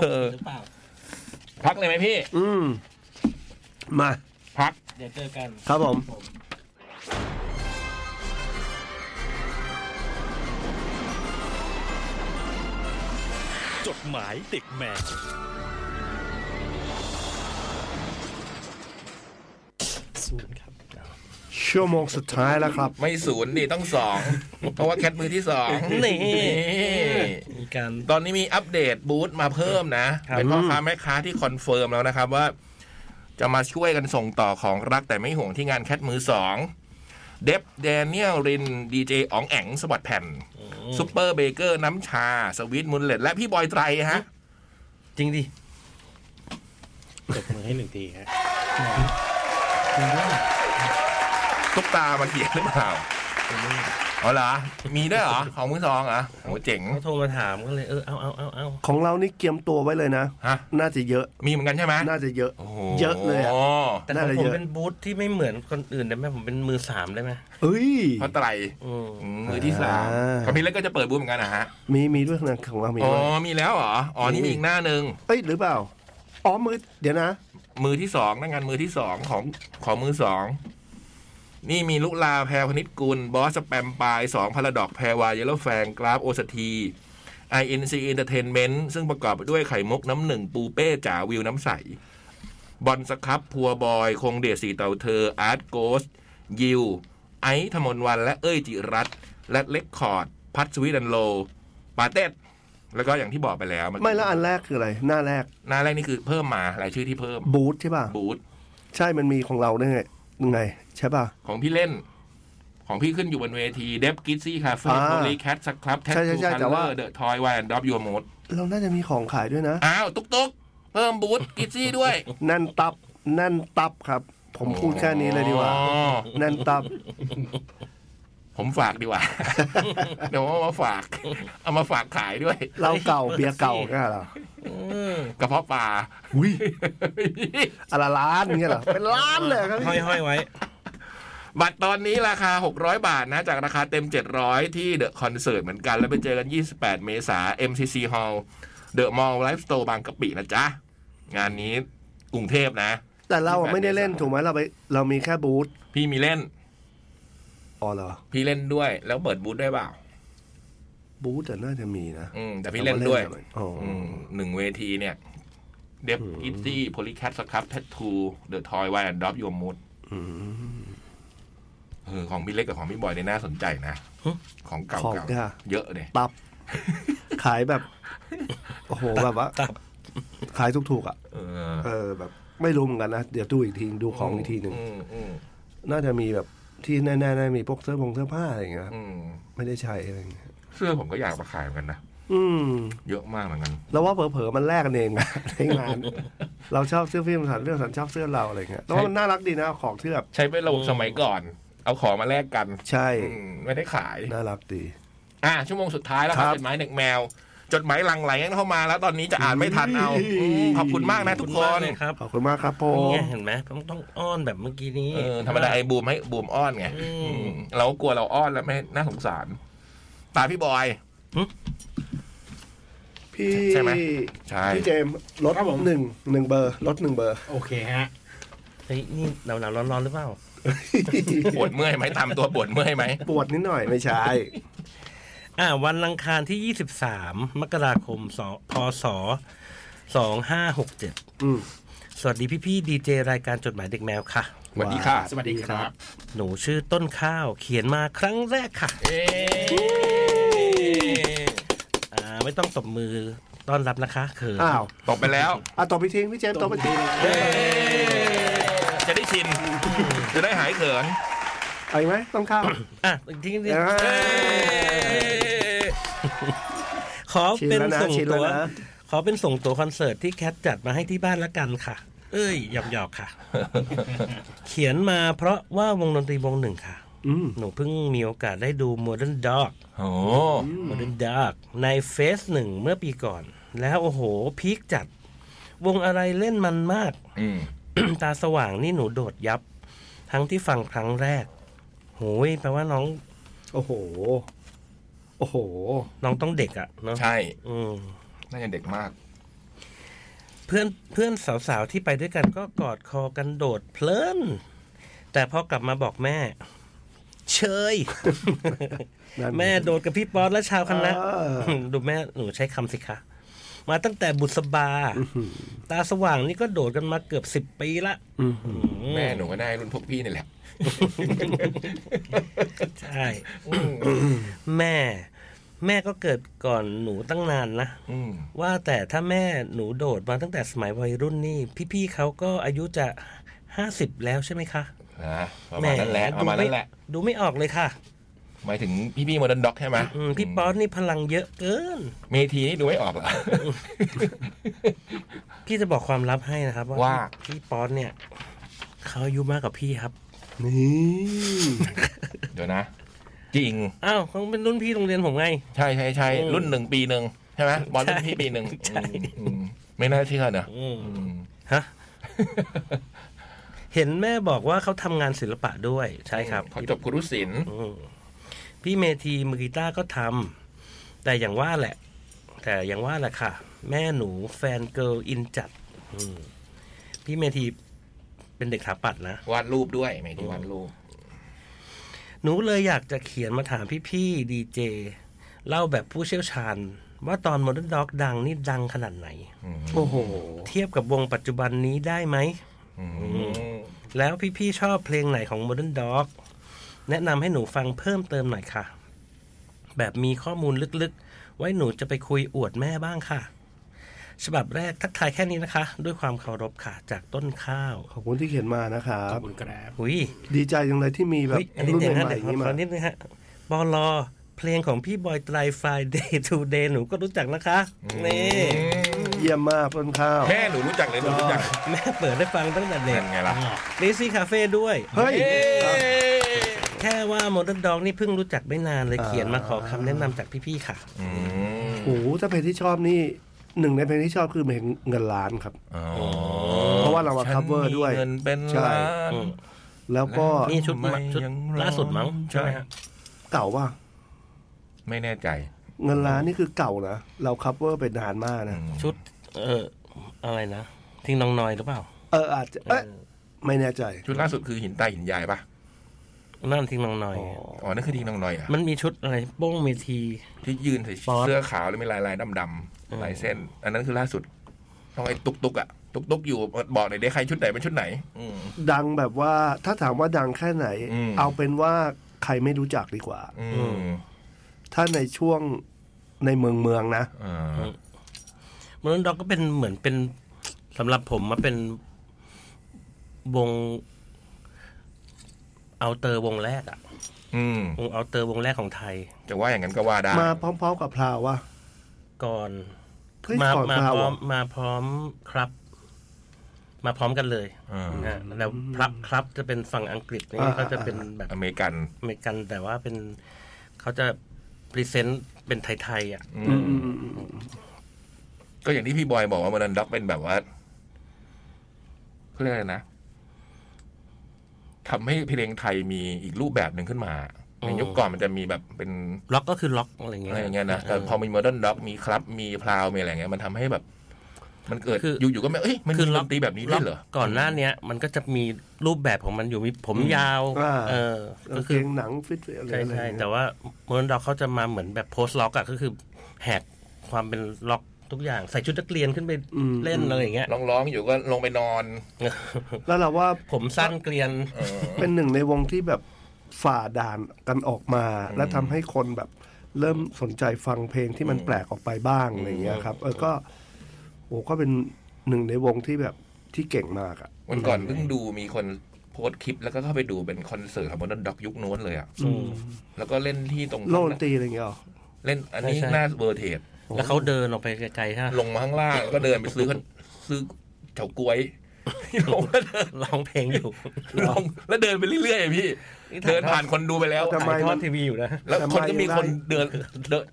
[SPEAKER 1] เออ
[SPEAKER 4] หรือเปล่า
[SPEAKER 1] พักเลยไหมพี่
[SPEAKER 2] อืม มา
[SPEAKER 1] พัก
[SPEAKER 3] เดี๋ยวเจอกัน
[SPEAKER 2] ครับผม
[SPEAKER 5] จดหมายเด็กแมว
[SPEAKER 4] ศูนย์ครับ
[SPEAKER 2] ชั่วโมงสุดท้ายแล้วครับ
[SPEAKER 1] ไม่ศูนย์นี่ต้องสอง เพราะว่าแคทมือที่สอง
[SPEAKER 3] นี่
[SPEAKER 1] นี่
[SPEAKER 3] มีการ
[SPEAKER 1] ตอนนี้มีอัปเดตบูธมาเพิ่มนะ
[SPEAKER 3] ครับ
[SPEAKER 1] เป็นพ่อค้าแม่ค้าที่คอนเฟิร์มแล้วนะครับว่า จะมาช่วยกันส่งต่อของรักแต่ไม่ห่วงที่งานแคทมือสองเดฟแดเนียลรินดีเจอ๋องแองสวัสดแผ่นซูเปอร์เบเกอร์น้ำชา สวิตมุนเลตและพี่บอยไตรฮะ
[SPEAKER 3] จริงดิ
[SPEAKER 4] จบมือให้หนึ่งทีครับ
[SPEAKER 1] ทุกตามันเขียนหรือเปล่าเอาเหรอ มีด้วยเหรอ ของมือสองเหรอโหเจ๋ง
[SPEAKER 3] เขาโทรมาถามก็เลยเออเอาเอาเอาเอา
[SPEAKER 2] ของเรานี่เกียมตัวไว้เลยนะ
[SPEAKER 1] ฮะ
[SPEAKER 2] น่าจะเยอะ
[SPEAKER 1] มีเหมือนกันใช่ไหม
[SPEAKER 2] น่าจะเยอะ
[SPEAKER 1] โอ้โห
[SPEAKER 2] เยอะเลยอะ
[SPEAKER 3] แต่
[SPEAKER 2] น่า
[SPEAKER 3] ข
[SPEAKER 2] จะ
[SPEAKER 3] องผ
[SPEAKER 2] เย
[SPEAKER 3] ม
[SPEAKER 2] อะ
[SPEAKER 3] เป็นบูธที่ไม่เหมือนคนอื่นได้ไหมผมเป็นมือสามได้ไหม
[SPEAKER 2] เอ้ย
[SPEAKER 1] พระไตร
[SPEAKER 3] อืม
[SPEAKER 1] อืมมือที่สาม
[SPEAKER 2] อ่า
[SPEAKER 1] คอมพิวเตอร์ก็จะเปิดบูธเหมือนกันนะฮะ
[SPEAKER 2] มีมีด้วยนะของเรามี
[SPEAKER 1] อ๋อ
[SPEAKER 2] ด้วย
[SPEAKER 1] มีแล้วเหรอ อ๋อ นี่
[SPEAKER 2] มี
[SPEAKER 1] มีอีกหน้าหนึ่ง
[SPEAKER 2] เอ้ยหรือเปล่า อ๋อมือเดี๋ยวนะ
[SPEAKER 1] มือที่สองนักงานมือที่สองของของมือสอง นี่มีลุลาแพรพนิตกุล บอสสแปมปายสองพาราดอกแพรวายเยลโลแฟงกราฟโอสที INC Entertainment ซึ่งประกอบไปด้วยไข่มุกน้ำหนึ่งปูเป้จ๋าวิวน้ำใส บอลสครับพัวบอย คงเดชสีเต่าเธอ อาร์ตโกสยิว ไอซ์ธมนวันและเอ้ยจิรัตน์และเล็กคอร์ด พัทสวิดันโล ปาเต็ดแล้วก็อย่างที่บอกไปแล้วน
[SPEAKER 2] ไม่แล้วอันแรกคืออะไร หน้าแรก
[SPEAKER 1] หน้าแรกนี่คือเพิ่มมารายชื่อที่เพิ่ม
[SPEAKER 2] บูธใช่ป่ะ
[SPEAKER 1] บูธ
[SPEAKER 2] ใช่มันมีของเราด้วยไงยังไง ใช่ป่ะ
[SPEAKER 1] ของพี่เล่น ของพี่ขึ้นอยู่บนเวทีเดฟกิซซี่คาเฟ่
[SPEAKER 2] อ่า
[SPEAKER 1] โพลีแคทสครับแท็ก
[SPEAKER 2] ใช่ใช่
[SPEAKER 1] ทู
[SPEAKER 2] ใช่
[SPEAKER 1] คัล
[SPEAKER 2] แต่
[SPEAKER 1] เล
[SPEAKER 2] ว่า
[SPEAKER 1] อร์เดอะทอยแวนดอปยูมด
[SPEAKER 2] เราน่าจะมีของขายด้วยนะ
[SPEAKER 1] อ้าว ตุ๊กตุ๊กเพิ่มบูธกิซซี่ด้วย
[SPEAKER 2] แน่นตับแน่นตับครับ ผมพูดแค่นี้เลยดีกว่า
[SPEAKER 1] อ๋อ
[SPEAKER 2] แน่นตับ
[SPEAKER 1] ผมฝากดีก <laughs> ว่า เดี๋ยวเอามาฝาก เอามาฝากขายด้วย
[SPEAKER 2] เราเก่าเบียร์เก่าเนี่ยเหรอก
[SPEAKER 1] ระเพาะปลา
[SPEAKER 2] อนละไรล้านเนี่ยเหรอเป็นล้านเลยครับ
[SPEAKER 3] ห้อยห้อยไว้
[SPEAKER 1] <laughs> บัตรตอนนี้ราคา 600 บาทนะ จากราคาเต็ม 700 ที่เดอะคอนเสิร์ตเหมือนกัน แล้วไปเจอกัน 28 เมษา MCC Hall เดอะมอลล์ไลฟ์สโตร์บางกะปินะจ๊ะ งานนี้กรุงเทพนะ
[SPEAKER 2] แต่เราอะไม่ได้เล่นถูกไหมเราไป เรามีแค่บูธ
[SPEAKER 1] พี่มีเล่น
[SPEAKER 2] อ๋อเหรอ
[SPEAKER 1] พี่เล่นด้วย แล้วเปิดบูธด้วยเปล่า
[SPEAKER 2] บูธแต่น่าจะมีนะ
[SPEAKER 1] อืม แต่พี่เล่นด้วย
[SPEAKER 2] อ๋ออ
[SPEAKER 1] อืมหนึ่งเวทีเนี่ยเดฟอิตซี่โพลิแคทสครับแททูเดอะทอยไวแอนด์ดอฟยมมูด
[SPEAKER 2] อืม
[SPEAKER 1] เออของพี่เล็กกับของพี่บอยเนี่ยน่าสนใจนะ ของเก่า
[SPEAKER 2] ของ
[SPEAKER 1] ๆ
[SPEAKER 2] เนี่ย
[SPEAKER 1] เยอะเนี่ย
[SPEAKER 2] ตับ ขายแบบ โอ้โหแบบว่า
[SPEAKER 3] ตับ
[SPEAKER 2] ขายถูกๆอ่ะ
[SPEAKER 1] เออ
[SPEAKER 2] เออแบบ ไม่รู้เหมือนกันนะ เดี๋ยวดูอีกทีดูของอีกทีหนึ่ง
[SPEAKER 1] มอืม
[SPEAKER 2] น่าจะมีแบบที่แน่ๆน่าจะมีพวกเสื้อผงเสื้อผ้าอะไรอย่างเงี้ยครับ
[SPEAKER 1] อืม
[SPEAKER 2] ไม่ได้ใช้อะไรอย่างเงี้ย
[SPEAKER 1] เสื้อผมก็อยากมาขายเหมือนกันนะ
[SPEAKER 2] อืม
[SPEAKER 1] เยอะมากเหมือนกัน
[SPEAKER 2] แล้วว่าเผลอๆมันแลกกันเองนะ <laughs> ในงาน เราชอบเสื้อฟิล์มสันเรื่องสันชอบเสื้อเราอะไรเงี้ยแต่ว่ามันน่ารักดีนะของเสื้อแบบ
[SPEAKER 1] ใช้เป็นระบบสมัยก่อน เอาของมาแลกกัน
[SPEAKER 2] ใช่
[SPEAKER 1] อืมไม่ได้ขาย
[SPEAKER 2] น่ารักดี
[SPEAKER 1] อ่ะชั่วโมงสุดท้ายแล้วครับ
[SPEAKER 2] ครั
[SPEAKER 1] จ
[SPEAKER 2] บ
[SPEAKER 1] ดหมายเด็กแมว จดหมายหลังไหลกันเข้ามาแล้วตอนนี้จะอ่านไม่ทันเอา
[SPEAKER 2] อืม
[SPEAKER 1] อืมขอบคุณมากนะทุก
[SPEAKER 3] ณ
[SPEAKER 1] ค
[SPEAKER 3] มาน เลยครับ
[SPEAKER 2] ขอบคุณมากครับผม
[SPEAKER 3] นี่ไงเห็นไหมต้องต้องอ้อนแบบเมื่อกี้นี้
[SPEAKER 1] เออธรรมดาไอ้บูมให้บูมอ้อนไง
[SPEAKER 3] อืม
[SPEAKER 1] อืมเราก็กลัวเราอ้อนแล้วไม่น่าสงสาร ตาพี่บอย
[SPEAKER 2] พี่
[SPEAKER 1] ใช่ไหมใช่
[SPEAKER 2] พี่เจมส์รถ
[SPEAKER 4] ครับผม
[SPEAKER 2] หนึ่งหนึ่งเบอร์รถหนึ่งเบอร์
[SPEAKER 4] โอเคฮะ
[SPEAKER 3] เฮ้ยนี่หนาวหนาวร้อนร้อนๆหรือเปล่า
[SPEAKER 1] ปวดเมื่อยไหมตามตัวปวดเมื่อยไหม
[SPEAKER 2] ปวดนิดหน่อยไม่ใช่
[SPEAKER 3] อ่าวันอังคารที่ 23 มกราคมสองพศ2567
[SPEAKER 2] อืม
[SPEAKER 3] สวัสดีพี่ๆดีเจรายการจดหมายเด็กแมวค่ะ
[SPEAKER 1] สวัสดีค่ะ
[SPEAKER 4] สวัสดีครับ
[SPEAKER 3] หนูชื่อต้นข้าวเขียนมาครั้งแรกค่ะ
[SPEAKER 1] เอ๊ะ
[SPEAKER 3] อ่าไม่ต้องตบมือต้อนรับนะคะเขิน
[SPEAKER 2] อ้าว
[SPEAKER 1] ตกไปแล้ว
[SPEAKER 2] อ่ะต่อไปทิ้งพี่เจมส์ต่อไปทิ้ง
[SPEAKER 1] จะได้ชิน จะได้หายเขิน
[SPEAKER 2] เอาอีกไหมต้องข้าม
[SPEAKER 3] อ่ะอีกทีนึง
[SPEAKER 2] เอ้ย
[SPEAKER 3] ขอเป็น
[SPEAKER 2] ชินแล้วนะ
[SPEAKER 3] ส่ง
[SPEAKER 2] ชินแล้
[SPEAKER 3] ตัวว
[SPEAKER 2] นะ
[SPEAKER 3] ขอเป็นส่งตัวคอนเสิร์ตที่แคทจัดมาให้ที่บ้านละกันค่ะ เอ้ยหยอกหยอกๆค่ะ เขียนมาเพราะว่าวงดนตรีวงหนึ่งค่ะ
[SPEAKER 2] อืม
[SPEAKER 3] หนูเพิ่งมีโอกาสได้ดู Modern Dog
[SPEAKER 1] โอ้
[SPEAKER 3] โมเดิร์นดาร์กในเฟสหนึ่งเมื่อปีก่อน แล้วโอ้โห พีคจัด วงอะไรเล่นมันมาก <coughs>
[SPEAKER 1] อืม
[SPEAKER 3] ตาสว่างนี่หนูโดดยับ ทั้งที่ฟังครั้งแรกโหยแปลว่าน้อง
[SPEAKER 2] โอ้โห โอ้โห
[SPEAKER 3] น้องต้องเด็กอะเนาะ
[SPEAKER 1] ใช่
[SPEAKER 3] อืม
[SPEAKER 1] น่าจะเด็กมาก
[SPEAKER 3] เพื่อนเพื่อนสาวๆ ที่ไปด้วยกันก็กอดคอกันโดดเพลิน แต่พอกลับมาบอกแม่ เชย
[SPEAKER 2] นั่น
[SPEAKER 3] แม่โดดกับพี่ป๊อตและชาวคณะ
[SPEAKER 2] เออ
[SPEAKER 3] ดูแม่หนูใช้คำสิคะ มาตั้งแต่บุษบา ตาสว่างนี่ก็โดดกันมาเกือบสิบปีละ
[SPEAKER 2] อืม
[SPEAKER 1] แม่หนูก็ได้รุ่นพวกพี่นี่แหละ
[SPEAKER 3] ใช่แม่ แม่ก็เกิดก่อนหนูตั้งนานนะ
[SPEAKER 1] อืม
[SPEAKER 3] ว่าแต่ถ้าแม่หนูโดดมาตั้งแต่สมัยวัยรุ่นนี่ พี่ๆเขาก็อายุจะห้าสิบแล้วใช่ไหมคะ
[SPEAKER 1] นะประมาณนั้นแหละ
[SPEAKER 3] ม่
[SPEAKER 1] ประมาณนั้นแหละ
[SPEAKER 3] ดูไม่ดูไม่ออกเลยค่ะ
[SPEAKER 1] หมายถึงพี่พี่โมเดิร์นด็อกใช่ไหม
[SPEAKER 3] อืมพี่ป๊อตนี่พลังเยอะเกิน
[SPEAKER 1] เมทีนี่ดูไม่ออกเหรอ
[SPEAKER 3] พี่จะบอกความลับให้นะครับ
[SPEAKER 1] ว่า
[SPEAKER 3] พี่ป๊อตเนี่ยเขาอายุมากกว่าพี่ครับ
[SPEAKER 2] นี่
[SPEAKER 1] เดี๋ยวนะ จริง
[SPEAKER 3] อ้าวเขาเป็นรุ่นพี่โรงเรียนผมไง
[SPEAKER 1] ใช่ใช่ใช่รุ่นหนึ่งปีหนึ่งใช่ไหมบอลรุ่นพี่ปีหนึ่ง
[SPEAKER 3] ใช่
[SPEAKER 1] อืมอืมไม่น่าเชื่อเนอะ
[SPEAKER 3] อืม
[SPEAKER 1] อืม
[SPEAKER 3] ฮะ เห็นแม่บอกว่าเขาทำงานศิลปะด้วย ใช่ครับ
[SPEAKER 1] เขาจบครุศิลป์
[SPEAKER 3] อืมพี่เมธีมือกีตาร์ก็ทำแต่อย่างว่าแหละ แต่อย่างว่าแหละค่ะ แม่หนูแฟนเกิร์ลอินจัด อืมพี่เมธีเป็นเด็กถาปัดนะ
[SPEAKER 1] วาดรูปด้วยไม่ที่วาดรูป
[SPEAKER 3] หนูเลยอยากจะเขียนมาถามพี่ๆดีเจเล่าแบบผู้เชี่ยวชาญ ว่าตอน Modern Dog ดังนี่ดังขนาดไหน
[SPEAKER 2] โอ้โห
[SPEAKER 3] เทียบกับวงปัจจุบันนี้ได้ไหม
[SPEAKER 1] อืม
[SPEAKER 3] แล้วพี่ๆชอบเพลงไหนของ Modern Dog แนะนำให้หนูฟังเพิ่มเติมหน่อยค่ะ แบบมีข้อมูลลึกๆ ไว้หนูจะไปคุยอวดแม่บ้างค่ะ ฉบับแรกทักทายแค่นี้นะคะ ด้วยความเคารพค่ะ จากต้นข้าว
[SPEAKER 2] ขอบคุณที่เขียนมานะครั
[SPEAKER 4] ข
[SPEAKER 2] บ
[SPEAKER 4] อบคุณครับ
[SPEAKER 3] หุย
[SPEAKER 2] ดีใจจังเลยที่มีแบบ
[SPEAKER 3] เฮ้ยอันนี้
[SPEAKER 2] รุ่น
[SPEAKER 3] เจ๋ง
[SPEAKER 2] ให
[SPEAKER 3] นะ
[SPEAKER 2] ม่ๆ
[SPEAKER 3] เดี๋
[SPEAKER 2] อ
[SPEAKER 3] ยว
[SPEAKER 2] ย่างนี้
[SPEAKER 3] ข
[SPEAKER 2] มา
[SPEAKER 3] อนิดนึงฮะบอลอเพลงของพี่บอยไตรฟรายเดย์ทูเดย์หนูก็รู้จักนะคะ นี่
[SPEAKER 2] เยี่ยมมากต้นข้าว
[SPEAKER 1] แม่หนูรู้จักเลยหนูรู้จัก
[SPEAKER 3] แม่เปิดได้ฟังตั้งแต่เด็
[SPEAKER 1] เป็
[SPEAKER 3] ก
[SPEAKER 1] นไงล่ะ
[SPEAKER 3] ลิซี่คาเฟ่ด้วย
[SPEAKER 2] เฮ้ย
[SPEAKER 3] แค่ว่าโมเดิร์นด็อกนี่เพิ่งรู้จักไม่นานเลย
[SPEAKER 2] อ่า
[SPEAKER 3] เขียนมาขอคำแนะนำจากพี่ๆค่ะ
[SPEAKER 1] อืม
[SPEAKER 2] โอ้โหถ้าเพลงที่ชอบนี่หนึ่งในเพลงที่ชอบคือเพลงเงินล้านครับ
[SPEAKER 1] อ๋อ
[SPEAKER 2] เพราะว่าเรามา
[SPEAKER 1] ฉัน
[SPEAKER 2] cover ด้วย
[SPEAKER 1] มีเงินเป็น
[SPEAKER 2] ใช่
[SPEAKER 1] ล้าน
[SPEAKER 3] อืม
[SPEAKER 2] แล้วก็
[SPEAKER 3] นี่ชุดมา
[SPEAKER 1] ทำ
[SPEAKER 3] ชุด
[SPEAKER 1] ไยังร้อน
[SPEAKER 3] ล่าสุดมั้งใช่ไหมฮะ
[SPEAKER 2] เก่าว่า
[SPEAKER 1] ไม่แน่ใจ
[SPEAKER 2] เงินล้านนี่คือเก่านะเราคัฟเวอร์เป็นนานมากนะ
[SPEAKER 3] ชุด เอออะไรนะทิ้งน้องน้อยหรือเปล่า
[SPEAKER 2] เอออาจจะเอ๊ะไม่แน่ใจ
[SPEAKER 1] ชุดล่าสุดคือหินตายหินยายปะ
[SPEAKER 3] นั่นทิ้งน้องน้อย
[SPEAKER 1] อ๋อนั่นคือดีน้องน้อยเหรอ่ะ
[SPEAKER 3] มันมีชุดอะไรโป้งเมที
[SPEAKER 1] ที่ยืนใส่
[SPEAKER 3] บอส
[SPEAKER 1] เสื้อขาวแล้วมีลายลายดำ
[SPEAKER 3] เออ
[SPEAKER 1] ๆลายเส้น อันนั้นคือล่าสุดต้องไอ้ตุกตุกๆอ่ะตุกตุกๆอยู่บอกหน่อยได้ใครชุดไหนเป็นชุดไหน อืม
[SPEAKER 2] ดังแบบว่าถ้าถามว่าดังแค่ไหน
[SPEAKER 1] อืม
[SPEAKER 2] เอาเป็นว่าใครไม่รู้จักดีกว่า
[SPEAKER 1] อืม
[SPEAKER 2] ถ้าในช่วงในเมืองเมืองนะ
[SPEAKER 1] อ่า
[SPEAKER 3] มันนั้นด็อกก็เป็นเหมือนเป็นสำหรับผมมาเป็นวงเอาเตอร์วงแรกอะ
[SPEAKER 1] อืม
[SPEAKER 3] วงเอาเตอร์วงแรกของไทย
[SPEAKER 1] จะว่าอย่างนั้นก็ว่าได้
[SPEAKER 2] มาพร้อมๆกับพราวว่า
[SPEAKER 3] ก่อน
[SPEAKER 2] เฮ้ย
[SPEAKER 3] มา
[SPEAKER 2] ก่อน
[SPEAKER 3] มา
[SPEAKER 2] พรา
[SPEAKER 3] พ
[SPEAKER 2] ว
[SPEAKER 3] ร้อ
[SPEAKER 2] อะ
[SPEAKER 3] มมาพร้อมครับ มาพร้อมกันเลย
[SPEAKER 1] อ่า
[SPEAKER 3] นะแล้วครับครับจะเป็นฝั่งอังกฤษนี่เขาจะเป็นแบบ
[SPEAKER 1] อเมริกัน
[SPEAKER 3] อเมริกันแต่ว่าเป็นเขาจะพรีเซนต์เป็นไทยๆอ่ะ
[SPEAKER 2] อืมอืมอืมอืม
[SPEAKER 1] ก็อย่างที่พี่บอยบอกว่ามันด็อกเป็นแบบว่าเขาเรียกอะไรนะทำให้เพลงไทยมีอีกรูปแบบหนึ่งขึ้นมาในยุคก่อนมันจะมีแบบเป็น
[SPEAKER 3] ล็อกก็คือล็อกอะไรอย่างเงี้
[SPEAKER 1] อะ
[SPEAKER 3] ย
[SPEAKER 1] ไรอย่างเงี้ยนะแต่พอมีโมเดิร์นด็อกมีครับ มีพราวมีอะไรอย่างเงี้ยมันทำให้แบบ มันเกิด
[SPEAKER 3] คืออ
[SPEAKER 1] อยู่ๆก็ไม่เอ้ยมันมีดนตรีแบบนี้ด้วยเหรอ
[SPEAKER 3] ก่อนหน้าเนี้ยมันก็จะมีรูปแบบของมันอยู่มีผมยาว
[SPEAKER 2] อ่า
[SPEAKER 3] เออ
[SPEAKER 2] กา
[SPEAKER 3] ก็
[SPEAKER 2] งเก
[SPEAKER 3] คือง
[SPEAKER 2] หนังฟิตๆอะไร
[SPEAKER 3] ใช่
[SPEAKER 2] อะไร
[SPEAKER 3] ใช่
[SPEAKER 2] อย่างเงี้ย
[SPEAKER 3] แต่ว่าโมเดิร์นด็อกเขาจะมาเหมือนแบบโพสต์ล็อกอะก็คือแหกความเป็นล็อกทุกอย่าง ใส่ชุดนักเรียนขึ้นไป
[SPEAKER 2] อืม
[SPEAKER 3] เล่นอะไรอย่างเงี้ย
[SPEAKER 1] ร้องๆอยู่ก็ลงไปนอน
[SPEAKER 2] แล้วเราว่า
[SPEAKER 3] ผมสั้นเกลียน
[SPEAKER 1] เออ
[SPEAKER 2] เป็นหนึ่งในวงที่แบบฝ่าด่านกันออกมา และทำให้คนแบบเริ่มสนใจฟังเพลงที่มันแปลกออกไปบ้างอะไรอย่างเงี้ยครับ เออก็โอ้ก็เป็นหนึ่งในวงที่แบบที่เก่งมากอะ
[SPEAKER 1] วันก่อนเพิ่งดูมีคนโพสต์คลิป แล้วก็เข้าไปดูเป็นคอนเสิร์ตของโมเดิร์นด็อกยุคโน้นเลยอะ
[SPEAKER 3] อืม
[SPEAKER 1] แล้วก็เล่นที่ตรง
[SPEAKER 2] โลกดนตรีอะไรอย่างเงี้ยหรอ
[SPEAKER 1] เล่นอันนี้
[SPEAKER 3] ใช่ใช่
[SPEAKER 1] หน้าเวอร์เทด
[SPEAKER 3] แล้วเขาเดินออกไปไกลๆ
[SPEAKER 1] <laughs>
[SPEAKER 3] ฮะ
[SPEAKER 1] ลงมาข้าง
[SPEAKER 3] <laughs>
[SPEAKER 1] ล่างแล้วก็เดินไปซื้อขนซื้อเฉาก๊วย <laughs> ลงแล้วเดิน
[SPEAKER 3] ร้องเพลงอยู่
[SPEAKER 1] ลงแล้วเดินไปเรื่อยๆอะพี่ เดินผ่านคนดูไปแล้ว
[SPEAKER 3] ถ่ายทอดทีวีอยู่นะ
[SPEAKER 1] แล้วคนก็มีคนเดินเดิน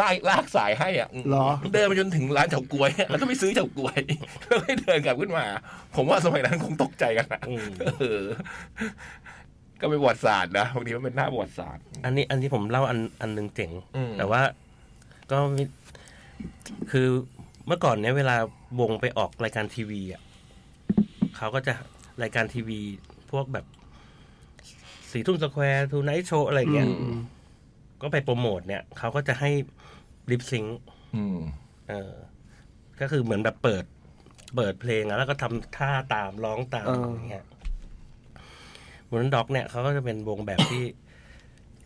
[SPEAKER 1] ลากลากสายให้อ่ะ
[SPEAKER 2] เหรอ
[SPEAKER 1] เดินไปจนถึงร้านเฉาก๊วย <laughs> อะแล้วก็ไปซื้อเฉาก๊วย <laughs> แล้วก็เดินกลับขึ้นมา ผมว่าสมัยนั้นคงตกใจกันนะ
[SPEAKER 3] อืม
[SPEAKER 1] เออก็เป็นประวัติศาสตร์นะบางทีมันเป็นหน้าประวัติศาสตร์
[SPEAKER 3] อันนี้อันนี้ผมเล่าอันอันหนึ่งเจ๋ง
[SPEAKER 1] อืม
[SPEAKER 3] แต่ว่าก็มีคือเมื่อก่อนเนี่ยเวลาวงไปออกรายการทีวีอ่ะเขาก็จะรายการทีวี พวกแบบสีทุ่มสแควร์ทูไนท์โชว์อะไรอย่างเงี้ย
[SPEAKER 2] อืม
[SPEAKER 3] ก็ไปโปรโมทเนี่ยเขาก็จะให้ลิปซิงค์
[SPEAKER 1] อืม
[SPEAKER 3] เออ ก็คือเหมือนแบบเปิด เปิดเพลงอะแล้วก็ทำท่าตามร้องตาม
[SPEAKER 2] เอออ
[SPEAKER 3] อย่างเงี้ยมูนด็อกเนี่ยเขาก็จะเป็นวงแบบที่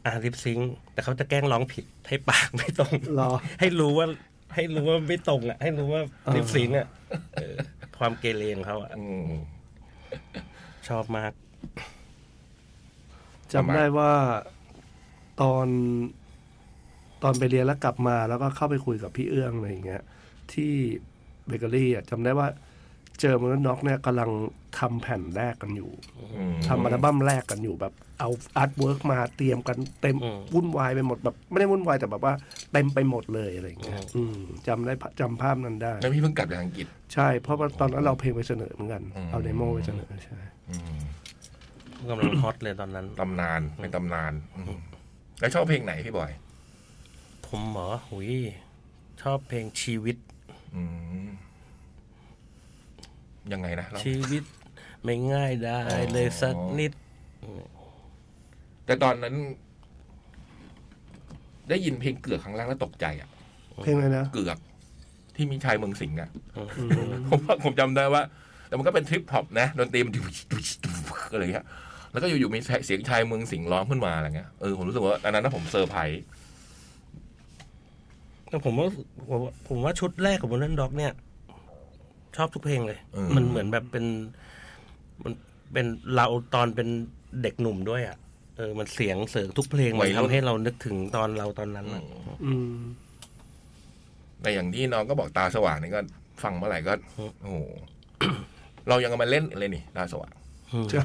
[SPEAKER 3] อาริปซิงค์แต่เขาจะแกล้งร้องผิด ให้ปากไม่ตรง
[SPEAKER 2] เหรอ
[SPEAKER 3] ให้รู้ว่า ให้รู้ว่าไม่ตรงอ่ะ ให้รู้ว่า
[SPEAKER 2] เออ
[SPEAKER 3] ลิปซิงค์อ่ะเออความเกเรของเขาอ่ะ
[SPEAKER 1] อืม
[SPEAKER 3] ชอบมาก
[SPEAKER 2] จำได้ว่าตอนตอนไปเรียนแล้วกลับมา แล้วก็เข้าไปคุยกับพี่เอื้องอะไรอย่างเงี้ย ที่เบเกอรี่อ่ะจำได้ว่า เจอมันน็อกเนี่ยกำลังทำแผ่นแรกกันอยู่
[SPEAKER 1] อืม
[SPEAKER 2] ทำอัลบั้มแรกกันอยู่แบบเอาอาร์ตเวิร์กมาเตรียมกันเต็ม
[SPEAKER 3] อืม
[SPEAKER 2] วุ่นวายไปหมดแบบ ไม่ได้วุ่นวายแต่แบบว่าเต็มไปหมดเลยอะไรอย่างเงี้ยอืมจำได้จำภาพนั้นได้
[SPEAKER 1] แล้วพี่เพิ่งกลับจากอังกฤษ
[SPEAKER 2] ใช่ เพราะว่าตอนนั้นเราเพลงไปเสนอเหมือนกัน
[SPEAKER 1] อืม
[SPEAKER 2] เอาเดโมไปเสนอใช่
[SPEAKER 1] อืม
[SPEAKER 3] กำลังฮอตเลยตอนนั้น
[SPEAKER 1] ตำนานเป็นตำนานอืมแล้วชอบเพลงไหนพี่บอย
[SPEAKER 3] ผมเหมอหุยชอบเพลงชีวิต
[SPEAKER 1] อืม ยังไงนะเรา
[SPEAKER 3] ชีวิตไม่ง่ายได้เลยสักนิด
[SPEAKER 1] แต่ตอนนั้น ได้ยินเพลงเกือกครั้งแรกแล้วตกใจอ่ะ
[SPEAKER 2] เพลงอะไรนะ
[SPEAKER 1] เกือกที่มีชายเมืองสิงห์อ่ะ ผมว่าผมจำได้ว่า แต่มันก็เป็นทริปฮอปนะดนตรีมันดุ๊ยดุ๊ยดุ๊ยอะไรเงี้ยแล้วก็อยู่ๆมีเสียงชายเมืองสิงห์ร้องขึ้นมาอะไรเงี้ยเออผมรู้สึกว่าอันนั้นนะผมเซอร์ไพรส์
[SPEAKER 3] แต่ผมว่าผมว่าผมว่าชุดแรกของบนเล่นด็อก เนี่ย ชอบทุกเพลงเลย มันเหมือนแบบเป็น มันเป็นเราตอนเป็นเด็กหนุ่มด้วยอ่ะเออมันเสียงเสริงทุกเพลงมันทำให้เรานึกถึงตอนเราตอนนั้นอะ
[SPEAKER 2] อืม
[SPEAKER 1] แต่อย่างที่น้องก็บอกตาสว่างนี่ก็ฟังเมื่อไหร่ก็โอ้โห เรายังเอามาเล่นเลยนี่ตาสว่าง
[SPEAKER 2] ใช่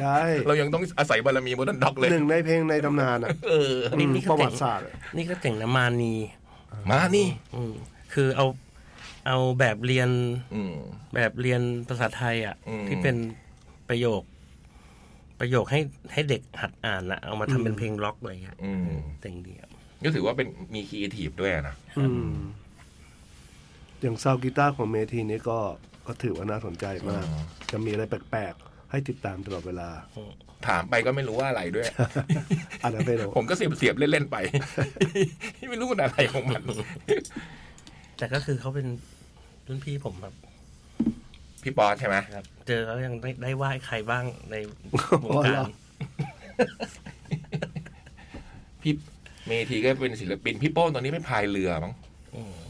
[SPEAKER 2] ใช่
[SPEAKER 1] เรายังต้องอาศัยบารมีบนด็อกเลย
[SPEAKER 2] หนึ่งในเพลงในตำนานอ่ะ
[SPEAKER 1] เออ
[SPEAKER 3] นี่นี่
[SPEAKER 2] ป
[SPEAKER 3] ก็
[SPEAKER 2] ระ
[SPEAKER 3] เจ๋
[SPEAKER 2] วั
[SPEAKER 3] ง
[SPEAKER 2] ติศาสตร์อะ
[SPEAKER 3] นี่ก็เจ๋งนะมานี
[SPEAKER 1] มานี่
[SPEAKER 3] อืมคือเอาเอาแบบเรียน
[SPEAKER 1] อืม
[SPEAKER 3] แบบเรียนภาษาไทยอ่ะ
[SPEAKER 1] อืม
[SPEAKER 3] ที่เป็นประโยค ประโยคให้ให้เด็กหัดอ่านอะเอามาทำเป็นเพลงล็อกอะไรเงี้ย
[SPEAKER 1] อืม
[SPEAKER 3] เจ๋งดีอะ
[SPEAKER 1] ก็ถือว่าเป็นมีครีเอทีฟด้วยนะ
[SPEAKER 2] อืม อย่างซาวกีตาร์ของเมทีนี้ก็ก็ถือว่าน่าสนใจมาก จะมีอะไรแปลกๆ ให้ติดตามตลอดเวลา
[SPEAKER 1] ถามไปก็ไม่รู้ว่าอะไรด้วย
[SPEAKER 2] อันนั้น <laughs> ไม่รู้
[SPEAKER 1] ผมก็เสียบเสียบๆเล่นๆไป ไม่รู้มันอะไรของมัน
[SPEAKER 3] แต่ก็คือเขาเป็นรุ่นพี่ผมแบบ
[SPEAKER 1] พี่ปอใช่ไหม
[SPEAKER 3] ครับเจอแล้วยังได้ได้ไหว้ใครบ้าง
[SPEAKER 1] <laughs>
[SPEAKER 3] ในวง
[SPEAKER 2] อ๋อเห
[SPEAKER 3] การ ร
[SPEAKER 2] อ
[SPEAKER 1] พี่เมทีก็เป็นศิลปิน พี่โป้งตอนนี้ไม่พายเรือมั้ง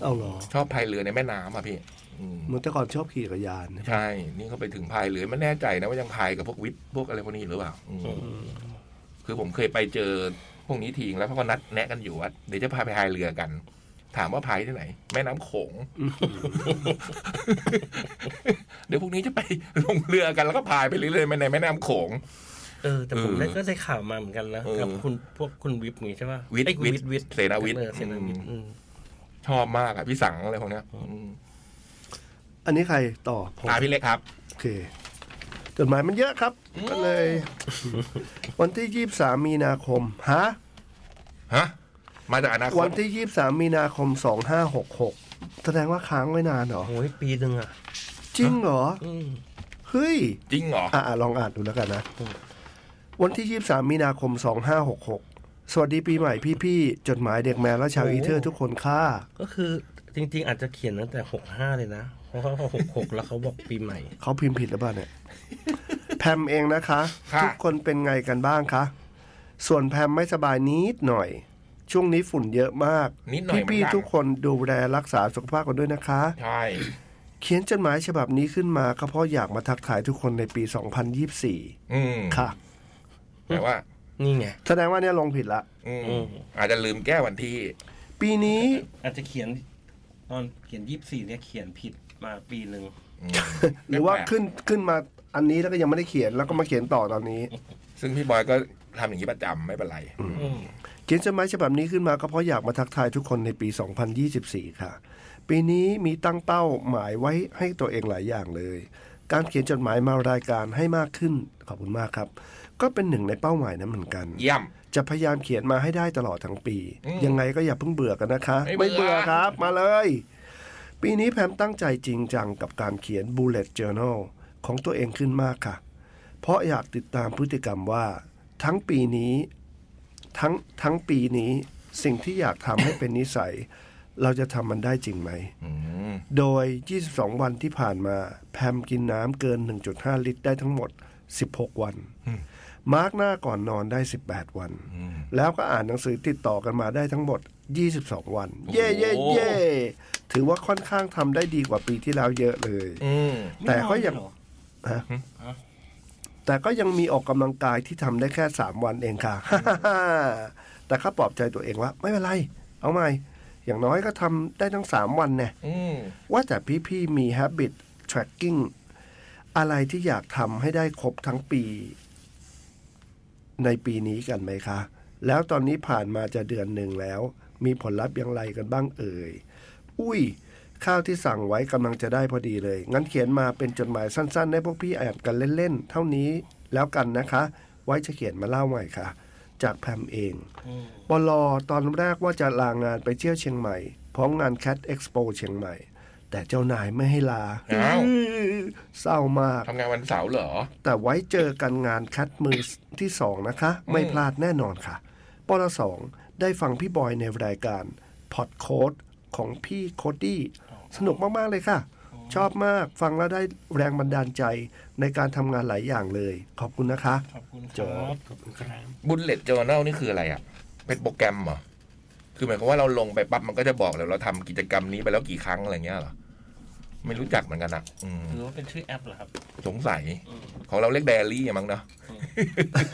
[SPEAKER 2] เอาเหรอ
[SPEAKER 1] ชอบพายเรือในแม่น้ำอ่ะพี่อืม
[SPEAKER 2] เหมื่อนแต่ก่อนชอบขี่จักรยานนะ
[SPEAKER 1] ใช่ นี่เขาไปถึงพายเรือไม่แน่ใจนะว่ายังพายกับพวกวิทย์พวกอะไรพวกนี้อยู่หรือเปล่าอืมคือผมเคยไปเจอพวกนี้ทีงแล้วเขาก็นัดแนะกันอยู่ว่าเดี๋ยวจะพาไปพายเรือกัน ถามว่าพายที่ไหน แม่น้ำโข
[SPEAKER 2] <laughs>
[SPEAKER 1] ง เดี๋ยวพวกนี้จะไปลงเรือกันแล้วก็พายไปเรื่อยๆไปในแม่น้ำโขง
[SPEAKER 3] เออ แต่ผม
[SPEAKER 1] เออ
[SPEAKER 3] ได้ก็ได้ข่าวมาเหมือนกันนะ
[SPEAKER 1] เออ
[SPEAKER 3] กับคุณพวกคุณวิปนี่ใช่ป่ะ
[SPEAKER 1] วิทย์
[SPEAKER 3] เอ้ย
[SPEAKER 1] วิ
[SPEAKER 3] วิ
[SPEAKER 1] ทย์
[SPEAKER 3] ทย์วิทย์
[SPEAKER 1] เสนาวิทย์
[SPEAKER 3] ออเสนาวิทย์
[SPEAKER 1] อืม
[SPEAKER 3] อืม
[SPEAKER 1] ชอบมากอ่ะพี่สังอะไรพวกเนี้ยอืม
[SPEAKER 2] อันนี้ใครต่อผม
[SPEAKER 1] อ่าพี่เล็กครับ
[SPEAKER 2] โอเค จดหมายมันเยอะครับ ก็เลย วันที่ยี่สามมีนาคม ฮะ
[SPEAKER 1] ฮะ มาจากอนาค
[SPEAKER 2] วั
[SPEAKER 1] ต
[SPEAKER 2] นที่ยี่สามมีนาคมสองห้าหกหกแสดงว่าค้างไว้นานเหรอ
[SPEAKER 3] โอ้ยปีหนึ่งอ่ะ
[SPEAKER 2] จริงเหรอ
[SPEAKER 3] อืม
[SPEAKER 2] เฮ้ย
[SPEAKER 1] จริงเหรอ
[SPEAKER 2] อ่าลองอ่านดูแล้วกันนะ วันที่ 23 มีนาคม 2566 สวัสดีปีใหม่พี่ๆ จดหมายเด็กแมวและชาวอีเทอร์ทุกคนค่ะ
[SPEAKER 3] ก็คือจริง ๆ อาจจะเขียนตั้งแต่หกห้าเลยนะเพราะเขาหกหกแล้วเขาบอกปีใหม่
[SPEAKER 2] เขาพิมพ์ผิดหรือเปล่า
[SPEAKER 1] <laughs>
[SPEAKER 2] เนี่ย แพมเองนะคะ
[SPEAKER 1] ค่ะ
[SPEAKER 2] ทุกคนเป็นไงกันบ้างคะ ส่วนแพมไม่สบายนิดหน่อย ช่วงนี้ฝุ่นเยอะมาก
[SPEAKER 1] นิดหน่อย
[SPEAKER 2] พี่
[SPEAKER 1] เหมือนกัน
[SPEAKER 2] ๆ ทุกคนดูแลรักษาสุขภาพกันด้วยนะคะ
[SPEAKER 1] ใช่
[SPEAKER 2] เขียนจดหมายฉบับนี้ขึ้นมาก็เพราะอยากมาทักทายทุกคนในปี 2024
[SPEAKER 1] อืม
[SPEAKER 2] ค่ะ
[SPEAKER 1] แปลว่า
[SPEAKER 3] นี่ไง
[SPEAKER 2] แสดงว่าเนี่ยลงผิดละ
[SPEAKER 1] อืมอาจจะลืมแก้วันที่
[SPEAKER 2] ปีนี้
[SPEAKER 3] อาจจะเขียนตอนเขียนยี่สี่เนี่ยเขียนผิดมาปีหนึ่ง
[SPEAKER 1] อืม
[SPEAKER 2] หรือว่า
[SPEAKER 1] แปลกๆ
[SPEAKER 2] ขึ้นขึ้นมาอันนี้แล้วก็ยังไม่ได้เขียนแล้วก็มาเขียนต่อตอนนี้
[SPEAKER 1] ซึ่งพี่บอยก็ทำอย่างนี้ประจำไม่เป็นไร
[SPEAKER 3] อืม
[SPEAKER 2] เขียนจดหมายฉบับนี้ขึ้นมาก็เพราะอยากมาทักทายทุกคนในปี 2024 ค่ะ ปีนี้มีตั้งเป้าหมายไว้ให้ตัวเองหลายอย่างเลย การเขียนจดหมายมารายการให้มากขึ้น ขอบคุณมากครับ ก็เป็นหนึ่งในเป้าหมายนั้นเหมือนกัน
[SPEAKER 1] เยี่ยม
[SPEAKER 2] จะพยายามเขียนมาให้ได้ตลอดทั้งปี
[SPEAKER 1] อืม
[SPEAKER 2] ยังไงก็อย่าเพิ่งเบื่อกันนะคะ
[SPEAKER 1] ไม่เบื่อ
[SPEAKER 2] ไม่เบื่อ
[SPEAKER 1] <laughs>
[SPEAKER 2] ครับ มาเลย ปีนี้แพมตั้งใจจริงจังกับการเขียน bullet journal ของตัวเองขึ้นมากค่ะ เพราะอยากติดตามพฤติกรรมว่า ทั้งปีนี้ ทั้งทั้งปีนี้ สิ่งที่อยากทำให้เป็นนิสัย <coughs> เราจะทำมันได้จริงไหม
[SPEAKER 1] อืม
[SPEAKER 2] โดย 22 วันที่ผ่านมา แพมกินน้ำเกิน 1.5 ลิตรได้ทั้งหมด 16 วัน มาร์กหน้าก่อนนอนได้ 18 วัน แล้วก็อ่านหนังสือติดต่อกันมาได้ทั้งหมด 22 วัน เย่เย่เย่ถือว่าค่อนข้างทำได้ดีกว่าปีที่แล้วเยอะเลย
[SPEAKER 1] อืม
[SPEAKER 2] แต่ก็ยังฮะแต่ก็ยังมีออกกำลังกายที่ทำได้แค่ 3 วันเองค่ะ <laughs> แต่ข้าปลอบใจตัวเองว่า ไม่เป็นไร เอาใหม่ อย่างน้อยก็ทำได้ทั้ง 3 วันแน่
[SPEAKER 1] อืม
[SPEAKER 2] ว่าแต่พี่ๆมี habit tracking อะไรที่อยากทำให้ได้ครบทั้งปี ในปีนี้กันไหมคะ แล้วตอนนี้ผ่านมาจะเดือนหนึ่งแล้ว มีผลลัพธ์อย่างไรกันบ้างเอ่ย อุ้ย ข้าวที่สั่งไว้กำลังจะได้พอดีเลย งั้นเขียนมาเป็นจดหมายสั้นๆ ให้พวกพี่อ่านกันเล่น ๆ เท่านี้แล้วกันนะคะ ไว้จะเขียนมาเล่าใหม่ค่ะ จากแพมเอง ปลอตอนแรกว่าจะลางานไปเที่ยวเชียงใหม่ พร้อมงาน Cat Expo เชียงใหม่ แต่เจ้านายไม่ให้ลา
[SPEAKER 1] อ้าว
[SPEAKER 2] เศร้ามาก
[SPEAKER 1] ทำงานวันเสาร์เหรอ
[SPEAKER 2] แต่ไว้เจอกันงานคัดมือที่สองนะคะ ไม่พลาดแน่นอนค่ะปอลสองได้ฟังพี่บอยในรายการพอดโค้ดของพี่โคดดี้สนุกมาก ๆ เลยค่ะ ชอบมากฟังแล้วได้แรงบันดาลใจในการทำงานหลายอย่างเลย ขอบคุณนะคะ
[SPEAKER 6] ขอบคุณค
[SPEAKER 2] จ
[SPEAKER 6] รับ
[SPEAKER 2] บ
[SPEAKER 4] ขอบคุณครับ
[SPEAKER 1] บุลเลตจอร์น a ลนี่คืออะไรอ่ะ เป็นโปรแกรมเหรอ คือหมายความว่าเราลงไปปั๊บมันก็จะบอกเลยเราทำกิจกรรมนี้ไปแล้วกี่ครั้งอะไรเงี้ยเหรอ ไม่รู้จักเหมือนกันอ่ะ อืม
[SPEAKER 6] หรือว่าเป็นชื่อแอปเหรอครับ
[SPEAKER 1] สงสัย
[SPEAKER 6] อืม
[SPEAKER 1] ของเราเรียกไดอารี่อะมั้งเนาะ
[SPEAKER 6] อืม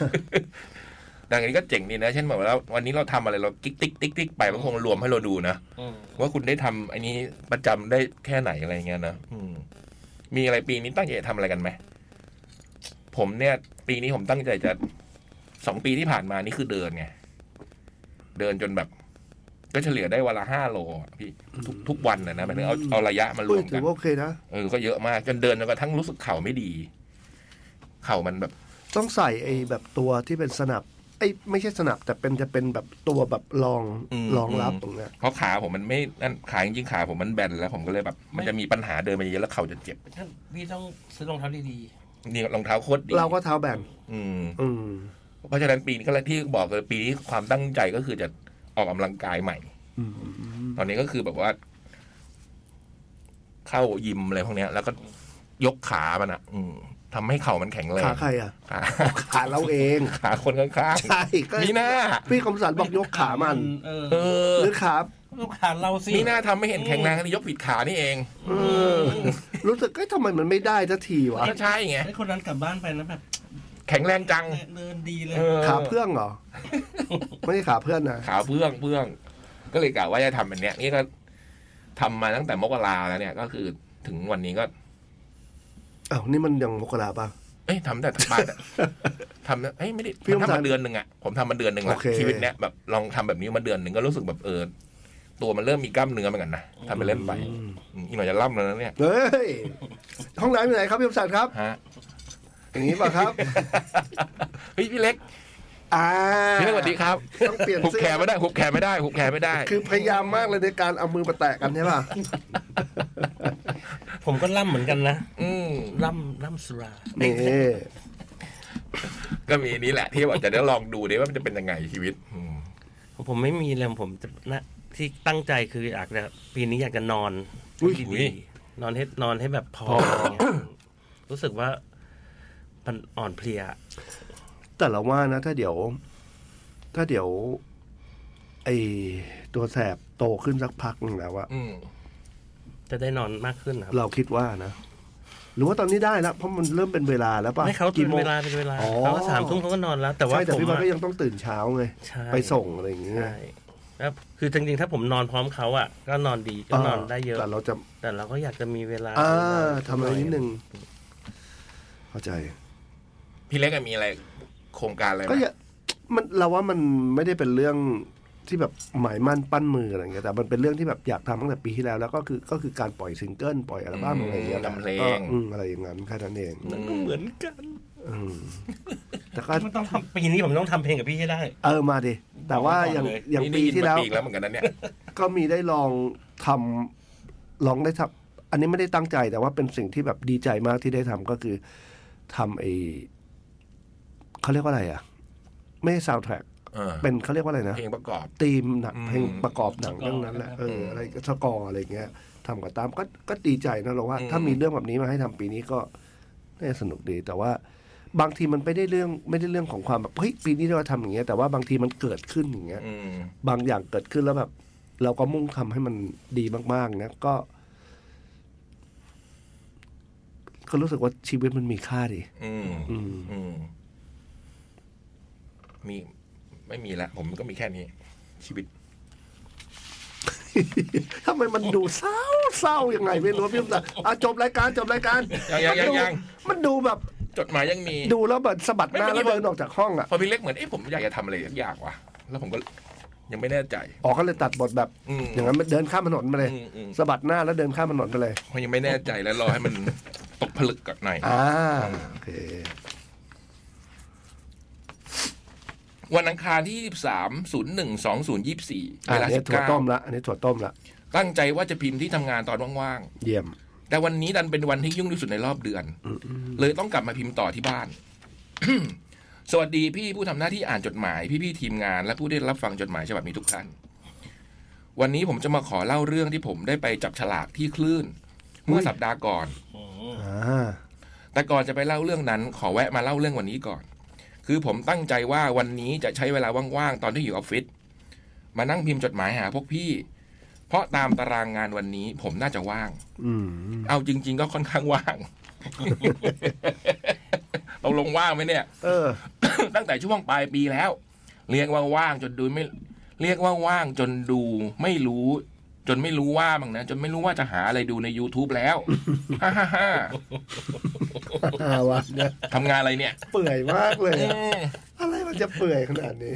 [SPEAKER 1] ดังนี้ก็เจ๋งดีนะ เช่นแบบว่าวันนี้เราทำอะไรเรากิ๊กติ๊กติ๊กติ๊กไปมันคงรวมให้เราดูนะ
[SPEAKER 6] อืม
[SPEAKER 1] ว่าคุณได้ทำอันนี้ประจำได้แค่ไหนอะไรเงี้ยนะอืมมีอะไรปีนี้ตั้งใจจะทำอะไรกันไหม ผมเนี่ย ปีนี้ผมตั้งใจจะสองปีที่ผ่านมานี่คือเดินไง เดินจนแบบ ก็เฉลี่ยได้วันละห้าโลอะพี่ทุกทุกวันนะนะหมายถึงเอาเอาระยะมาร
[SPEAKER 2] อุ้
[SPEAKER 1] วย ม
[SPEAKER 2] ถื
[SPEAKER 1] กั
[SPEAKER 2] อนว่าโอเคนะ
[SPEAKER 1] เออก็เยอะมาก จนเดินจนกระทั่งรู้สึกเข่าไม่ดี เข่ามันแบบ
[SPEAKER 2] ต้องใส่ไอ้แบบตัวที่เป็นสนับไอ้ยไม่ใช่สนับแต่เป็นจะเป็นแบบตัวแบบรอง
[SPEAKER 1] อืม
[SPEAKER 2] รองรับ
[SPEAKER 1] อืม
[SPEAKER 2] ตรงเนี้ย
[SPEAKER 1] เพราะขาผมมันไม่นั่นขาจริงๆขาผมมันแบนแล้วผมก็เลยแบบ มันจะมีปัญหาเดินไปเยอะแล้วเข่าจะเจ็บ
[SPEAKER 6] ท่านพี่ต้องซื้อรองเท้าดี
[SPEAKER 1] นี่รองเท้าโคตรดี
[SPEAKER 2] เราก็เท้าแบน
[SPEAKER 1] อืม
[SPEAKER 2] อืม
[SPEAKER 1] เพราะฉะนั้นปีนี้ก็เลยที่บอกเลยปีนี้ความตั้งใจก็คือจะออกกำลังกายใหม่
[SPEAKER 2] อืม
[SPEAKER 1] ตอนนี้ก็คือแบบว่า เข้ายิมอะไรพวกเนี้ย แล้วก็ยกขามันอะอืมทำให้เข่ามันแข็งแรง
[SPEAKER 2] ขาใครอ่ะ
[SPEAKER 1] ขา
[SPEAKER 2] ขาเราเอง
[SPEAKER 1] ขาคนข้าง
[SPEAKER 2] ใช่ก็
[SPEAKER 1] ๆมีหน้า
[SPEAKER 2] พี่คมสันบอกยกขามัน
[SPEAKER 6] เออ
[SPEAKER 1] เออ
[SPEAKER 2] หรือขา
[SPEAKER 6] ลูกขาเราสิ
[SPEAKER 1] มีหน้าทำไม่เห็นแข็งแรงนี่ยกผิดขานี่เอง
[SPEAKER 2] เออ รู้สึกก็ทำไมมันไม่ได้สักทีวะ
[SPEAKER 1] ก็ใช่ไง
[SPEAKER 6] ไอ้คนนั้นกลับบ้านไปนะแบบ
[SPEAKER 1] แข็งแรงจัง
[SPEAKER 6] เดินดีเลย
[SPEAKER 1] เออ
[SPEAKER 2] ขาเพื่องเหรอ ไม่ใช่ขาเพื่อนนะ
[SPEAKER 1] ขาเพื่องเพื่องก็เลยกะว่าจะทำอันเนี้ยนี่ก็ทำมาตั้งแต่มกราแล้วเนี่ย ก็คือถึงวันนี้ก็
[SPEAKER 2] เอ้านี่มันยังมกราป่ะ
[SPEAKER 1] เอ้ยทำแต่ทำมา
[SPEAKER 2] <laughs>
[SPEAKER 1] แต่ทำนะเอ้ยไม่ได้
[SPEAKER 2] พี่
[SPEAKER 1] ผม
[SPEAKER 2] สงสาร
[SPEAKER 1] ทำมาเดือนหนึ่งอ่ะผมทำมาเดือนหนึ่งละ
[SPEAKER 2] โอเค
[SPEAKER 1] ชีวิตเนี้ยแบบลองทำแบบนี้มาเดือนหนึ่งก็รู้สึกแบบเออตัวมันเริ่มมีกล้ามเนื้อเหมือนกันนะทำไปเล่นไปอืมอีกหน่อยจะล่ำแล้วนะเนี่ย
[SPEAKER 2] เฮ้ย ห้องน้ำอยู่ไหนครับพี่คมสันครับ
[SPEAKER 1] ฮะ
[SPEAKER 2] อย่างนี้ป่ะครับ
[SPEAKER 1] เฮ้ยพี่เล็ก
[SPEAKER 2] อ่า
[SPEAKER 1] พี่เล็กสวัสดีครับ
[SPEAKER 2] ต้องเปลี่ยน
[SPEAKER 1] หุบ
[SPEAKER 2] เสื้
[SPEAKER 1] แขนไม่ได้หุบแขนไม่ได้หุบแขนไม่ได้
[SPEAKER 2] คือพยายามมากเลยในการเอามือมาแตะกันใช่ป่ะ
[SPEAKER 3] ผมก็ล่ำเหมือนกันนะ
[SPEAKER 1] อืม
[SPEAKER 3] ล่ำล่ำสุรา
[SPEAKER 2] นี่
[SPEAKER 1] ก็มีนี้แหละที่บอกจะได้ลองดูดิว่ามันจะเป็นยังไงชีวิตอืม
[SPEAKER 3] ผมไม่มีเลยผมจะนะที่ตั้งใจคืออยากจะปีนี้อยากจะนอนให้ดีๆนอนให้นอนให้แบบพออะไรเงี้ยรู้สึกว่ามันอ่อนเพลีย
[SPEAKER 2] แต่เราว่านะ ถ้าเดี๋ยว ถ้าเดี๋ยว ไอตัวแสบโตขึ้นสักพักหนึงแล้วอะ
[SPEAKER 1] อืม
[SPEAKER 3] จะได้นอนมากขึ้นครับ
[SPEAKER 2] เราคิดว่านะ หรือว่าตอนนี้ได้แล้ว เพราะมันเริ่มเป็นเวลาแล้วป่ะ
[SPEAKER 3] ไม่เขาเป็
[SPEAKER 2] กี่
[SPEAKER 3] น
[SPEAKER 2] โมง
[SPEAKER 3] เวลาเป็นเวลา
[SPEAKER 2] อ๋อ
[SPEAKER 3] เขาก็สามทุ่มเขาก็นอนแล้ว แต่ว่า
[SPEAKER 2] ใช่แต่
[SPEAKER 3] ผม
[SPEAKER 2] พี่บอล
[SPEAKER 3] อะ
[SPEAKER 2] ก็ยังต้องตื่นเช้าไง
[SPEAKER 3] ใช่
[SPEAKER 2] ไปส่งอะไรอย่างเงี้ย
[SPEAKER 3] ใช่แล้วคือจริงๆถ้าผมนอนพร้อมเขาอ่ะ ก็นอนดีก็นอนได้เยอะ
[SPEAKER 2] แต่เราจะ
[SPEAKER 3] แต่เราก็อยากจะมีเวลา
[SPEAKER 2] อ่า
[SPEAKER 3] ดูห
[SPEAKER 2] ทำอะไรนิดนึง เข้าใจ
[SPEAKER 1] พี่เล็กอะมีอะไร โครงการอะไรไหม
[SPEAKER 2] ก็อย่ามันเราว่ามันไม่ได้เป็นเรื่องที่แบบหมายมั่นปั้นมืออะไรเงี้ยแต่มันเป็นเรื่องที่แบบอยากทำตั้งแต่ปีที่แล้ว แล้วก็คือก็คือการปล่อยซิงเกิลปล่อยอัลบั้มอะไรอย่างเงี้ยนะ
[SPEAKER 1] ทำเพล
[SPEAKER 2] ก็
[SPEAKER 1] ง
[SPEAKER 2] อืมอะไรอย่างนั้นแค่นั้นเอง
[SPEAKER 3] มันก็เหมือนกัน
[SPEAKER 2] อืมแต่ก็
[SPEAKER 3] มันต้องทำปีนี้ผมต้องทำเพลงกับพี่ให้ <laughs> ได้
[SPEAKER 2] เออมาดิแต่ว่าอย่างอย่าง
[SPEAKER 1] นี่
[SPEAKER 2] ปี
[SPEAKER 1] ได้น
[SPEAKER 2] ที่
[SPEAKER 1] มา
[SPEAKER 2] แล้ว
[SPEAKER 1] ปีกแล้วเหมือนกันนะเนี่ย
[SPEAKER 2] ก็มีได้ลองทำลองได้ทำอันนี้ไม่ได้ตั้งใจแต่ว่าเป็นสิ่งที่แบบดีใจมากที่ได้ทำก็คือทำไอเขาเรียกว่าอะไรอ่ะ ไม่ใช่ซาวด์แทร็ก
[SPEAKER 1] เออ
[SPEAKER 2] เป็นเขาเรียกว่าอะไรนะ
[SPEAKER 1] เพลงประกอบ
[SPEAKER 2] ธีมหนัง
[SPEAKER 1] อืม
[SPEAKER 2] เพลงประกอบหนังเรื่องนั้นแหละเอออะไรสกอร์อะไรอย่างเงี้ยทำกับตามก็ก็ดีใจนะเราว่า ถ้ามีเรื่องแบบนี้มาให้ทำปีนี้ก็น่าจะสนุกดี แต่ว่าบางทีมันไม่ได้เรื่องไม่ได้เรื่องของความแบบเฮ้ยปีนี้เราทำอย่างเงี้ยแต่ว่าบางทีมันเกิดขึ้นอย่างเงี้ย
[SPEAKER 1] อืม
[SPEAKER 2] บางอย่างเกิดขึ้นแล้วแบบ เราก็มุ่งทำให้มันดีมากๆนะก็ ก็รู้สึกว่าชีวิตมันมีค่าดี
[SPEAKER 1] อืม
[SPEAKER 2] อืม <laughs>
[SPEAKER 1] อืม มีไม่มีละผมก็มีแค่นี้ ชีวิต
[SPEAKER 2] ทำไมมันดูเศร้าเศร้ายังไงไม่รู้พี่ตาอ่ะจบรายการจบรายการ
[SPEAKER 1] ยังยังยังยัง
[SPEAKER 2] มันดูมันดูแบบ
[SPEAKER 1] จดหมายยังมี
[SPEAKER 2] ดูแล้วแบบสะบัดหน้า
[SPEAKER 1] ไม่
[SPEAKER 2] แล้ว
[SPEAKER 1] ไม่
[SPEAKER 2] เดินออกจากห้องอ่ะ
[SPEAKER 1] พอพี่เล็กเหมือนเอ๊ะผมอยากจะทำอะไรสักอย่างว่ะแล้วผมก็ยังไม่แน่ใจ
[SPEAKER 2] ออกก็เลยตัดบทแบบ
[SPEAKER 1] อืม
[SPEAKER 2] อย่างนั้นมันเดินข้ามถนนไปเลย
[SPEAKER 1] อืมอืม
[SPEAKER 2] สะบัดหน้าแล้วเดินข้ามถนนไปเลย
[SPEAKER 1] เพราะยังไม่แน่ใจแล้วรอให้มัน <laughs> ตกผลึกก่อนหน่อย
[SPEAKER 2] อ่าโอเค
[SPEAKER 1] วันอังคารที่ 23 01 20 24
[SPEAKER 2] อั
[SPEAKER 1] เวน ลา
[SPEAKER 2] นี้ถั่วต้ม
[SPEAKER 1] 19
[SPEAKER 2] ละอันนี้ถั่วต้มละ
[SPEAKER 1] ตั้งใจว่าจะพิมพ์ที่ทำงานตอนว่าง
[SPEAKER 2] เยี่ยม
[SPEAKER 1] ๆ แต่วันนี้ดันเป็นวันที่ยุ่งที่สุดในรอบเดือน เลยต้องกลับมาพิมพ์ต่อที่บ้าน <coughs> สวัสดีพี่ผู้ทำหน้าที่อ่านจดหมาย พี่ๆทีมงาน และผู้ได้รับฟังจดหมายฉบับนี้ทุกท่าน วันนี้ผมจะมาขอเล่าเรื่องที่ผมได้ไปจับฉลากที่คลื่น เมื่อสัปดาห์ก่อน
[SPEAKER 2] อ่า
[SPEAKER 1] แต่ก่อนจะไปเล่าเรื่องนั้น ขอแวะมาเล่าเรื่องวันนี้ก่อน คือผมตั้งใจว่าวันนี้จะใช้เวลาว่างๆ ตอนที่อยู่ออฟฟิศมานั่งพิมพ์จดหมายหาพวกพี่ เพราะตามตารางงานวันนี้ผมน่าจะว่าง
[SPEAKER 2] อืม
[SPEAKER 1] <laughs> เอาจริง ๆ ก็ค่อนข้างว่าง <laughs> เราลงว่างไหมเนี่ย <coughs>
[SPEAKER 2] เออ
[SPEAKER 1] ตั้งแต่ช่วงปลายปีแล้ว เรียกว่าว่างจนดูไม่ เรียกว่าว่างจนดู ไม่รู้ จนไม่รู้ว่ามั้งนะจนไม่รู้ว่าจะหาอะไรดูใน YouTube แล้ว <laughs> ฮ่าฮ่าฮ่า
[SPEAKER 2] อ่าวะเนี่ย
[SPEAKER 1] ทำงานอะไรเนี่ย
[SPEAKER 2] เปื่อยมากเลยอะอะไรมันจะเปื่อยขนาดนี้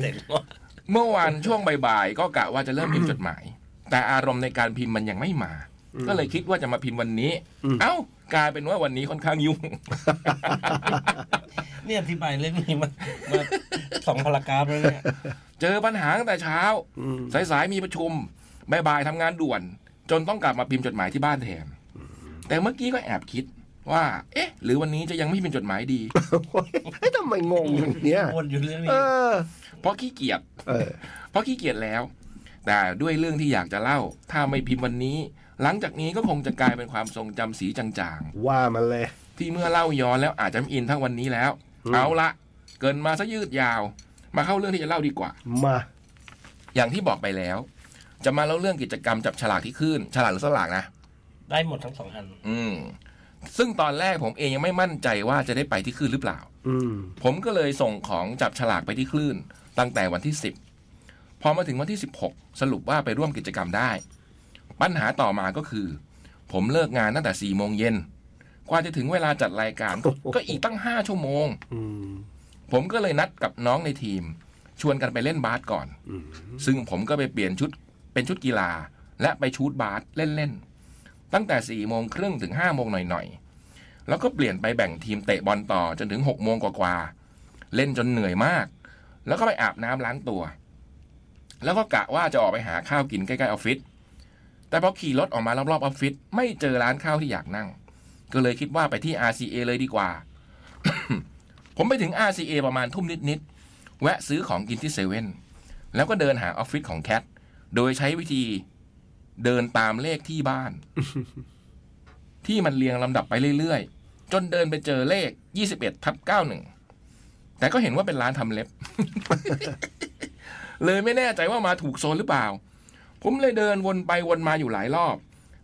[SPEAKER 1] เมื่อวานช่วงบ่ายๆ ก็กะว่าจะเริ่มพิมพ์จดหมาย แต่อารมณ์ในการพิมพ์มันยังไม่มา ก็เลยคิดว่าจะมาพิมพ์วันนี้
[SPEAKER 2] อืม
[SPEAKER 1] เอ้า กลายเป็นว่าวันนี้ค่อนข้างยุ่ง
[SPEAKER 6] เนี่ยอธิบายเรื่องนี้มามาสองพารากราฟแล้วเนี่ย
[SPEAKER 1] เจอปัญหาตั้งแต่เช้า
[SPEAKER 2] อืม
[SPEAKER 1] สายๆมีประชุมบ่ายๆทำงานด่วน จนต้องกลับมาพิมพ์จดหมายที่บ้านแทน แต่เมื่อกี้ก็แอบคิดว่า เอ๊ะ หรือวันนี้จะยังไม่พิมพ์จดหมายดี
[SPEAKER 2] เฮ้ยท <laughs> ำไมงงอย่างเนี้ย <laughs>
[SPEAKER 6] วนอยู่เรื่องนี้
[SPEAKER 2] เออ
[SPEAKER 1] เพราะขี้เกียจ
[SPEAKER 2] เออ
[SPEAKER 1] เพราะขี้เกียจแล้ว แต่ด้วยเรื่องที่อยากจะเล่า ถ้าไม่พิมพ์วันนี้ หลังจากนี้ก็คงจะกลายเป็นความทรงจำสีจางๆ
[SPEAKER 2] ว่ามันเลย
[SPEAKER 1] ที่เมื่อเล่าย้อนแล้วอาจจะไม่อินเทั้งวันนี้แล้ว
[SPEAKER 2] อืม
[SPEAKER 1] เอาละเกินมาซะยืดยาว มาเข้าเรื่องที่จะเล่าดีกว่า
[SPEAKER 2] มา
[SPEAKER 1] อย่างที่บอกไปแล้ว จะมาเล่าเรื่องกิจกรรมจับฉลากที่ขึ้น ฉลากหรือสลากนะ
[SPEAKER 6] ได้หมดทั้งสองอัน
[SPEAKER 1] อืม ซึ่งตอนแรกผมเองยังไม่มั่นใจว่าจะได้ไปที่คลื่นหรือเปล่า
[SPEAKER 2] อืม
[SPEAKER 1] ผมก็เลยส่งของจับฉลากไปที่คลื่น ตั้งแต่วันที่ 10 พอมาถึงวันที่ 16 สรุปว่าไปร่วมกิจกรรมได้ ปัญหาต่อมาก็คือ ผมเลิกงานตั้งแต่4ี่โมงเย็นกว่าจะถึงเวลาจัดรายการก็ก็อีกตั้ง5ชั่วโมง
[SPEAKER 2] อืม
[SPEAKER 1] ผมก็เลยนัดกับน้องในทีม ชวนกันไปเล่นบาสก่อน
[SPEAKER 2] อืม
[SPEAKER 1] ซึ่งผมก็ไปเปลี่ยนชุดเป็นชุดกีฬา และไปชูดบาสเล่นๆ ตั้งแต่4ี่โมงครึ่งถึง5้าโมงหน่อยๆ แล้วก็เปลี่ยนไปแบ่งทีมเตะบอลต่อจนถึง6กโมงกว่าๆ เล่นจนเหนื่อยมาก แล้วก็ไปอาบน้ำล้างตัว แล้วก็กะว่าจะออกไปหาข้าวกินใกล้ๆออฟฟิศแต่พอขี่รถออกมารอบๆออฟฟิศไม่เจอร้านข้าวที่อยากนั่ง ก็เลยคิดว่าไปที่ RCA เลยดีกว่า <coughs> ผมไปถึง RCA ประมาณทุ่มนิดๆ แวะซื้อของกินที่เซเว่น แล้วก็เดินหาออฟฟิศของแคท โดยใช้วิธีเดินตามเลขที่บ้าน <laughs> ที่มันเรียงลำดับไปเรื่อยๆ จนเดินไปเจอเลข 21ทับ91 แต่ก็เห็นว่าเป็นร้านทำเล็บ <laughs> เลยไม่แน่ใจว่ามาถูกโซนหรือเปล่า ผมเลยเดินวนไปวนมาอยู่หลายรอบ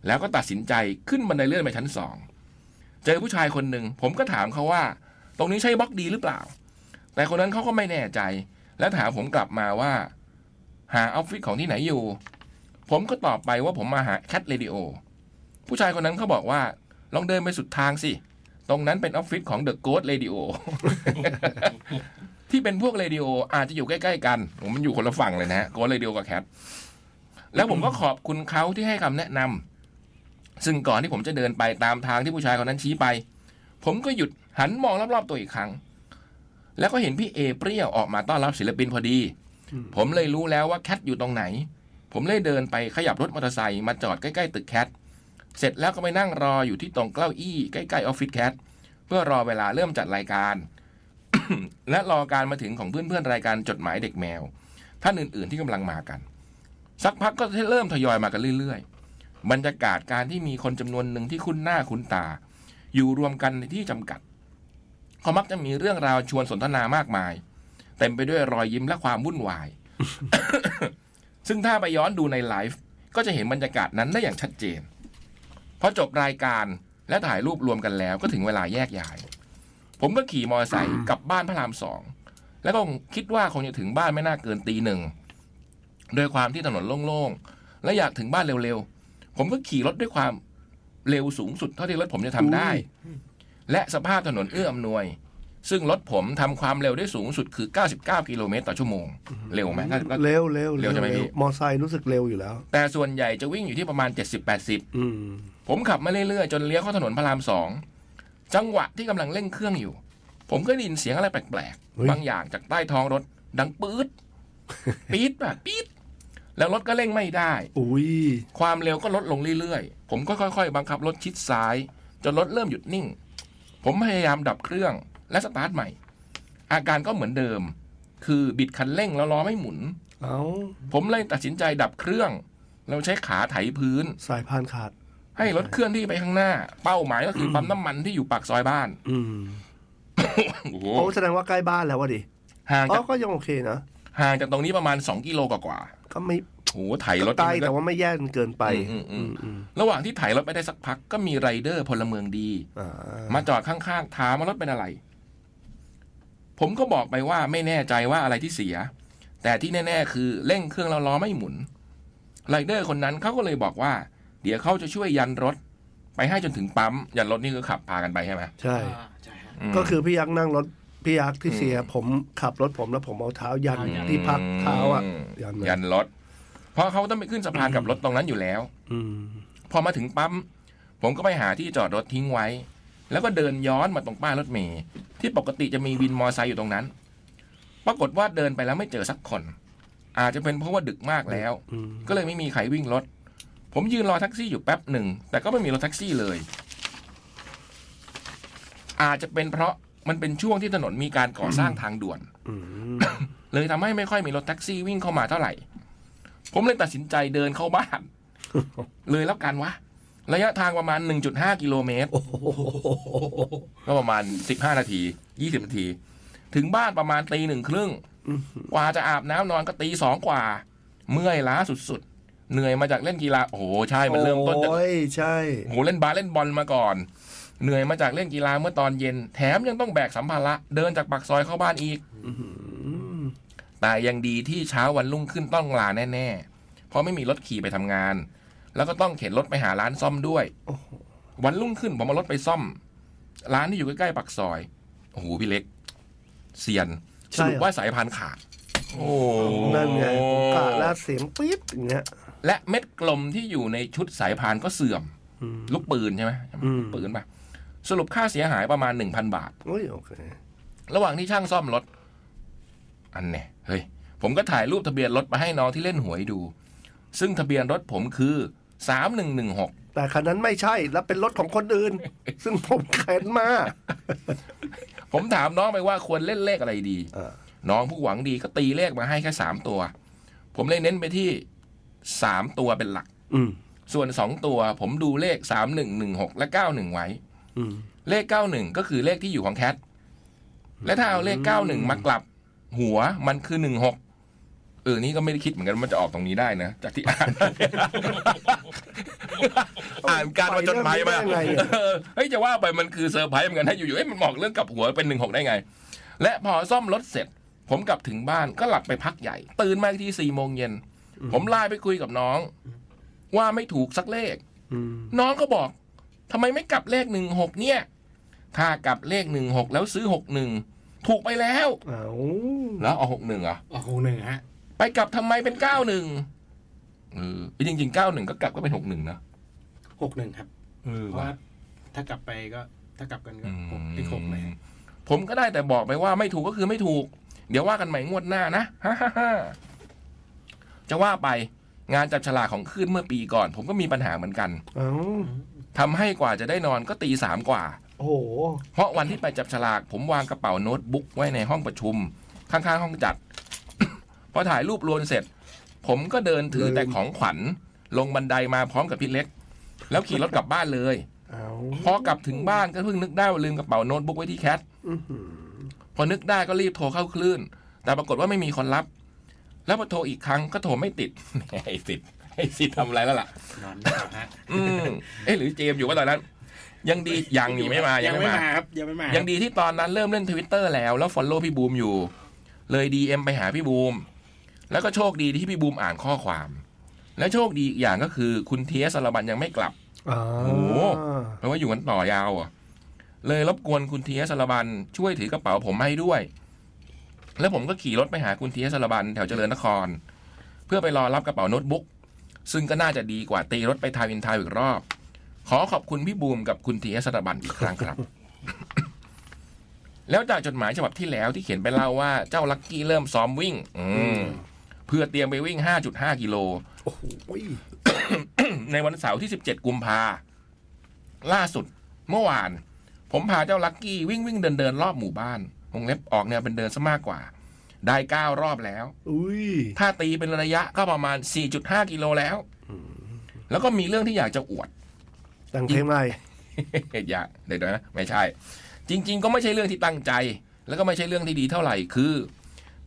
[SPEAKER 1] แล้วก็ตัดสินใจขึ้นบันไดเลื่อนไปชั้นสอง เจอผู้ชายคนหนึ่ง ผมก็ถามเขาว่า ตรงนี้ใช่บล็อกดีหรือเปล่า แต่คนนั้นเขาก็ไม่แน่ใจ และถามผมกลับมาว่า หาออฟฟิศของที่ไหนอยู่ ผมก็ตอบไปว่าผมมาหาแคทเรดิโอผู้ชายคนนั้นเขาบอกว่า ลองเดินไปสุดทางสิ ตรงนั้นเป็นออฟฟิศของเดอะโกสเรดิโอ <laughs> ที่เป็นพวกเรดิโออาจจะอยู่ใกล้ๆกัน ผมมันอยู่คนละฝั่งเลยนะฮะโกสเรดิโอกับแคทแล้วผมก็ขอบคุณเขาที่ให้คำแนะนำซึ่งก่อนที่ผมจะเดินไปตามทางที่ผู้ชายคนนั้นชี้ไป ผมก็หยุดหันมองรอบๆตัวอีกครั้ง แล้วก็เห็นพี่เอเปรี้ยวออกมาต้อนรับศิลปินพอดี ผมเลยรู้แล้วว่าแคทอยู่ตรงไหน ผมเลยเดินไปขยับรถมอเตอร์ไซค์มาจอดใกล้ๆตึกแคท เสร็จแล้วก็ไปนั่งรออยู่ที่ตรงเก้าอี้ใกล้ๆออฟฟิศแคท เพื่อรอเวลาเริ่มจัดรายการ <coughs> และรอการมาถึงของเพื่อนๆรายการจดหมายเด็กแมว ท่านอื่นๆที่กำลังมากัน สักพักก็เริ่มทยอยมากันเรื่อยๆ บรรยากาศการที่มีคนจำนวนหนึ่งที่คุ้นหน้าคุ้นตา อยู่รวมกันในที่จำกัดเขามักจะมีเรื่องราวชวนสนทนามากมาย เต็มไปด้วยรอยยิ้มและความวุ่นวาย <coughs> ซึ่งถ้าไปย้อนดูในไลฟ์ก็จะเห็นบรรยากาศนั้นได้อย่างชัดเจน พอจบรายการและถ่ายรูปรวมกันแล้วก็ถึงเวลาแยกย้าย ผมก็ขี่มอเตอร์ไซค์กลับบ้านพระรามสอง แล้วก็คิดว่าคงจะถึงบ้านไม่น่าเกินตีหนึ่งโดวยความที่ถนนโล่งๆ และอยากถึงบ้านเร็วๆ ผมก็ขี่รถด้วยความเร็วสูงสุดเท่าที่รถผมจะทำได้ และสภาพถนนเอื้ออำนวย ซึ่งรถผมทำความเร็วได้สูงสุดคือ 99 กิโลเมตรต่อชั่วโมง เร็วไหม99
[SPEAKER 2] เร็วเร็ว
[SPEAKER 1] เร็วใช่ไหมพี่
[SPEAKER 2] มอไซค์รู้สึกเร็วอยู่แล้ว
[SPEAKER 1] แต่ส่วนใหญ่จะวิ่งอยู่ที่ประมาณ 70-80
[SPEAKER 2] อืม
[SPEAKER 1] ผมขับมาเรื่อยๆ จนเลี้ยวเข้าถนนพระรามสองจังหวะที่กำลังเร่งเครื่องอยู่ ผมก็ได้ยินเสียงอะไรแปลก
[SPEAKER 2] เฮ้ย
[SPEAKER 1] <laughs> ๆ บางอย่างจากใต้ท้องรถ ดังปื๊ด ปี๊ดป่ะปี๊ด แล้วรถก็เร่งไม่ได้
[SPEAKER 2] อุ้ย
[SPEAKER 1] ความเร็วก็ลดลงเรื่อยๆ ผมก็ค่อยๆ บังคับรถชิดซ้าย จนรถเริ่มหยุดนิ่ง ผมพยายามดับเครื่องและสตาร์ทใหม่ อาการก็เหมือนเดิม คือบิดคันเร่งแล้วล้อไม่หมุน
[SPEAKER 2] เอ้า
[SPEAKER 1] ผมเลยตัดสินใจดับเครื่อง เราใช้ขาไถพื้น
[SPEAKER 2] สายพานขาด
[SPEAKER 1] ให้รถเคลื่อนที่ไปข้างหน้า เป้าหมาย
[SPEAKER 2] <coughs>
[SPEAKER 1] ก็คือ ปั๊มน้ำมันที่อยู่ปากซอยบ้าน
[SPEAKER 2] อืม
[SPEAKER 1] โอ้โห
[SPEAKER 2] โอ้แสดงว่าใกล้บ้านแล้ววะดิ
[SPEAKER 1] ห่าง
[SPEAKER 2] อ๋
[SPEAKER 1] จา
[SPEAKER 2] อก ก็ยังโอเคนะ
[SPEAKER 1] ห่างจากตรงนี้ประมาณ 2 กิโลกว่า
[SPEAKER 2] ก็ไม่
[SPEAKER 1] ๆโอ้โหไถรถ
[SPEAKER 2] ใกล้
[SPEAKER 1] นี่มันก็
[SPEAKER 2] แต่ว่าไม่แย่จนเกินไป
[SPEAKER 1] อืมอืม
[SPEAKER 2] อืม
[SPEAKER 1] ระหว่างที่ไถรถไปได้สักพักก็มีไรเดอร์พลเมืองดี
[SPEAKER 2] อ่า
[SPEAKER 1] มาจอดข้างๆถามว่ารถเป็นอะไร ผมก็บอกไปว่าไม่แน่ใจว่าอะไรที่เสีย แต่ที่แน่ ๆ คือเร่งเครื่องแล้วล้อไม่หมุนไรเดอร์คนนั้นเขาก็เลยบอกว่า เดี๋ยวเขาจะช่วยยันรถ ไปให้จนถึงปั๊ม ยันรถนี่ก็ขับพากันไปใช่ไหม
[SPEAKER 2] ใช่
[SPEAKER 4] อ่าใช่ฮะ
[SPEAKER 1] ม
[SPEAKER 2] ก็คือพี่ยักษ์นั่งรถพี่ยักษ์ที่
[SPEAKER 1] อืม
[SPEAKER 2] เสียผมขับรถผมแล้วผมเอาเท้ายัน
[SPEAKER 4] เอายัน
[SPEAKER 2] ที่พักเท้าอ่ะยัน
[SPEAKER 1] ม
[SPEAKER 2] เลย
[SPEAKER 1] ยันรถ เพราะเขาต้องไปขึ้นสะพานกับรถตรงนั้นอยู่แล้ว
[SPEAKER 2] อืม
[SPEAKER 1] พอมาถึงปั๊มผมก็ไปหาที่จอดรถทิ้งไว้ แล้วก็เดินย้อนมาตรงป้ายรถเมย์ที่ปกติจะมีวินมอไซค์อยู่ตรงนั้น ปรากฏว่าเดินไปแล้วไม่เจอสักคน อาจจะเป็นเพราะว่าดึกมากแล้ว
[SPEAKER 2] อืม
[SPEAKER 1] ก็เลยไม่มีใครวิ่งรถ ผมยืนรอแท็กซี่อยู่แป๊บหนึ่ง แต่ก็ไม่มีรถแท็กซี่เลย อาจจะเป็นเพราะมันเป็นช่วงที่ถนนมีการก่อสร้างทางด่วน
[SPEAKER 2] อืม
[SPEAKER 1] เลยทำให้ไม่ค่อยมีรถแท็กซี่วิ่งเข้ามาเท่าไหร่ ผมเลยตัดสินใจเดินเข้าบ้าน เลยแล้วกันวะ ระยะทางประมาณ 1.5 กิโลเมตร
[SPEAKER 2] โอ้โห
[SPEAKER 1] ก็ประมาณ 15 นาที 20 นาที ถึงบ้านประมาณตีหนึ่งครึ่ง กว่าจะอาบน้ำนอนก็ตีสองกว่า เมื่อยล้าสุดๆ เหนื่อยมาจากเล่นกีฬา โอ้โห ใช่ มันเริ่มต้นจาก
[SPEAKER 2] โอ้ยใช่
[SPEAKER 1] โอ้โหเล่นบาสเล่นบอลมาก่อน เหนื่อยมาจากเล่นกีฬาเมื่อตอนเย็น แถมยังต้องแบกสัมภาระเดินจากปากซอยเข้าบ้านอีก
[SPEAKER 2] ม
[SPEAKER 1] แต่ยังดีที่เช้าวันรุ่งขึ้นต้องลาแน่ๆ เพราะไม่มีรถขี่ไปทำงาน แล้วก็ต้องเข็นรถไปหาร้านซ่อมด้วย
[SPEAKER 2] โอ้โห
[SPEAKER 1] วันรุ่งขึ้นผมเอารถไปซ่อม ร้านที่อยู่ใกล้ๆปากซอย โอ้โหพี่เล็กเซียนส
[SPEAKER 2] ใช่
[SPEAKER 1] รุป
[SPEAKER 2] เหรอ
[SPEAKER 1] ว่าสายพานขาด โอ้
[SPEAKER 2] นั่นไงผมกะลาดเสียงปี๊ดอย่างเงี้ย
[SPEAKER 1] และเม็ดกลมที่อยู่ในชุดสายพานก็เสื่อม
[SPEAKER 2] อืม
[SPEAKER 1] ลูกปืนใช่ไหม
[SPEAKER 2] อืม
[SPEAKER 1] ปืนป่ะสรุปค่าเสียหายประมาณหนึ่งพันบาท
[SPEAKER 2] โอ้ยโอเค
[SPEAKER 1] ระหว่างที่ช่างซ่อมรถ อันเนี่ยเฮ้ย ผมก็ถ่ายรูปทะเบียนรถมาให้น้องที่เล่นหวยดู ซึ่งทะเบียนรถผมคือสามหนึ่งหนึ่งหก
[SPEAKER 2] แต่คันนั้นไม่ใช่แล้วเป็นรถของคนอื่น <laughs> ซึ่งผมแขนมา
[SPEAKER 1] ผมถามน้องไปว่าควรเล่นเลขอะไรดี
[SPEAKER 2] อ่า
[SPEAKER 1] น้องผู้หวังดีก็ตีเลขมาให้แค่สามตัว ผมเลยเน้นไปที่สามตัวเป็นหลัก
[SPEAKER 2] อืม
[SPEAKER 1] ส่วนสองตัว ผมดูเลขสามหนึ่งหนึ่งหกและเก้าหนึ่งไว้
[SPEAKER 2] อืม
[SPEAKER 1] เลข 91 ก็คือเลขที่อยู่ของแคท และถ้าเอาเลข 91 มากลับ หัวมันคือ 16 เออ นี่ก็ไม่ได้คิดเหมือนกันว่ามันจะออกตรงนี้ได้นะ จากที่อ่ <laughs> าน อ่านการมาจดหมายมาเออเฮ้ยจะว่าไปมันคือเซอร์ไพรส์เหมือนกันถ้าอยู่ๆเอ้ยมันบอกเรื่องกลับหัวเป็น 16 ได้ไง และพอซ่อมรถเสร็จ ผมกลับถึงบ้านก็หลับไปพักใหญ่ ตื่นมาอีกที่4โมงเย็น ผมไลน์ไปคุยกับน้อง ว่าไม่ถูกสักเลข
[SPEAKER 2] อืม
[SPEAKER 1] น้องก็บอกทำไมไม่กลับเลขหนึ่งหกเนี่ย ถ้ากลับเลขหนึ่งหกแล้วซื้อหกหนึ่งถูกไปแล้ว
[SPEAKER 2] เอา
[SPEAKER 1] แล้วเอาหกหนึ่งอ่ะ
[SPEAKER 4] ออกหกหนึ่งฮะ
[SPEAKER 1] ไปกลับทำไมเป็นเก้าหนึ่งเออจริงจริงเก้าหนึ่งก็กลับก็เป็นหกหนึ่งนะ
[SPEAKER 4] หกหนึ่งครับ
[SPEAKER 1] เออ
[SPEAKER 4] เพราะว่าถ้ากลับไปก็ถ้ากลับกันก็หกเป็นหกเลยฮะ
[SPEAKER 1] ผมก็ได้แต่บอกไปว่าไม่ถูกก็คือไม่ถูก เดี๋ยวว่ากันใหม่งวดหน้านะฮ่าฮ่าฮ่าจะว่าไปงานจับฉลากของคลื่นเมื่อปีก่อน ผมก็มีปัญหาเหมือนกัน
[SPEAKER 2] เอา
[SPEAKER 1] ทำให้กว่าจะได้นอนก็ตีสามกว่า
[SPEAKER 2] โอ้โห
[SPEAKER 1] เพราะวันที่ไปจับฉลากผมวางกระเป๋าโน้ตบุ๊กไว้ในห้องประชุม ข้างๆห้องจัด <coughs> พอถ่ายรูปรวมเสร็จ ผมก็เดินถือแต่ของขวัญ ลงบันไดมาพร้อมกับพี่เล็ก แล้วขี่รถกลับบ้านเลย
[SPEAKER 2] เอา
[SPEAKER 1] พอกลับถึงบ้านก็เพิ่งนึกได้ว่าลืมกระเป๋าโน้ตบุ๊กไว้ที่แคท
[SPEAKER 2] อื้อหือ
[SPEAKER 1] พอนึกได้ก็รีบโทรเข้าคลื่น แต่ปรากฏว่าไม่มีคนรับ แล้วพอโทรอีกครั้งก็โทรไม่ติด <laughs> ไอ้สิทธิ์ไอ้สิทธิ์ทำอะไรแล้วล่ะ
[SPEAKER 4] นอนต่อฮะ
[SPEAKER 1] อืมเอ๊ะหรือเจมส์อยู่ว่าตอนนั้น ยังดียังหนีไม่มายั
[SPEAKER 4] ยัง ง
[SPEAKER 1] ไม่
[SPEAKER 4] ไม่
[SPEAKER 1] มา
[SPEAKER 4] มาครับยังไม่มา
[SPEAKER 1] ยั
[SPEAKER 4] ยัง
[SPEAKER 1] ดีที่ตอนนั้นเริ่มเล่นทวิตเตอร์แล้วแล้วฟอลโล่พี่บูมอยู่ เลยดีเอ็มไปหาพี่บูม แล้วก็โชคดีที่พี่บูมอ่านข้อความ และโชคดีอีกอย่างก็คือคุณเทียสรบันยังไม่กลับ
[SPEAKER 2] อ่า
[SPEAKER 1] โอ้โห แปลว่าอยู่กันต่อยาวอ่ะเลยรบกวนคุณเทียสรบันช่วยถือกระเป๋าผมให้ด้วย แล้วผมก็ขี่รถไปหาคุณเทียสรบันแถวเจริญนคร เพื่อไปรอรับกระเป๋าโน้ตบุ๊กซึ่งก็น่าจะดีกว่าตีรถไปทาวน์อินทาวน์อีกรอบ ขอขอบคุณพี่บูมกับคุณเทียสรบันอีกครั้ง <laughs> ครับ แล้วจากจดหมายฉบับที่แล้วที่เขียนไปเล่าว่าเจ้าลักกี้เริ่มซ้อมวิ่ง อืม พื่อเตรียมไปวิ่ง 5.5 กิโล
[SPEAKER 2] โอ้โห
[SPEAKER 1] ในวันเสาร์ที่ 17 กุมภาล่าสุดเมื่อวาน ผมพาเจ้าลักกี้วิ่งวิ่งเดินเดินรอบหมู่บ้านวงเล็บออกแนวเป็นเดินซะมากกว่า ได้เก้ารอบแล้ว
[SPEAKER 2] อุ้ย
[SPEAKER 1] ถ้าตีเป็นระยะก็ประมาณ 4.5 กิโลแล้ว แล้วก็มีเรื่องที่อยากจะอวด <laughs>
[SPEAKER 2] แต่งเพลงใหม่
[SPEAKER 1] เอ็ดอยากเดี๋ยวนะไม่ใช่ จริง ๆ ก็ไม่ใช่เรื่องที่ตั้งใจ แล้วก็ไม่ใช่เรื่องที่ดีเท่าไหร่คือ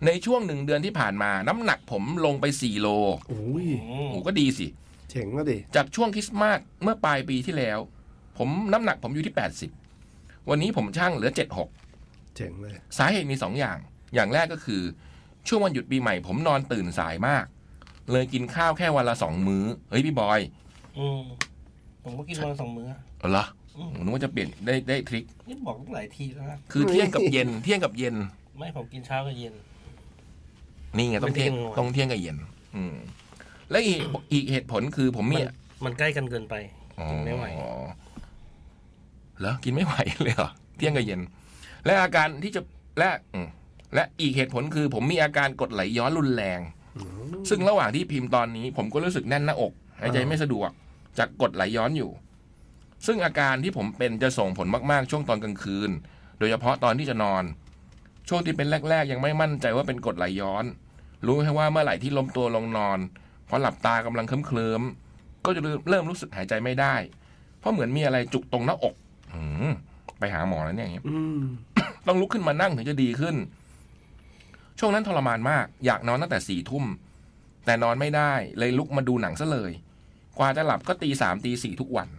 [SPEAKER 1] ในช่วงหนึ่งเดือนที่ผ่านมา น้ำหนักผมลงไป 4 โล
[SPEAKER 2] โอ้ย
[SPEAKER 3] อืม
[SPEAKER 1] โอ้ก็ดีสิ
[SPEAKER 2] เจ๋งก็ดิ
[SPEAKER 1] จากช่วงคริสต์มาสเมื่อปลายปีที่แล้ว ผมน้ำหนักผมอยู่ที่ 80 วันนี้ผมช่างเหลือ 76
[SPEAKER 2] เจ๋งเลย
[SPEAKER 1] สาเหตุมี 2 อย่าง อย่างแรกก็คือ ช่วงวันหยุดปีใหม่ผมนอนตื่นสายมาก เลยกินข้าวแค่วันละสองมื้อเฮ้ยพี่บอย
[SPEAKER 3] อืมผมก็กินวันละสองมื้อ
[SPEAKER 1] เอาเหรอผมนึกว่าจะเปลี่ยนได้ได้ทริค
[SPEAKER 3] นี่บอกตั้งหลายทีแล้วนะ
[SPEAKER 1] คือเที่ยงกับเย็
[SPEAKER 3] <laughs>
[SPEAKER 1] นเที่ยงกับเย็น
[SPEAKER 3] ไม่ผมกินเช้ากับเย็น
[SPEAKER 1] นี่ไงต้องเที่ยง
[SPEAKER 3] ไม่ได้เที่ยงวัน
[SPEAKER 1] ต้องเที่ยงกับเย็น อืม และอีกอีกเหตุผลคือผมมี
[SPEAKER 3] มันใกล้กันเกินไป กินไม่ไหว
[SPEAKER 1] อ๋อเหรอกินไม่ไหว เลยเหรอเที่ยงกับเย็น และอาการที่จะและอืมและอีกเหตุผลคือ ผมมีอาการกดไหลย้อนรุนแรง ซึ่งระหว่างที่พิมพ์ตอนนี้ ผมก็รู้สึกแน่นหน้าอกหายใจไม่สะดวกจากกดไหลย้อนอยู่ ซึ่งอาการที่ผมเป็นจะส่งผลมาก ๆ ช่วงตอนกลางคืน โดยเฉพาะตอนที่จะนอน ช่วงที่เป็นแรก ๆ ยังไม่มั่นใจว่าเป็นกรดไหลย้อน รู้แค่ว่าเมื่อไหร่ที่ล้มตัวลงนอนพอหลับตากำลังเคลิ้มๆก็จะเริ่มรู้สึกหายใจไม่ได้ เพราะเหมือนมีอะไรจุกตรงหน้าอกอืมไปหาหมอแล้วเนี่ยอย่างเงี้ย
[SPEAKER 2] อืม
[SPEAKER 1] ต้องลุกขึ้นมานั่งถึงจะดีขึ้น ช่วงนั้นทรมานมาก อยากนอนตั้งแต่สี่ทุ่ม แต่นอนไม่ได้ เลยลุกมาดูหนังซะเลย กว่าจะหลับก็ตีสามตีสี่ทุกวัน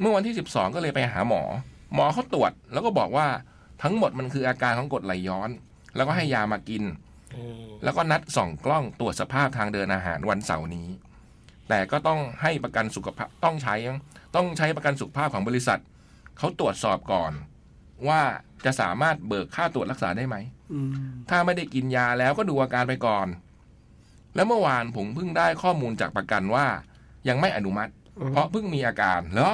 [SPEAKER 1] เมื่อวันที่สิบสองก็เลยไปหาหมอ หมอเขาตรวจ แล้วก็บอกว่าทั้งหมดมันคืออาการของกรดไหลย้อน แล้วก็ให้ยามากิน
[SPEAKER 3] อืม
[SPEAKER 1] แล้วก็นัดส่องกล้องตรวจสภาพทางเดินอาหารวันเสาร์นี้ แต่ก็ต้องให้ประกันสุขภาพต้องใช้มั้งต้องใช้ประกันสุขภาพของบริษัท เขาตรวจสอบก่อน ว่าจะสามารถเบิกค่าตรวจรักษาได้ไหม
[SPEAKER 2] อืม
[SPEAKER 1] ถ้าไม่ได้กินยาแล้วก็ดูอาการไปก่อน แล้วเมื่อวานผมเพิ่งได้ข้อมูลจากประกันว่า ยังไม่อนุมัติ เพราะเพิ่งมีอาการเหรอ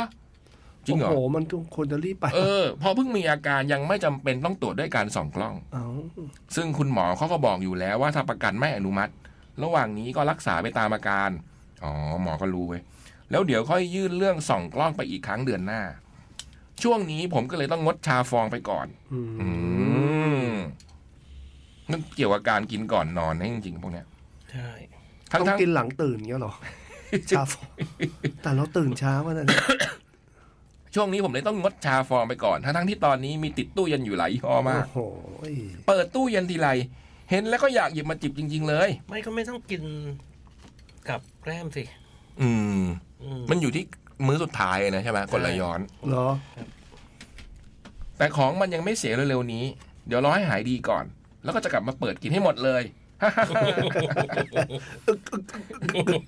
[SPEAKER 1] จริงเหรอ
[SPEAKER 2] โอ้โหมันต้องควรจะรีบไป
[SPEAKER 1] เออเพราะเพิ่งมีอาการยังไม่จำเป็นต้องตรวจด้วยการส่องกล้อง
[SPEAKER 2] เอา
[SPEAKER 1] ซึ่งคุณหมอเขาก็บอกอยู่แล้วว่าถ้าประกันไม่อนุมัติ ระหว่างนี้ก็รักษาไปตามอาการ อ๋อ หมอก็รู้เว้ย แล้วเดี๋ยวค่อยยื่นเรื่องส่องกล้องไปอีกครั้งเดือนหน้า ช่วงนี้ผมก็เลยต้องงดชาฟองไปก่อน
[SPEAKER 2] อืม
[SPEAKER 1] อืมนั่นเกี่ยวกับการกินก่อนนอนนะจริงๆพวกเนี้ย
[SPEAKER 3] ใช่
[SPEAKER 1] ทั้ง
[SPEAKER 2] ต้อ
[SPEAKER 1] ทั้ง
[SPEAKER 2] งกินหลังตื่นเงี้ย
[SPEAKER 1] <laughs>
[SPEAKER 2] เหรอชาฟอแต่เราตื่นเช้าวันนั้น
[SPEAKER 1] ช่วงนี้ผมเลยต้องงดชาฟองไปก่อน ทั้งทั้งๆที่ตอนนี้มีติดตู้เย็นอยู่หลายยี่ห้อมาก
[SPEAKER 2] โอ้โห
[SPEAKER 1] เปิดตู้เย็นทีไร เห็นแล้วก็อยากหยิบมาจิบจริง ๆ เลย
[SPEAKER 3] ไม่ก็ไม่ต้องกินกับแกล้มสิ
[SPEAKER 1] อืม
[SPEAKER 3] อืม
[SPEAKER 1] มันอยู่ที่มื้อสุดท้ายนะใช่ไหมกดไหลย้อน
[SPEAKER 2] เหรอ
[SPEAKER 1] แต่ของมันยังไม่เสียเร็วๆนี้ เดี๋ยวรอให้หายดีก่อน แล้วก็จะกลับมาเปิดกินให้หมดเลย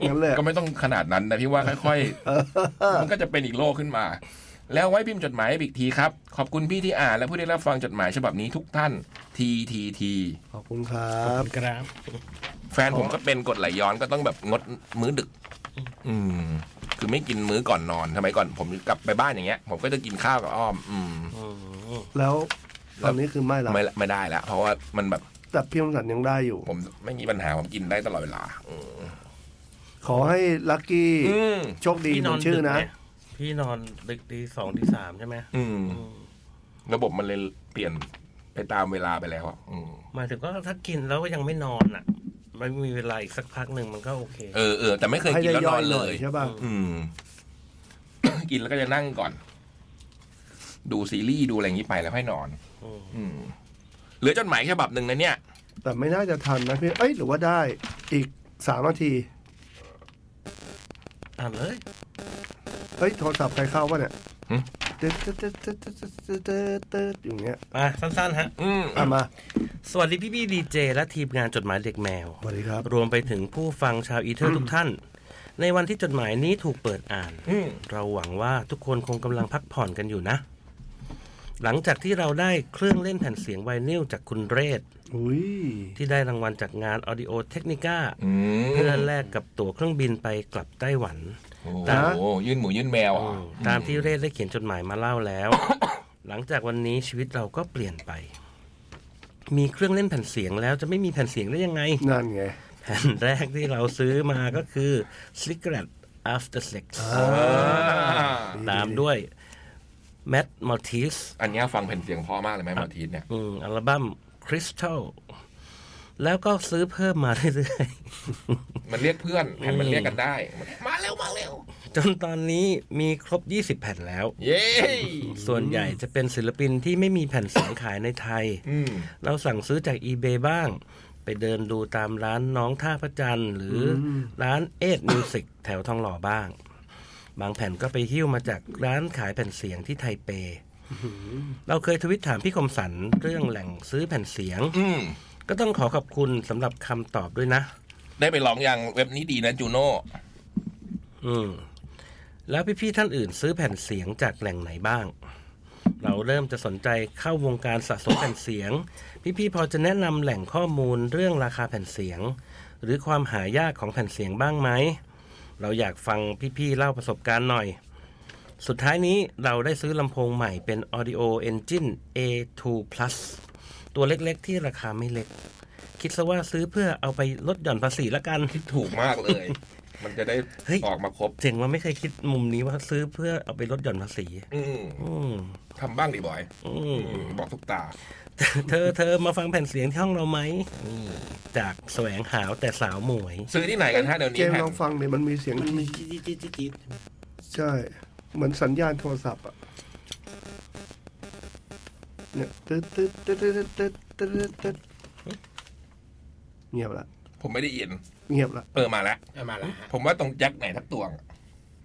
[SPEAKER 2] งั้นเลย
[SPEAKER 1] ก็ไม่ต้องขนาดนั้นนะพี่ว่าค่อย <laughs> ๆ มันก็จะเป็นอีกโลกขึ้นมา แล้วไว้พิมพ์จดหมายให้อีกทีครับ ขอบคุณพี่ที่อ่านและผู้ได้รับฟังจดหมายฉบับนี้ทุกท่าน ทีทีที
[SPEAKER 2] ขอบคุณครั
[SPEAKER 4] ขอบ บคุณครับ
[SPEAKER 1] แฟนผมก็เป็นกรดไหลย้อนก็ต้องแบบงดมื้อดึก อืม คือไม่กินมื้อก่อนนอนทำไมยก่อนผมกลับไปบ้านอย่างเงี้ย ผมก็จะกินข้าวกับอ้อม อืม
[SPEAKER 2] แล้วตอนนี้คือไม่ละ
[SPEAKER 1] ไม่ละไม่ได้แล้วเพราะว่ามันแบบ
[SPEAKER 2] แต่พี่คมสันยังได้อยู่
[SPEAKER 1] ผมไม่มีปัญหาผมกินได้ตลอดเวลา อืม
[SPEAKER 2] ขอให้ลักกี้
[SPEAKER 1] อืม
[SPEAKER 2] โชคดี
[SPEAKER 3] พี่
[SPEAKER 2] ห
[SPEAKER 3] น
[SPEAKER 2] นู
[SPEAKER 3] อน
[SPEAKER 2] ชื่อ
[SPEAKER 3] ดึก
[SPEAKER 2] นะ
[SPEAKER 3] ไงพี่นอนดึกตีสองตีสามใช่ไหม
[SPEAKER 1] อืม
[SPEAKER 3] อืม
[SPEAKER 1] ระบบมันเลยเปลี่ยนไปตามเวลาไปแล้วอะอืม
[SPEAKER 3] หมายถึงว่าถ้ากินแล้วก็ยังไม่นอนอ่ะ มันมีเวลาอีกสักพักหนึ่งมันก็โอเค
[SPEAKER 1] เออเออแต่ไม่เคย
[SPEAKER 2] ให้
[SPEAKER 1] กิน
[SPEAKER 2] ได้
[SPEAKER 1] แล้วน
[SPEAKER 2] ย่อ
[SPEAKER 1] อย น
[SPEAKER 2] ห
[SPEAKER 1] เล
[SPEAKER 2] น่อย
[SPEAKER 1] ย
[SPEAKER 2] ใช่ป่ะ
[SPEAKER 1] อืม <coughs> กินแล้วก็จะนั่งก่อน ดูซีรีส์ดูอะไรอย่างนี้ไปแล้วให้นอน
[SPEAKER 3] อืม
[SPEAKER 1] อืมเหลือจดหมายฉบับหนึ่งนะเนี่ย
[SPEAKER 2] แต่ไม่น่าจะทันนะพี่ เอ้ย หรือว่าได้อีกสามนาที
[SPEAKER 3] อ่านเลย
[SPEAKER 2] เฮ้ย โทรศัพท์ใครเข้าวะเนี่ย
[SPEAKER 1] หึ
[SPEAKER 2] เติร์ดเติร์ดเติร์ดเติร์ดเติร์ดเติร์ดเติร์ดเติร์ดอย่างเงี้ย
[SPEAKER 3] มาสั้นๆฮะ
[SPEAKER 1] อืม
[SPEAKER 2] อ่ะมา
[SPEAKER 3] สวัสดีพี่พี่ดีเจและทีมงานจดหมายเด็กแมว
[SPEAKER 2] สวัสดีครับ
[SPEAKER 3] รวมไปถึงผู้ฟังชาวอีเทอร์ทุกท่าน ในวันที่จดหมายนี้ถูกเปิดอ่าน
[SPEAKER 1] อืม
[SPEAKER 3] เราหวังว่าทุกคนคงกำลังพักผ่อนกันอยู่นะ หลังจากที่เราได้เครื่องเล่นแผ่นเสียงไวนิลจากคุณเรศ
[SPEAKER 2] อุ้ย
[SPEAKER 3] ที่ได้รางวัลจากงาน Audio Technica
[SPEAKER 1] อืม
[SPEAKER 3] เพื่อแลกกับตั๋วเครื่องบินไปกลับไต้หวัน
[SPEAKER 1] โอ้โหยื่นหมูยื่นแมวอ่ะ
[SPEAKER 3] ตามที่เรศได้เขียนจดหมายมาเล่าแล้ว หลังจากวันนี้ชีวิตเราก็เปลี่ยนไป มีเครื่องเล่นแผ่นเสียงแล้วจะไม่มีแผ่นเสียงได้ยังไง
[SPEAKER 2] นั่นไง
[SPEAKER 3] แผ่นแรกที่เราซื้อมาก็คือ Secret After Sex ตามด้วย Matt m a l t e s
[SPEAKER 1] อันเนี้ยฟังแผ่นเสียงเพอมากเลยไหมหมอทีสเนี่ย
[SPEAKER 3] อืมอัลบั้ม Crystal แล้วก็ซื้อเพิ่มมาเรื่อย
[SPEAKER 1] มันเรียกเพื่อนแผ่นมันเรียกกันได้ มาเร็วมาเร็ว
[SPEAKER 3] ๆ <laughs> จนตอนนี้มีครบ 20 แผ่นแล้ว
[SPEAKER 1] เย้
[SPEAKER 3] ส่วนใหญ่จะเป็นศิลปินที่ไม่มีแผ่นเสียงขายในไทย
[SPEAKER 1] อืม
[SPEAKER 3] เราสั่งซื้อจาก eBay บ้าง ไปเดินดูตามร้านน้องท่าพระจันทร์หรืออร้านเอ็ดมิวสิกแถวทองหล่อบ้าง บางแผ่นก็ไปหิ้วมาจากร้านขายแผ่นเสียงที่ไทเป เราเคยทวิตถามพี่คมสันเรื่องแหล่งซื้อแผ่นเสียง
[SPEAKER 1] อืม
[SPEAKER 3] ก็ต้องขอขอบคุณสำหรับคำตอบด้วยนะ
[SPEAKER 1] ได้ไปลองยังเว็บนี้ดีนะจูโน่
[SPEAKER 3] อืม แล้วพี่ๆท่านอื่นซื้อแผ่นเสียงจากแหล่งไหนบ้าง เราเริ่มจะสนใจเข้าวงการสะสมแผ่นเสียง พี่ๆพอจะแนะนำแหล่งข้อมูลเรื่องราคาแผ่นเสียง หรือความหายากของแผ่นเสียงบ้างไหม เราอยากฟังพี่ๆเล่าประสบการณ์หน่อย สุดท้ายนี้เราได้ซื้อลำโพงใหม่เป็น Audio Engine A2 Plus ตัวเล็กๆที่ราคาไม่เล็ก คิดซะว่าซื้อเพื่อเอาไปลดหย่อนภาษีละกัน
[SPEAKER 1] คิดถูกมากเลย มันจะได้
[SPEAKER 3] เฮ้ย
[SPEAKER 1] ออกมาครบ
[SPEAKER 3] เจ๋งว่าไม่เคยคิดมุมนี้ว่าซื้อเพื่อเอาไปลดหย่อนภาษี
[SPEAKER 1] อืม
[SPEAKER 3] อืม
[SPEAKER 1] ทำบ้างดิบอย
[SPEAKER 3] อื
[SPEAKER 1] อื
[SPEAKER 3] ม
[SPEAKER 1] มบอกทุกตา
[SPEAKER 3] เธอเธอมาฟังแผ่นเสียงที่ห้องเราไหมนี่จากแสวงหาวแต่สาวหมวย
[SPEAKER 1] ซื้อที่ไหนกันฮะเดี๋ยว
[SPEAKER 2] เจ
[SPEAKER 1] นี้
[SPEAKER 2] ม
[SPEAKER 1] แผ่
[SPEAKER 2] ส์
[SPEAKER 1] น
[SPEAKER 2] ลองฟังเนี่ยมันมีเสียง
[SPEAKER 4] มันมีจี๊ดจี๊ดจี๊ดจี๊ดใช่ไหม
[SPEAKER 2] ใช่ เหมือนสัญญาณโทรศัพท์อ่ะเนี่ยตึ๊ดตึ๊ดตึ๊ดตึ๊ดตึ๊ดตึ๊ดตึ๊ดเงียบละ
[SPEAKER 1] ผมไม่ได้ยิน
[SPEAKER 2] เงียบละ
[SPEAKER 1] เออมาแล้ว
[SPEAKER 4] เอามาละฮะ
[SPEAKER 1] ผมว่าตรงแจ็คไหนทักตวง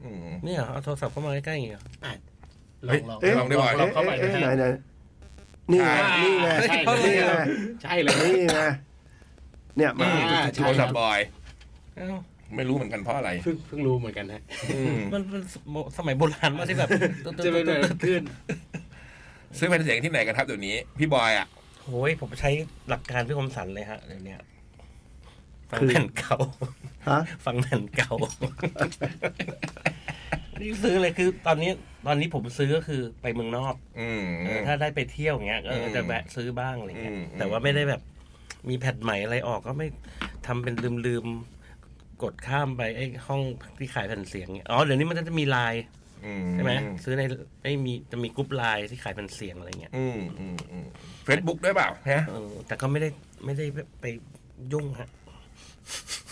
[SPEAKER 1] อืม
[SPEAKER 3] เนี่ยเอาโทรศัพท์เข้ามาใกล้ๆอย่างเงี้ย
[SPEAKER 4] อ่ะล
[SPEAKER 1] เฮ้
[SPEAKER 4] อย งลอง
[SPEAKER 1] เอ๊ะลองได้บ่อย
[SPEAKER 4] ลองเข้าไป
[SPEAKER 2] เอ๊ะ
[SPEAKER 4] นะ
[SPEAKER 2] เอ๊ะไหน
[SPEAKER 4] ฮะ
[SPEAKER 2] ไหนนี่ไงนี่ไง
[SPEAKER 4] ใช่
[SPEAKER 2] นี่ไง
[SPEAKER 4] เลย ใช่เลย
[SPEAKER 2] นี่ไงเนี่ยมา
[SPEAKER 4] อ่าใช่
[SPEAKER 1] โทรศัพท์บอย
[SPEAKER 3] เอ้า
[SPEAKER 1] ไม่รู้เหมือนกันเพราะอะไร
[SPEAKER 4] เพิ่งเพิ่งรู้เหมือนกันฮะ
[SPEAKER 1] อืม
[SPEAKER 3] มันเป็นสมัยโบราณมากที่แบบ
[SPEAKER 4] จะเป็นแบบขึ้น
[SPEAKER 1] ซื้อแผ่นเสียงที่ไหนกันครับเดี๋ยวนี้ พี่บอยอ่ะ
[SPEAKER 3] โอ้ยผมใช้หลักการพี่คมสันเลยฮะเดี๋ยวเนี้ยฟัง
[SPEAKER 2] คือ
[SPEAKER 3] แผ่นเก่า
[SPEAKER 2] ฮะ
[SPEAKER 3] ฟังแผ่นเก่า นี่ซื้อเลยคือ ตอนนี้ตอนนี้ผมซื้อก็คือไปเมืองนอก
[SPEAKER 1] อืม
[SPEAKER 3] เออถ้าได้ไปเที่ยวอย่างเงี้ยก็
[SPEAKER 1] อืม
[SPEAKER 3] จะแวะซื้อบ้างอะไรเงี้ย
[SPEAKER 1] อืมอืม
[SPEAKER 3] แต่ว่าไม่ได้แบบมีแผ่นใหม่อะไรออกก็ไม่ทำเป็นลืมๆ กดข้ามไปไอ้ห้องที่ขายแผ่นเสียงเนี่ยอ๋อเดี๋ยวนี้มันจะมีไลน์
[SPEAKER 1] อื
[SPEAKER 3] ใช่ไหมซื้อในไอ้มีจะมีกรุ๊ปไลน์ที่ขายแผ่นเสียงอะไรเงี้ย
[SPEAKER 1] อืมอืมอืมเฟซบุ๊กด้วยเปล่าฮะ
[SPEAKER 3] เออแต่ก็ไม่ได้ไม่ได้ไปยุ่งฮะ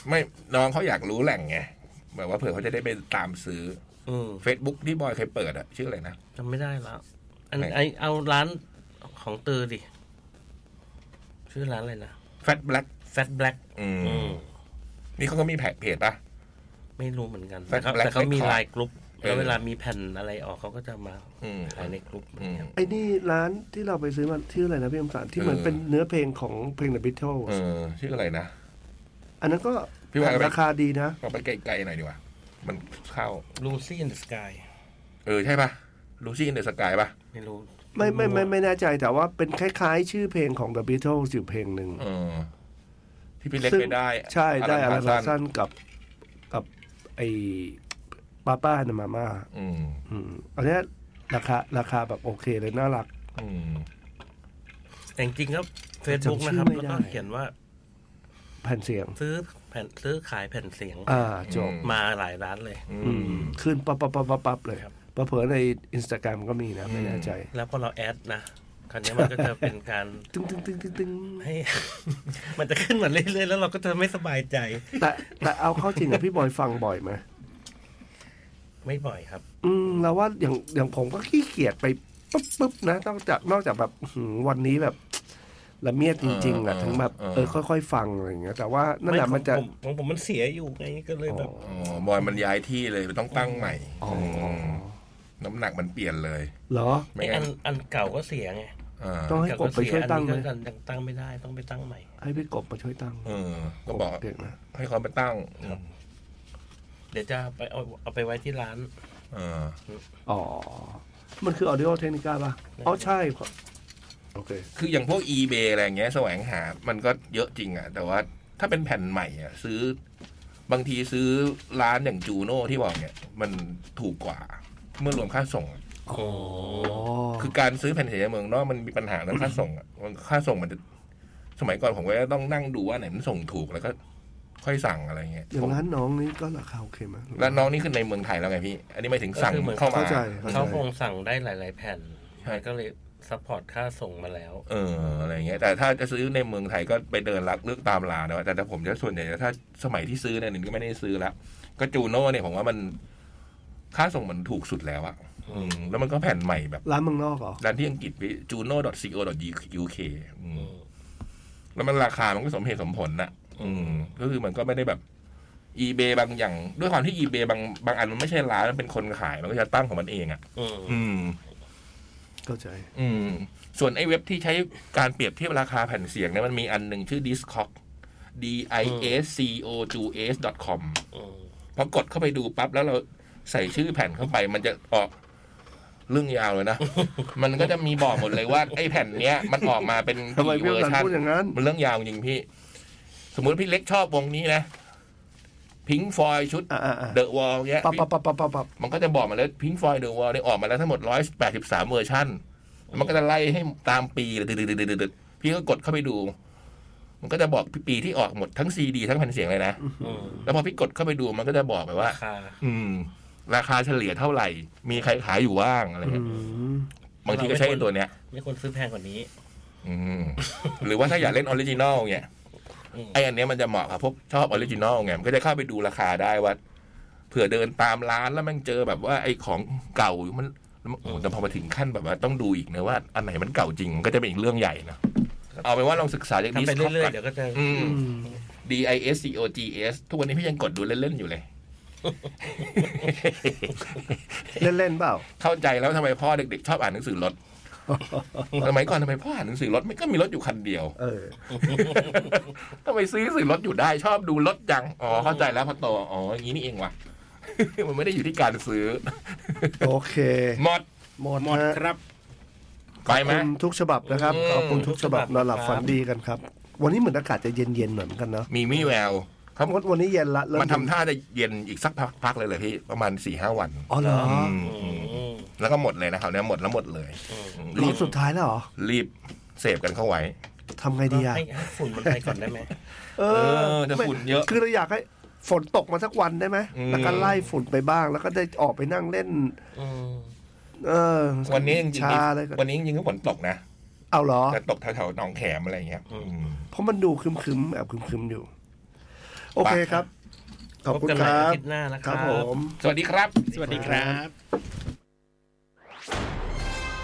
[SPEAKER 1] ไม่น้องเขาอยากรู้แหล่งไงแบบว่าเผื่อเขาจะได้ไปตามซื้อ
[SPEAKER 3] อืม
[SPEAKER 1] Facebook ที่บอยเคยเปิดอะชื่ออะไรนะ
[SPEAKER 3] จำไม่ได้แล้ว อัน
[SPEAKER 1] ไหน
[SPEAKER 3] ไอเอาร้านของเตอร์ดิ ชื่อร้านอะไรนะ
[SPEAKER 1] Fat Black
[SPEAKER 3] Fat Black
[SPEAKER 1] อืม
[SPEAKER 3] อืม
[SPEAKER 1] นี่เขาก็มีแพ็กเพจปะ
[SPEAKER 3] ไม่รู้เหมือนกัน
[SPEAKER 1] แฟล
[SPEAKER 3] แต่
[SPEAKER 1] ช
[SPEAKER 3] เขา
[SPEAKER 1] แบล็ค
[SPEAKER 3] แต่เขามี
[SPEAKER 1] Record
[SPEAKER 3] ไลน์กลุ่ม
[SPEAKER 1] เออ
[SPEAKER 3] แล้วเวลามีแผ่นอะไรออกเขาก็จะมา
[SPEAKER 1] อืม
[SPEAKER 3] ขายในกลุ่ม
[SPEAKER 1] อืม
[SPEAKER 2] ไอ้นี่ร้านที่เราไปซื้อมันชื่ออะไรนะพี่อมสารที่เหมือน
[SPEAKER 1] เออ
[SPEAKER 2] เป็นเนื้อเพลงของเพลง The Beatles
[SPEAKER 1] เออชื่ออะไรนะ
[SPEAKER 2] อันนั้นก็
[SPEAKER 1] พี่ว่า
[SPEAKER 2] ราคาดีนะ
[SPEAKER 1] เราไปไกลๆหน่อยดีกว่า มันเข้า
[SPEAKER 3] ลูซี่ in the sky
[SPEAKER 1] เออใช่ปะลูซี่ในสกายปะ
[SPEAKER 3] ไม่รู้
[SPEAKER 2] ไม่ไม่ไม่ไม่แน่ใจแต่ว่าเป็นคล้ายๆ ชื่อเพลงของ The Beatles อยู่เพลงหนึ่ง
[SPEAKER 1] เออ ที่พี่เล็ก
[SPEAKER 2] ซึ่ง
[SPEAKER 1] ไปได้
[SPEAKER 2] ใช่ได้อา
[SPEAKER 1] ล
[SPEAKER 2] รา
[SPEAKER 1] พา
[SPEAKER 2] คาสั้นกับกับไอ้ป้าป้านามาม่า
[SPEAKER 1] อืม
[SPEAKER 2] อืมอันเนี้ยราคาราคาแบบโอเคเลยน่ารัก
[SPEAKER 1] อืม
[SPEAKER 3] แต่จริงๆครับเฟซบุ๊ก
[SPEAKER 2] จำชื่อ
[SPEAKER 3] นะครับ
[SPEAKER 2] ไม่
[SPEAKER 3] แล้ว
[SPEAKER 2] ได้
[SPEAKER 3] ก็เขียนว่า
[SPEAKER 2] แผ่นเสียง
[SPEAKER 3] ซื้อแผ่นซื้อขายแผ่นเสียง
[SPEAKER 2] อ่าจบ
[SPEAKER 1] อืม
[SPEAKER 3] มาหลายร้านเลย
[SPEAKER 1] อื
[SPEAKER 2] อื
[SPEAKER 1] ม
[SPEAKER 2] มขึ้นปั๊บปั๊บปั๊บปั๊บปั๊บเลย
[SPEAKER 3] ครับ
[SPEAKER 2] ประเผลอในอินสตาแกรมก็มีนะไม่แน่ใจ
[SPEAKER 3] แล้วพอเราแอดนะ คราวนี้มันก็จะเป็นการ
[SPEAKER 2] ตึ้งตึ้งตึ้งตึ้งตึ้ง
[SPEAKER 3] ให้ <laughs> มันจะขึ้นมาเรื่อยๆ แล้วเราก็จะไม่สบายใจ
[SPEAKER 2] แต่แต่เอาเข้าจริงอะพี่บอยฟังบ่อยไหม
[SPEAKER 3] ไม่บ่อยครับ
[SPEAKER 2] อืมเราว่าอย่างอย่างผมก็ขี้เกียจไปปุ๊บปุ๊บนะนอกจากนอกจากแบบอื้อหือวันนี้แบบ ละเมียดจริง ๆอ่ะ
[SPEAKER 1] เออ
[SPEAKER 2] ทั้งแบบ
[SPEAKER 1] เออ
[SPEAKER 2] เออค่อยๆฟังอะไรอย่างเงี้ยแต่ว่านั่นแหละ
[SPEAKER 3] ไข
[SPEAKER 2] มันจะ
[SPEAKER 3] องผมของผมมันเสียอยู่ไงก็เลยแบบ
[SPEAKER 1] อ๋อบอยมันย้ายที่เลยมันต้องตั้งใหม่
[SPEAKER 2] อ๋ออื
[SPEAKER 1] มน้ำหนักมันเปลี่ยนเลย
[SPEAKER 2] เหรอ
[SPEAKER 3] ไอ
[SPEAKER 1] ไม่
[SPEAKER 3] อั
[SPEAKER 1] งั้น
[SPEAKER 3] นอันเก่าก็เสียไง
[SPEAKER 1] อ่า
[SPEAKER 2] ต้องให้กบไปช่วยตั้งไหม
[SPEAKER 3] อันนี้ก็ยังตั้งไม่ได้ต้องไปตั้งใหม่
[SPEAKER 2] ให้พี่กบมาช่วยตั้ง
[SPEAKER 1] เออ ก็บอก
[SPEAKER 2] เด็กนะ
[SPEAKER 1] ให้เขาไปตั้ง
[SPEAKER 3] เดี๋ยวจะไปเอาเอาไปไว้ที่ร้าน
[SPEAKER 1] เออ
[SPEAKER 2] อ๋อ มันคือ audio technica ป่ะอ๋อใช่โอเค
[SPEAKER 1] คืออย่างพวก eBay อะไรอย่างเงี้ยแสวงหา มันก็เยอะจริงอะแต่ว่าถ้าเป็นแผ่นใหม่อะซื้อบางทีซื้อร้านอย่างจูโน่ที่บอกเนี่ย มันถูกกว่า เมื่อรวมค่าส่งอะ
[SPEAKER 2] อ๋อ
[SPEAKER 1] คือการซื้อแผ่นเสียงจากเมืองนอกมันมีปัญหาเรื่องค่าส่งอะมันค่าส่งมันจะสมัยก่อนผมก็จะต้องนั่งดูว่าไหนมันส่งถูกแล้วก็ ค่อยสั่งอะไรเงี้ย
[SPEAKER 2] อย่าง
[SPEAKER 1] ผม
[SPEAKER 2] ร้านน้องนี่ก็ราคาโอเคไหม
[SPEAKER 1] แล้วน้องนี่ขึ้นในเมืองไทยแล้วไงพี่ อันนี้ไม่ถึงสั่ง
[SPEAKER 6] ก็คือเหมือน
[SPEAKER 1] เข้ามา
[SPEAKER 2] เข้าใจ
[SPEAKER 6] เขาคงสั่งได้หลาย ๆ แผ่นมันก็เลยซัพพอร์ตค่าส่งมาแล้ว
[SPEAKER 1] เอออะไรเงี้ยแต่ถ้าจะซื้อในเมืองไทยก็ไปเดินรักเลือกตามร้านเนาะแต่ถ้าผมจะส่วนใหญ่ถ้าสมัยที่ซื้อเนี่ยหนึ่งก็ไม่ได้ซื้อละก็จูโน่เนี่ยผมว่ามันค่าส่งมันถูกสุดแล้วอะอืมแล้วมันก็แผ่นใหม่แบบ
[SPEAKER 2] ร้านเมืองนอกเหรอ
[SPEAKER 1] ร้านที่อังกฤษพี่ juno.co.uk อืมแล้วมันราคามันก็สมเหตุสมผลนะอืม ก็คือมันก็ไม่ได้แบบ eBay บางอย่าง ด้วยความที่ eBay บางบางอันมันไม่ใช่ร้านมันเป็นคนขาย มันก็จะตั้งของมันเองอ่ะ
[SPEAKER 6] อืม
[SPEAKER 1] อืม
[SPEAKER 2] เข้าใจ
[SPEAKER 1] อืม ส่วนไอ้เว็บที่ใช้การเปรียบเทียบราคาแผ่นเสียงเนี่ยมันมีอันหนึ่งชื่อ discog d i s c o 2 s com
[SPEAKER 6] อืม
[SPEAKER 1] พอกดเข้าไปดูปั๊บแล้วเราใส่ชื่อแผ่นเข้าไป มันจะออกเรื่องยาว
[SPEAKER 2] <laughs>
[SPEAKER 1] เลยนะ มันก็จะมีบอกหมดเลยว่าไอ้แผ่นเนี้ย มันออกมาเป็น
[SPEAKER 2] ทำไมพี่
[SPEAKER 1] กี่เวอร์ชัน
[SPEAKER 2] พูดอย่างนั้น
[SPEAKER 1] มันเรื่องยาวจริงพี่ สมมุติพี่เล็กชอบวงนี้นะพิงฟอยชุด
[SPEAKER 2] อ่าอ่าอ่า
[SPEAKER 1] เดอะวอลเนี้ย
[SPEAKER 2] ปับ
[SPEAKER 1] พี่
[SPEAKER 2] ปับปับปับปับปับ
[SPEAKER 1] มันก็จะบอกมาแล้วพิงฟอยเดอะวอลเนี่ยออกมาแล้วทั้งหมดร้อยแปดสิบสามเวอร์ชันแล้วมันก็จะไล่ให้ตามปีเลยดึดๆๆๆๆพี่ก็กดเข้าไปดู มันก็จะบอกปีที่ออกหมดทั้งซีดีทั้งแผ่นเสียงเลยนะ
[SPEAKER 6] อืม
[SPEAKER 1] แล้วพอพี่กดเข้าไปดูมันก็จะบอกแบบว่า
[SPEAKER 6] ราคา
[SPEAKER 1] อืม ราคาเฉลี่ยเท่าไหร่ มีใครขายอยู่บ้างอะไร
[SPEAKER 2] อื
[SPEAKER 1] เงี้ย
[SPEAKER 2] ม
[SPEAKER 1] บางทีก็ใช้ไอ้ตัวเนี้ย
[SPEAKER 6] ไม่ควรซื้อแพงกว่านี้
[SPEAKER 1] อืม หรือว่าถ้าอยากเล่นออริจินอลเนี่ย
[SPEAKER 6] อืม
[SPEAKER 1] ไออันเนี้ยมันจะเหมาะกับพวกชอบออริจินอลไงมันก็จะเข้าไปดูราคาได้ว่าเผื่อเดินตามร้านแล้วมันเจอแบบว่าไอของเก่ามันโอ้โหแต่พอมาถึงขั้นแบบว่าต้องดูอีกนะว่า อันไหนมันเก่าจริงมันก็จะเป็นอีกเรื่องใหญ่นะเอาเป็นว่าลองศึกษาจาก
[SPEAKER 6] ทำ
[SPEAKER 1] ดิส
[SPEAKER 6] ไป
[SPEAKER 1] คอ
[SPEAKER 6] เรื่อย ๆ
[SPEAKER 1] ก่
[SPEAKER 6] เดี๋
[SPEAKER 1] อ
[SPEAKER 6] ย
[SPEAKER 1] น
[SPEAKER 6] วก็จะ
[SPEAKER 1] อืม
[SPEAKER 2] อืม
[SPEAKER 1] D I S C O G S ทุกวันนี้พี่ยังกดดูเล่นๆอยู่เลย
[SPEAKER 2] เล่นๆเปล่า
[SPEAKER 1] เข้าใจแล้วทำไมพ่อเด็กๆ ชอบอ่านหนังสือร
[SPEAKER 6] <laughs>
[SPEAKER 1] ถ สมัยก่อนทำไมพ่ออ่านหนังสือรถไม่ก็มีรถอยู่คันเดียว
[SPEAKER 2] เออ
[SPEAKER 1] ทำไมซื้อหนังสือรถอยู่ได้ชอบดูรถจัง อ๋อเข้าใจแล้วพอโตอ๋ออย่างนี้นี่เองว่ะ <laughs> มันไม่ได้อยู่ที่การซื้อ <laughs>
[SPEAKER 2] โอเค
[SPEAKER 1] หมด
[SPEAKER 2] หมด
[SPEAKER 4] หมด
[SPEAKER 2] ฮะ
[SPEAKER 4] ครับ
[SPEAKER 1] ไปไหม
[SPEAKER 2] ขอบคุณทุกฉบับนะครับ
[SPEAKER 1] อืม
[SPEAKER 2] ขอบคุณทุกฉบับนอนหลับฝันดีกันครับ วันนี้เหมือนอากาศจะเย็นๆเหมือนกันเนาะ
[SPEAKER 1] มีมิแววครับ
[SPEAKER 2] วันวันนี้เย็นละเริ่
[SPEAKER 1] มันทำท่าจะเย็นอีกสักพักเลยเลยพี่ประมาณสี่ห้าวัน
[SPEAKER 2] อ๋อเหรอ
[SPEAKER 1] ม
[SPEAKER 6] อืม
[SPEAKER 1] แล้วก็หมดเลยนะครับเนี่ยหมดแล้วหมดเลย
[SPEAKER 2] ร
[SPEAKER 1] รี
[SPEAKER 2] อบสุดท้ายแล้วเหรอ
[SPEAKER 1] รีบเสพกันเข้าไว้
[SPEAKER 2] ทำไงดีอะ
[SPEAKER 6] ให้ให้ฝุ่นมันไปก่อนได้ไหม
[SPEAKER 2] เอ
[SPEAKER 1] เออแต่ฝุ่นเยอะ
[SPEAKER 2] คือเราอยากให้ฝนตกมาสักวันได้ไหม
[SPEAKER 1] อืม
[SPEAKER 2] แล้วก็ไล่ฝุ่นไปบ้าง แล้วก็ได้ออกไปนั่งเล่น
[SPEAKER 6] อืม
[SPEAKER 2] เออ
[SPEAKER 1] วันนี้จริง
[SPEAKER 2] ชาอะไรก็
[SPEAKER 1] ๆวันนี้จริงๆก็ฝนตกนะ
[SPEAKER 2] เอาเหรอ
[SPEAKER 1] แต่ตกแถวๆหนองแขมอะไรอย่างเงี้ยอืม
[SPEAKER 2] เพราะมันดูครึมๆแอบครึมๆอยู่ โอเคครับ ขอบ
[SPEAKER 6] พบ
[SPEAKER 2] คุณ
[SPEAKER 6] กันให
[SPEAKER 2] ค
[SPEAKER 6] ม่อา
[SPEAKER 2] รับ
[SPEAKER 6] ทิตย์หน้านะค
[SPEAKER 2] ค
[SPEAKER 6] รั
[SPEAKER 2] รับ บผ
[SPEAKER 1] สวัส
[SPEAKER 2] ม
[SPEAKER 1] ดีคร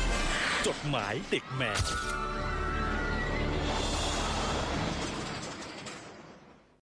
[SPEAKER 1] ับ
[SPEAKER 4] สวัสดีค
[SPEAKER 5] จด
[SPEAKER 4] รับ
[SPEAKER 5] หมายเด็กแมว